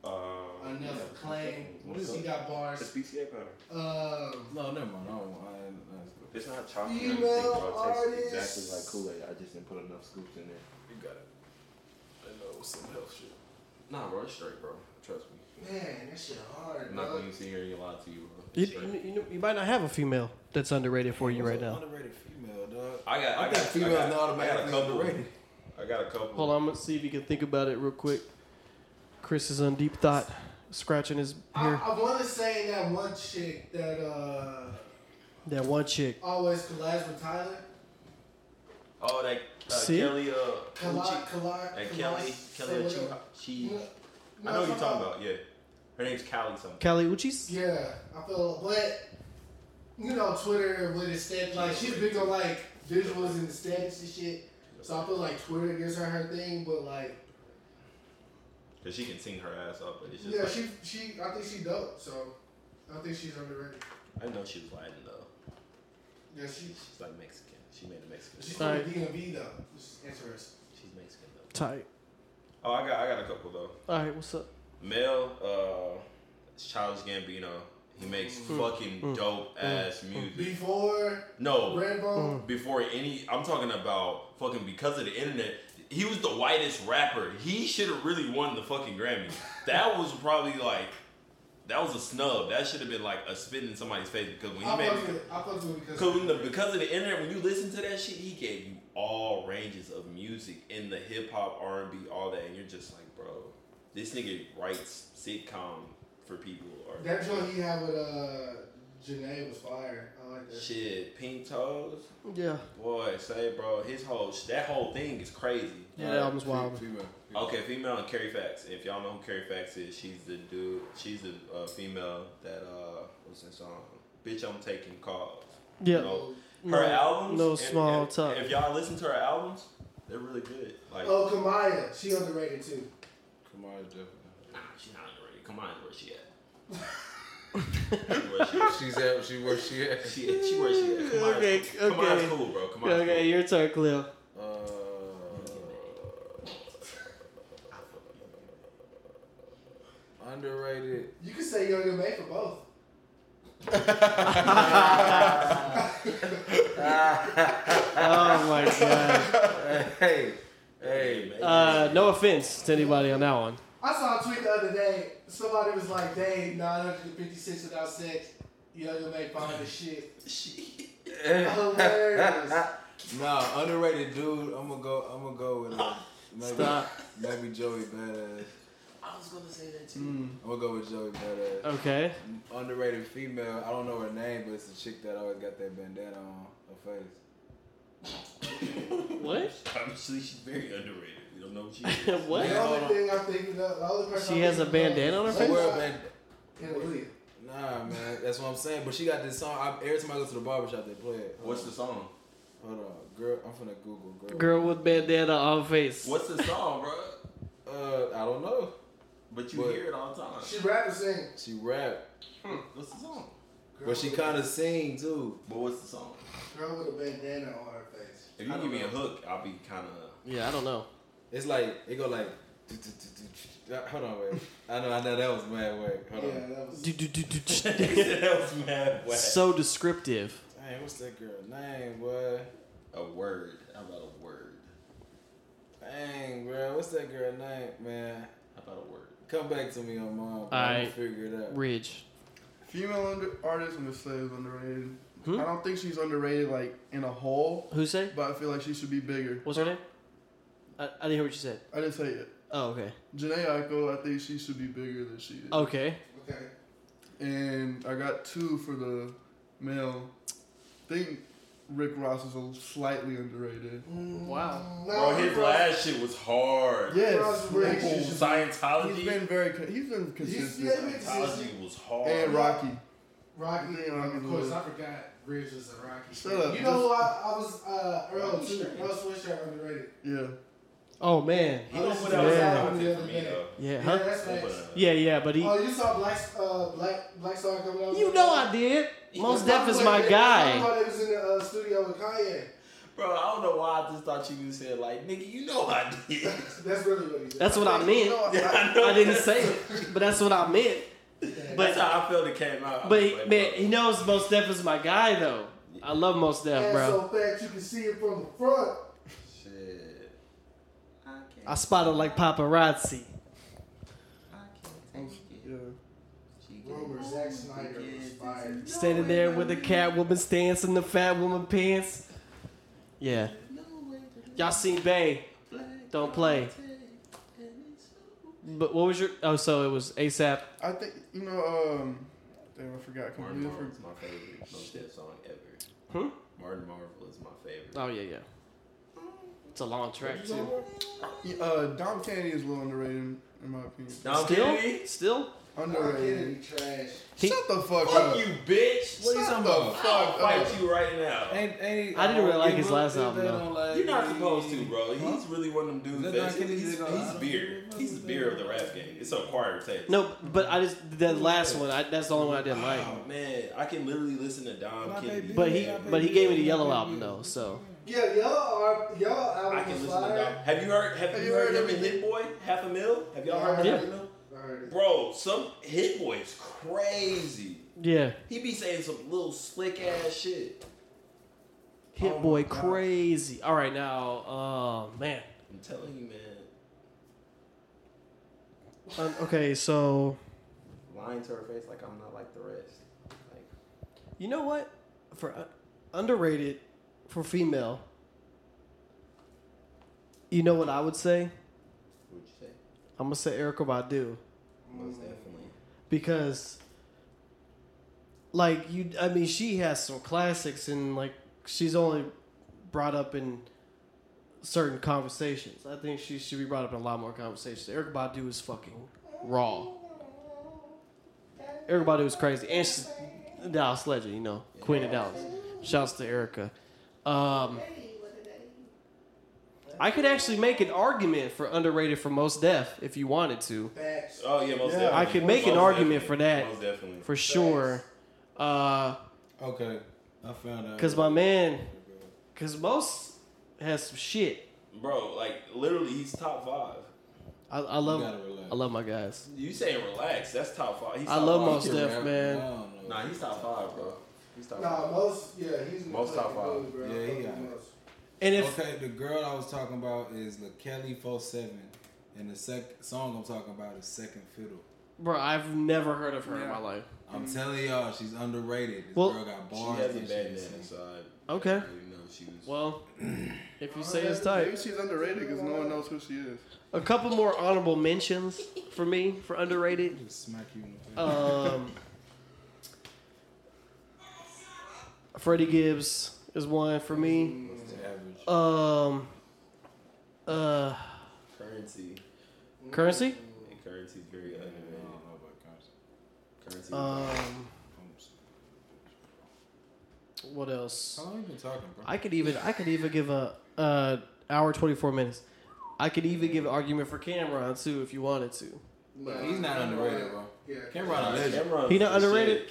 D: Um,
E: Uh,
B: enough
E: yeah.
B: claim.
E: What's
B: He
E: up?
B: got
E: It's
B: bars.
E: PCA powder.
B: Um,
D: No, never mind. I don't want. I ain't,
H: Uh,
D: I ain't good.
E: It's not chocolate.
B: Female
E: Female artist.
B: artists.
E: Exactly like Kool Aid. I just didn't put enough scoops in there.
D: You got it. I know some health shit.
E: Nah, bro, it's straight, bro. Trust me.
B: man, that shit hard.
E: I'm not
B: dog.
E: gonna sit here and lie to you, bro.
C: You,
E: It's straight.
C: you, you, know- you might not have a female that's underrated for you
D: What's
C: right
D: an
C: now.
D: Underrated female, dog.
E: I got.
D: I
E: I,
D: think
E: got
D: females
E: I
D: not
E: got, I got a
D: automatically
E: couple.
D: underrated.
E: I got a couple.
C: Hold on, let's see if you can think about it real quick. Chris is on deep thought, scratching his
B: I,
C: hair.
B: I want to say that one chick that uh,
C: That one chick.
B: always collides with Tyler.
E: Oh, that uh,
C: See?
E: Kelly. Uh,
B: Collide,
E: Uchi-
B: collide,
E: that
B: collide-
E: Kelly. Kelly.
B: say
E: Uchi-
B: whatever.
E: She.
B: No, no,
E: I know
B: it's
E: what you're
B: not-
E: talking about. Yeah. Her name's Callie something.
C: Cali Uchis?
B: Yeah, I feel, but you know, Twitter with its stat, like she's big on like visuals and aesthetics and shit. So I feel like Twitter gives her her thing, but like,
E: Cause she can sing her ass off, but it's just.
B: yeah,
E: like,
B: she she I think she dope. So I think she's underrated.
E: I didn't know she was Latin though.
B: Yeah, she
E: She's like Mexican. She made a Mexican.
B: she's
E: song.
B: from the
C: Alright.
B: DMV though. Which is interesting.
E: She's Mexican though.
C: Tight.
E: Oh, I got. I got a couple though.
C: All right, what's up?
E: Mel, uh, Childish Gambino. He makes fucking dope ass music.
B: Before
E: No,
B: Redbone,
E: before any I'm talking about fucking because of the internet, he was the whitest rapper. He should have really won the fucking Grammy. That was probably like that was a snub. That should have been like a spit in somebody's face because when he
B: I
E: made
B: fucked with it. I fucked with it because
E: because, when the, because of the internet, when you listen to that shit, he gave you all ranges of music in the hip hop, R and B, all that, and you're just like, bro, this nigga writes sitcom for people or
B: that joint he had with uh Janae was fire. I like that.
E: shit. Pink toes,
C: Yeah.
E: boy, say bro, his whole that whole thing is crazy.
C: Yeah, that album's wild.
D: Female.
E: Okay, female and Carrie Fax. If y'all know who Carrie Fax is, she's the dude. She's the uh, female that uh, what's that song? Bitch, I'm taking calls.
C: Yeah.
E: You know, her
C: No-
E: albums.
C: no
E: and-
C: small
E: and
C: talk.
E: If y'all listen to her albums, they're really good. Like,
B: Oh, Kamaya, she underrated too.
D: Kamara's definitely.
E: nah, she's not underrated. Come on, where she at? where she at?
D: She's at. She where she at.
E: She, at- she where she at? Come on,
C: Okay,
E: come on,
C: okay.
E: cool, bro. Come on,
C: Okay, your turn, Cleo.
D: Uh, shit.
B: You can say Young and May for both.
C: Oh my god.
D: Hey, hey,
C: Uh, no offense to anybody on that one.
B: I saw a tweet the other day. Somebody was like, "Dang, 956 without sex, Young and May fine as shit." Hilarious.
D: Nah, underrated dude. I'm gonna go. I'm gonna go with uh, maybe
C: Stop.
D: maybe Joey Badass.
E: I was gonna say that too.
D: I'm gonna go with Joey Badass.
C: Okay.
D: Underrated female. I don't know her name, but it's a chick that always got that bandana on her face.
C: What?
E: Obviously, she's very underrated. We don't know what she is.
C: what?
B: The only thing I'm thinking of, the only person
C: She
B: I'm
C: has a
B: thinking of
C: bandana on her
B: is
D: She wear a
B: Lil
D: band-
B: Hallelujah.
D: Nah, man, that's what I'm saying. But she got this song. I, every time I go to the barbershop, they play it. Hold
E: What's
D: on.
E: the song?
D: Hold on, girl. I'm finna Google girl.
C: Girl with bandana on face.
E: What's the song, bro?
D: Uh, I don't know.
E: But you
D: What?
E: hear it all the time.
B: She rap and sing.
D: She rap,
E: What's the song?
D: but she kind of sing too.
E: But what's the song?
B: Girl with a bandana on her face.
E: If you give me a hook, I'll be kind of.
C: Yeah, I don't know.
D: It's like it go like. Hold on, wait. I know, I know that was mad. Wait, hold
B: Yeah,
D: on.
B: that was.
E: that was mad whack.
C: so descriptive.
D: Hey, what's that girl name, boy?
E: A word. How about a word?
D: Dang, bro, what's that girl name, man?
E: How about a word?
D: Come back to me on mom.
C: Uh,
D: I'm gonna
C: Alright.
D: figure it out.
C: Ridge.
H: Female under- artist, I'm gonna say is underrated.
C: Hmm?
H: I don't think she's underrated like in a whole,
C: Who say?
H: but I feel like she should be bigger.
C: What's her name? I, I didn't hear what you said.
H: I didn't say it.
C: Oh, okay.
H: Janae Aiko, I think she should be bigger than she is.
C: Okay.
B: Okay.
H: And I got two for the male. I think Rick Ross is a slightly underrated.
C: Wow.
E: Bro, his last shit was hard.
H: Yes,
E: Ooh,
H: Rick. He's
E: Scientology.
H: been very co- he's been
B: yeah,
H: consistent.
B: he's been-
E: Scientology was hard.
H: And Rocky.
B: Rocky,
H: Yeah, Rocky
B: of course,
H: Lewis.
B: I forgot Bridges was a Rocky.
H: Shut up.
B: You know who I, I was uh, Earl too. Earl Swisher underrated.
H: Yeah.
C: Oh man.
E: He don't
B: Oh,
E: put
B: this
E: out
B: is
E: yeah.
B: bad.
E: content for me though. uh,
C: Yeah.
B: Yeah,
C: Huh?
B: that's
E: Don't
B: nice.
E: put out-
C: Yeah, yeah. But he.
B: Oh, you saw Black uh, Black Black Star coming out.
C: You know I did. Most
B: That's
C: Def is
B: why-
C: my
B: that's
C: guy.
B: why they was in the uh, studio with Kanye.
E: Bro, I don't know why I just thought you was saying like, nigga, you know I did.
B: That's really what he did.
C: That's what I meant.
E: I, know
C: I didn't
E: that's-
C: say it, but that's what I meant.
E: That's how I felt it came out. I
C: But
E: was
C: he,
E: like,
C: man,
E: bro.
C: he knows Most Def is my guy though. I love Most Def,
B: And
C: bro.
B: so fat you can see it from the front.
E: Shit. I can't.
C: I spot him like
E: I
C: paparazzi.
H: Yeah.
E: can't take it. She gave
B: Rumor
E: me
B: Zack
E: the
B: Snyder was
E: kids.
B: fired.
C: Standing there with the cat woman stance and the fat woman pants. Yeah.
E: No way to
C: Y'all seen Bay.
E: black
C: Don't play. But what was your oh so it was ASAP.
H: I think you know, um damn I forgot
E: Martin
H: completely
E: Marvel
H: for
E: is my favorite Most Def song ever.
C: Hmm?
E: Martin Marvel is my favorite.
C: Oh yeah, yeah. It's a long track too.
H: Yeah, uh Dom Kennedy is a little underrated in my opinion.
E: Dom
C: Still?
E: Kennedy?
C: Still?
H: Underrated.
B: Kennedy trash.
C: He-
H: Shut the fuck
E: Fuck
H: up.
E: you, bitch.
D: What are you talking about?
E: I'll fight you right now.
D: Ain't, ain't,
C: I didn't really like
D: you
C: his
D: look
C: last
D: at that
C: album, though.
D: on, like-
E: You're not supposed to, bro. He's really one of them
D: Is
E: dudes.
D: that
E: That
D: Dom Kennedy?
E: he's,
D: They gonna- I
E: he's
D: don't
E: beer.
D: know.
E: He's the beer of the rap game. It's a acquired taste.
C: No, but I just that last one. I, that's the only one I didn't like.
E: Oh man, I can literally listen to Dom
D: My
E: Kennedy.
D: baby.
C: But he but he gave me the yellow album though. So
B: Yeah, y'all are y'all album
E: I can
B: was
E: listen to Dom.
B: fire.
E: Have you heard? Have, you heard, him in Hit Boy? Half a mil? Have y'all heard
B: Yeah.
E: Half a Mil?
B: Alright.
E: Bro, some Hit Boy is crazy.
C: yeah,
E: He be saying some little slick ass shit.
C: Hit Boy crazy. All right now, oh man.
E: I'm telling you, man.
C: Um, okay, so
E: Lying to her face like I'm not like the rest. Like
C: you know what? For uh, underrated, for female. You know what I would say?
E: what'd you say?
C: I'm gonna say Erica Badu.
E: Most definitely.
C: because like you i mean she has some classics and like she's only brought up in certain conversations i think she should be brought up in a lot more conversations eric badu is fucking raw eric badu is crazy and she's a dallas legend you know queen of dallas shouts to erica um I could actually make an argument for underrated for most deaf if you wanted to.
B: Facts.
E: Oh yeah, most definitely.
C: I could make an
E: Most
C: argument
E: definitely.
C: for that.
E: Most definitely.
C: for sure. Uh,
D: Okay, I found out.
C: cause my man, cause most has some shit.
E: Bro, like literally, he's top five.
C: I, I love
D: gotta relax.
C: I love my guys.
E: You saying relax? That's top five. He's
C: I
E: top
C: love
E: five.
C: Mos Def, man.
D: don't know.
E: Nah, he's top five, bro. He's top
B: Nah,
E: five.
B: most yeah, he's in the
E: Most top
B: fucking
E: five.
B: Bro.
D: Yeah, he
B: Fucking
D: got it.
B: most.
C: And if
D: Okay, the girl I was talking about is LaKelly 47, and the sec- song I'm talking about is Second Fiddle.
C: bro, I've never heard of her in my life.
D: I'm
B: Mm.
D: telling y'all, she's underrated. This
C: Well,
D: girl got bars.
E: She has a
D: and
E: bad
D: she
E: man
D: can sing.
E: inside.
C: Okay.
E: You know she was.
C: Well, if you say
H: Maybe-
C: it's tight.
H: Maybe she's underrated because no one knows who she is.
C: A couple more honorable mentions for me for underrated.
D: Just smack you in the
B: Oh.
D: face.
C: Um, Freddie Gibbs is one for me.
D: It's average.
C: Um, uh,
E: currency.
C: currency.
E: And currency's very
D: I don't know
E: underrated.
D: about Conscious.
E: Currency.
D: Uh,
C: Um,
D: Oops.
C: what else?
D: How long you been talking, bro?
C: I could even I could even give a uh hour twenty four minutes. I could even give an argument for Cameron too if you wanted to.
D: Look, he's not underrated, bro.
B: Yeah,
D: Cameron a legend.
E: Cameron's
C: He not
E: the
C: underrated?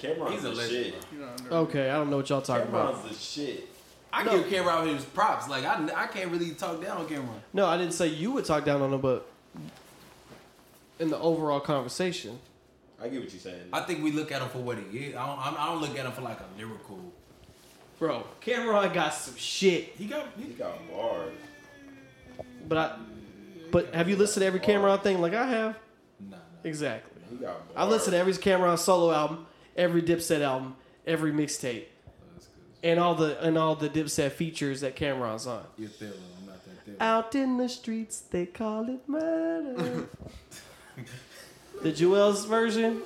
E: Shit. Cameron's
D: He's a
E: the
D: legend,
E: shit.
D: bro.
H: You know, underrated.
C: Okay, I don't know what y'all talking about.
E: Cameron's the shit.
D: I give Cameron his props. Like I, I can't really talk down on Cameron.
C: No, I didn't say you would talk down on him, but in the overall conversation,
E: I get what you're saying.
D: I think we look at him for what he is. I don't, I'm- I don't look at him for like a lyrical.
C: bro, Cameron got some shit.
D: He got. He,
E: He got bars.
C: But I, but have you listened to every Cameron thing like I have?
D: nah, nah.
C: Exactly.
E: He got bars.
C: I've listened to every Cameron solo album, every Dipset album, every mixtape,
D: That's good.
C: and all the and all the Dipset features that Cameron's on.
D: You're Thilla. I'm not that Thilla.
C: Out in the streets, they call it murder. the Jewel's version,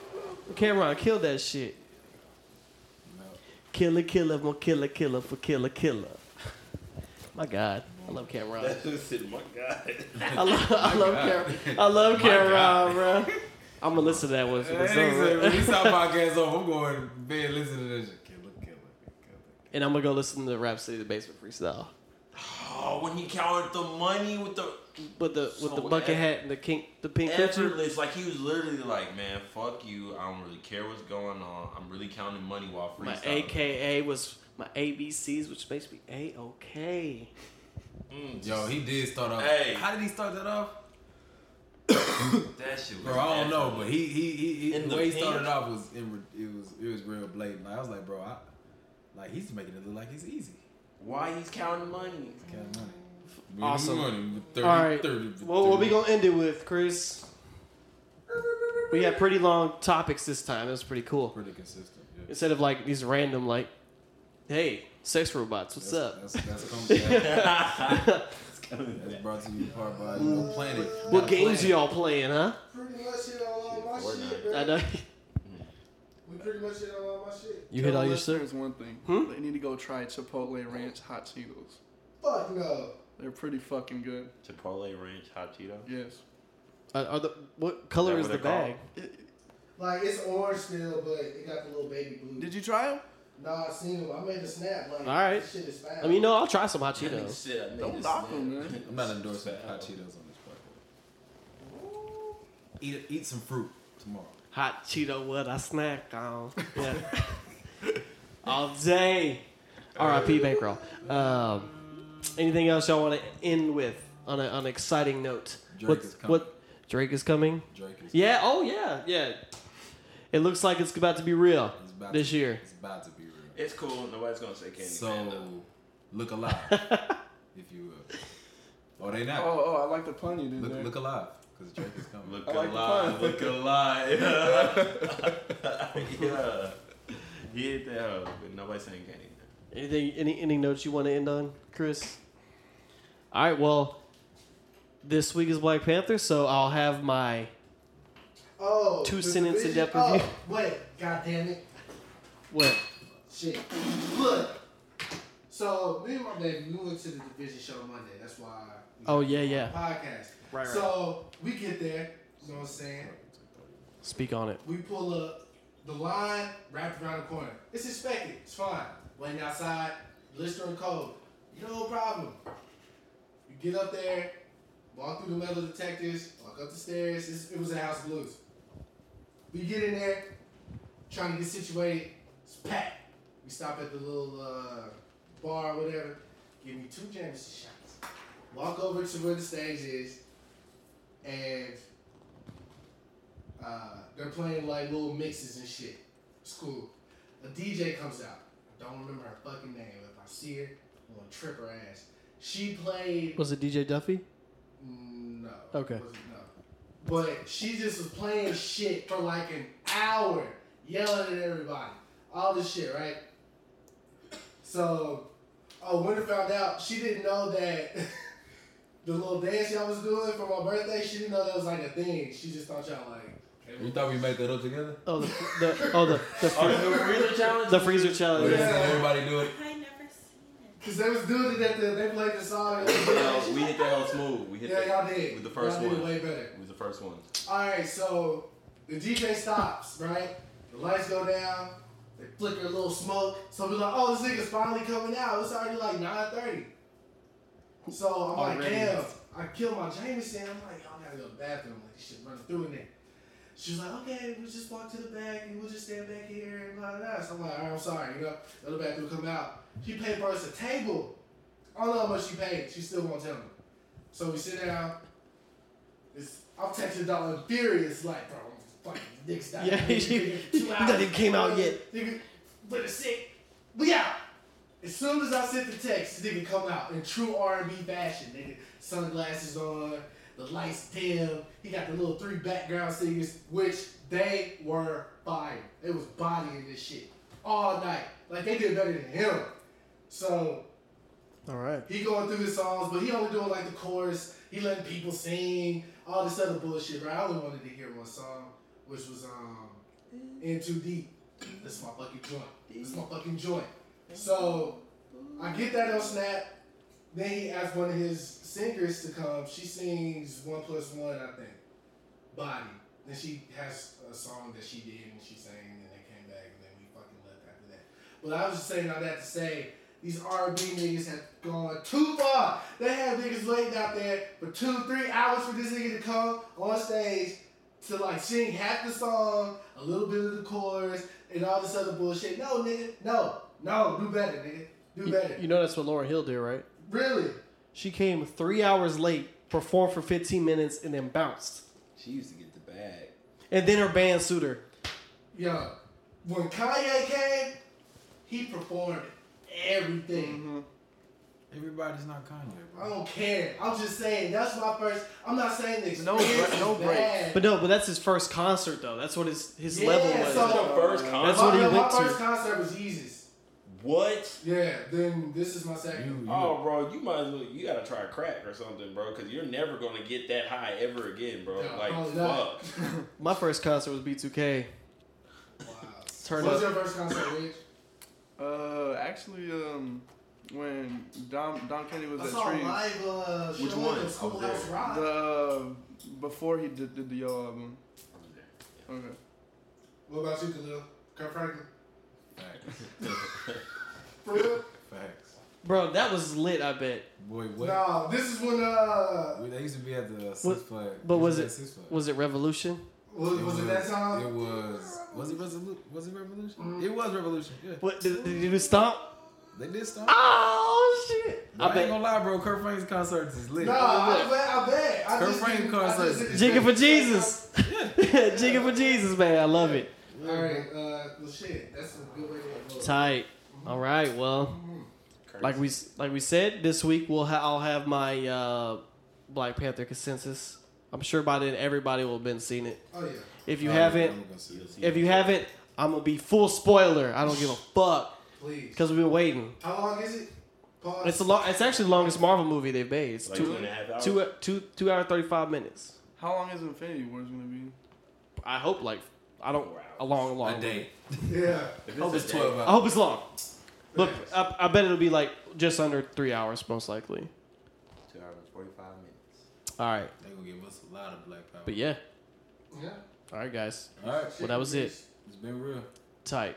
C: Cameron killed that shit. Killer, killer, more killer, killer for killer, killer. My God, I love Cameron.
E: Listen, my God.
C: I love, I love Cameron. I love Cameron, bro. I'm gonna listen to that one. For
D: That
C: this
D: nigga said,
C: over.
D: when he saw podcast off, I'm going to bed listen to this shit. Killer, killer, killer.
C: And I'm gonna go listen to Rhapsody of the Basement freestyle.
E: Oh, when he counted the money with the
C: With the with the
E: So
C: bucket
E: eff-
C: hat and the kink, the pink kerchief.
E: effortless, like he was literally like, "Man, fuck you. I don't really care what's going on. I'm really counting money while freestyling."
C: My AKA was my ABCs, which makes me A OK.
E: Mm,
D: Yo, he did start off.
E: Hey.
D: How did he start that off?
E: that shit was.
D: Bro, I don't know, but he he he, he
E: In
D: the,
E: the
D: way he
E: pink?
D: started off was it, re- it was it was real blatant. Like, I was like, bro, I, like he's making it look like he's easy.
E: why he's counting money?
D: Got money.
C: Awesome.
D: Money, 30,
C: All right.
D: 30,
C: Well, what we gonna end it with, Chris? We had pretty long topics this time. That was pretty cool.
D: pretty consistent. Yeah.
C: Instead of like these random like, hey, sex robots, what's up?
D: That's, that's, that's, that's, that's brought to you in part by you know, Planet.
C: What games
D: Planet.
C: y'all playing, huh?
B: pretty much hit all on my
E: Fortnite.
B: shit, bro.
C: I know
B: We pretty much hit all on my shit.
C: you
H: Tell
C: hit all
H: the
C: your stuff.
H: listeners one thing.
D: Hmm?
H: They need to go try Chipotle Ranch Hot Cheetos.
B: Fuck no.
H: They're pretty fucking good.
E: Chipotle Ranch Hot Cheeto.
H: Yes.
C: Uh, are the what color
E: Is
C: is
E: that
C: the
E: what they're
C: bag?
B: Like it's orange still, but it got the little baby blue.
H: Did you try them?
B: Nah, I seen him. I made a snap. Like,
C: Alright.
B: this shit is fast.
C: I mean, no, I'll try some hot
E: That nigga
C: Cheetos.
E: said I made
H: Don't
E: a
H: knock
E: snap.
H: 'em, man.
D: I'm not endorsing hot Cheetos on this podcast. Eat eat some fruit tomorrow.
C: Hot Cheeto, what I snack on. Yeah. all day. R.I.P. Bankroll. Um, anything else y'all want to end with on, a, on an exciting note?
D: Drake
C: What's-
D: is coming.
C: What Drake is coming?
D: Drake is
C: Yeah. Oh yeah. Yeah. It looks like it's about to be real
D: it's about
C: this
D: to,
C: year.
D: It's about to be real.
E: It's cool. Nobody's gonna say candy. man, though.
D: So uh, look alive, if you will. Oh, they not.
H: Oh, oh, I like the pun you did
D: look
H: there.
D: look alive, because Drake is coming.
E: Look
H: I like the
E: alive,
H: pun.
E: look alive. yeah. He hit that hoe, but nobody's saying anything.
C: Anything? Any any notes you want to end on, Chris? All right. Well, this week is Black Panther, so I'll have my
B: oh,
C: two
B: the
C: sentence
B: division-
C: in-depth review.
B: Oh, wait, god damn it,
C: what?
B: shit. Look, so me and my baby, we went to the division show Monday. That's why. we
C: Oh yeah, yeah.
B: Podcast.
C: Right, right.
B: So we get there. You know what I'm saying?
C: Speak on it.
B: We pull up the line wrapped around the corner. It's expected. It's fine. Waiting outside, blistering cold. No problem. You get up there, walk through the metal detectors, walk up the stairs. It's, it was a house of blues. We get in there, trying to get situated. It's packed. We stop at the little uh, bar or whatever. Give me two Jameson shots. Walk over to where the stage is. and uh, they're playing like little mixes and shit. It's cool. A DJ comes out. I don't remember her fucking name. If I see her, I'm gonna trip her ass. She played.
C: Was it DJ Duffy?
B: No.
C: Okay.
B: Was it- No. But she just was playing shit for like an hour, yelling at everybody. All this shit, right? So, oh, when I found out, she didn't know that the little dance y'all was doing for my birthday, she didn't know that was like a thing. She just thought y'all like.
D: You thought we made that up together?
C: Oh, the, the oh the the,
E: Oh, the freezer challenge.
C: the freezer
D: We
C: challenge.
D: just seen everybody do it.
I: I never seen it.
B: Cause they was doing it at the, they played the song. and-
E: No, we hit that whole smooth. We hit
B: yeah,
E: that.
B: y'all did.
E: With the first
B: y'all
E: one.
B: did way better.
E: It was the first one.
B: All right, so the DJ stops, right? The lights go down. They flicker a little smoke. So we're like, oh, this nigga's finally coming out. It's already like 9.30. So I'm like,
C: Already.
B: damn. I killed my Jameson. I'm like, oh, I gotta go to the bathroom. Like, shit running through in there. She's like, okay, we'll just walk to the back and we'll just stand back here and blah, blah, blah. So I'm like, all right, I'm sorry, you know. Go to the bathroom, come out. She paid for us a table. I don't know how much she paid. She still won't tell me. So we sit down. It's, I'm texting Dollar furious, like, bro, I'm fucking Nick's not
C: Yeah,
B: here.
C: she-
B: Two hours.
C: nothing came out yet.
B: Nigga, but it's sick. We out. As soon as I sent the text, this nigga come out in true R&B fashion, nigga. Sunglasses on, the lights dim. He got the little three background singers, which they were fire. They was bodying this shit all night. Like they did better than him. So
C: All right.
B: he going through his songs, but he only doing like the chorus. He letting people sing, all this other bullshit. Right? I only wanted to hear one song, which was um, "In Too Deep." This is my fucking joint. This is my fucking joint. So I get that on Snap. Then he asked one of his singers to come. She sings One Plus One, I think. Body. Then she has a song that she did and she sang and then they came back and then we fucking left after that. But I was just saying all that to say these R&B niggas have gone too far. They have niggas waiting out there for two, three hours for this nigga to come on stage to like sing half the song, a little bit of the chorus, and all this other bullshit. No, nigga, no, no, do better, nigga, do
C: You,
B: better.
C: you know that's what Lauren Hill did, right?
B: Really?
C: She came three hours late, performed for 15 minutes, and then bounced.
E: She used to get the bag.
C: And then her band sued her.
B: Yo, when Kanye came, he performed everything.
D: Everybody's not Kanye,
B: I
D: bro.
B: don't care. I'm just saying that's my first. I'm not saying this.
H: No bre- no breaks.
C: But no, but that's his first concert though. That's what his his
B: Yeah,
C: level was.
B: so-
E: The first concert.
C: That's what he
B: my,
C: went
B: my
C: to.
B: first concert was Yeezus.
E: What?
B: Yeah. Then this is my second.
D: You, you,
E: Oh, bro, you might as well. You gotta try crack or something, bro, because you're never gonna get that high ever again, bro.
B: Yeah,
E: like,
B: probably not.
E: fuck.
C: My first concert was B2K.
B: Wow.
C: Turn
B: What's
C: up.
B: your first concert, Rich?
H: Uh, actually, um, when Don Don Kennedy was
B: I
H: at
B: saw a
H: Tree,
B: live uh,
E: Which
B: show
E: one?
B: at
E: Oh,
B: Schoolhouse
E: there.
B: Rock.
H: the uh, before he did, did the Yo album. Okay.
B: What about you, Khalil? Kurt Franklin?
D: Facts.
B: For real?
D: Facts.
C: Bro, that was lit, I bet.
D: Boy, what?
B: no, this is when uh,
D: We- They used to be at the Six
C: What-
D: Flags.
C: but
D: They
C: was
D: used
C: it-
D: to be at Six Flags.
C: Was it Revolution?
B: was, was it that song?
D: It was. Was it resolution? Was it revolution? It was revolution. Yeah,
C: What did, did you do stomp?
D: they did stuff.
C: Oh shit.
D: I,
C: I
D: ain't
C: bet
D: gonna lie, bro. Kurt Franklin's concerts is lit.
B: No, I bet. I bet. I
D: Kurt
B: just
D: Franklin
B: didn't-
D: concert.
B: I just didn't
C: Jigging for
B: expect-
C: Jesus. Jigging for Jesus, man. I love it.
B: All right. Uh, well, shit. That's a good way to go.
C: Tight. All right. Well, like we s- like we said, this week we'll ha- I'll have my uh, Black Panther consensus. I'm sure by then everybody will have been seen it.
B: Oh yeah.
C: If you
D: Oh, yeah,
C: haven't,
D: I'm gonna see it.
C: if you haven't, I'm gonna be full spoiler. I don't give a fuck
B: Please.
C: because we've been waiting.
B: How long is it? Pause.
C: It's the long, It's actually the longest Marvel movie they've made. It's
E: Like
C: two,
E: two and a half hours?
C: two, two, two hour thirty five minutes.
H: How long is Infinity Wars gonna be?
C: I hope like I don't a long, long
D: a day.
B: yeah.
E: If
D: I hope it's
E: a day-
D: twelve
C: I
D: hours.
C: hope it's long. But I, I bet it'll be like just under three hours, most likely.
E: Two hours and forty-five minutes.
C: All right.
D: They gonna give us a lot of black power.
C: But yeah.
B: Yeah.
C: All right, guys.
D: All right,
C: Well, that was it.
D: it's been real.
C: Tight.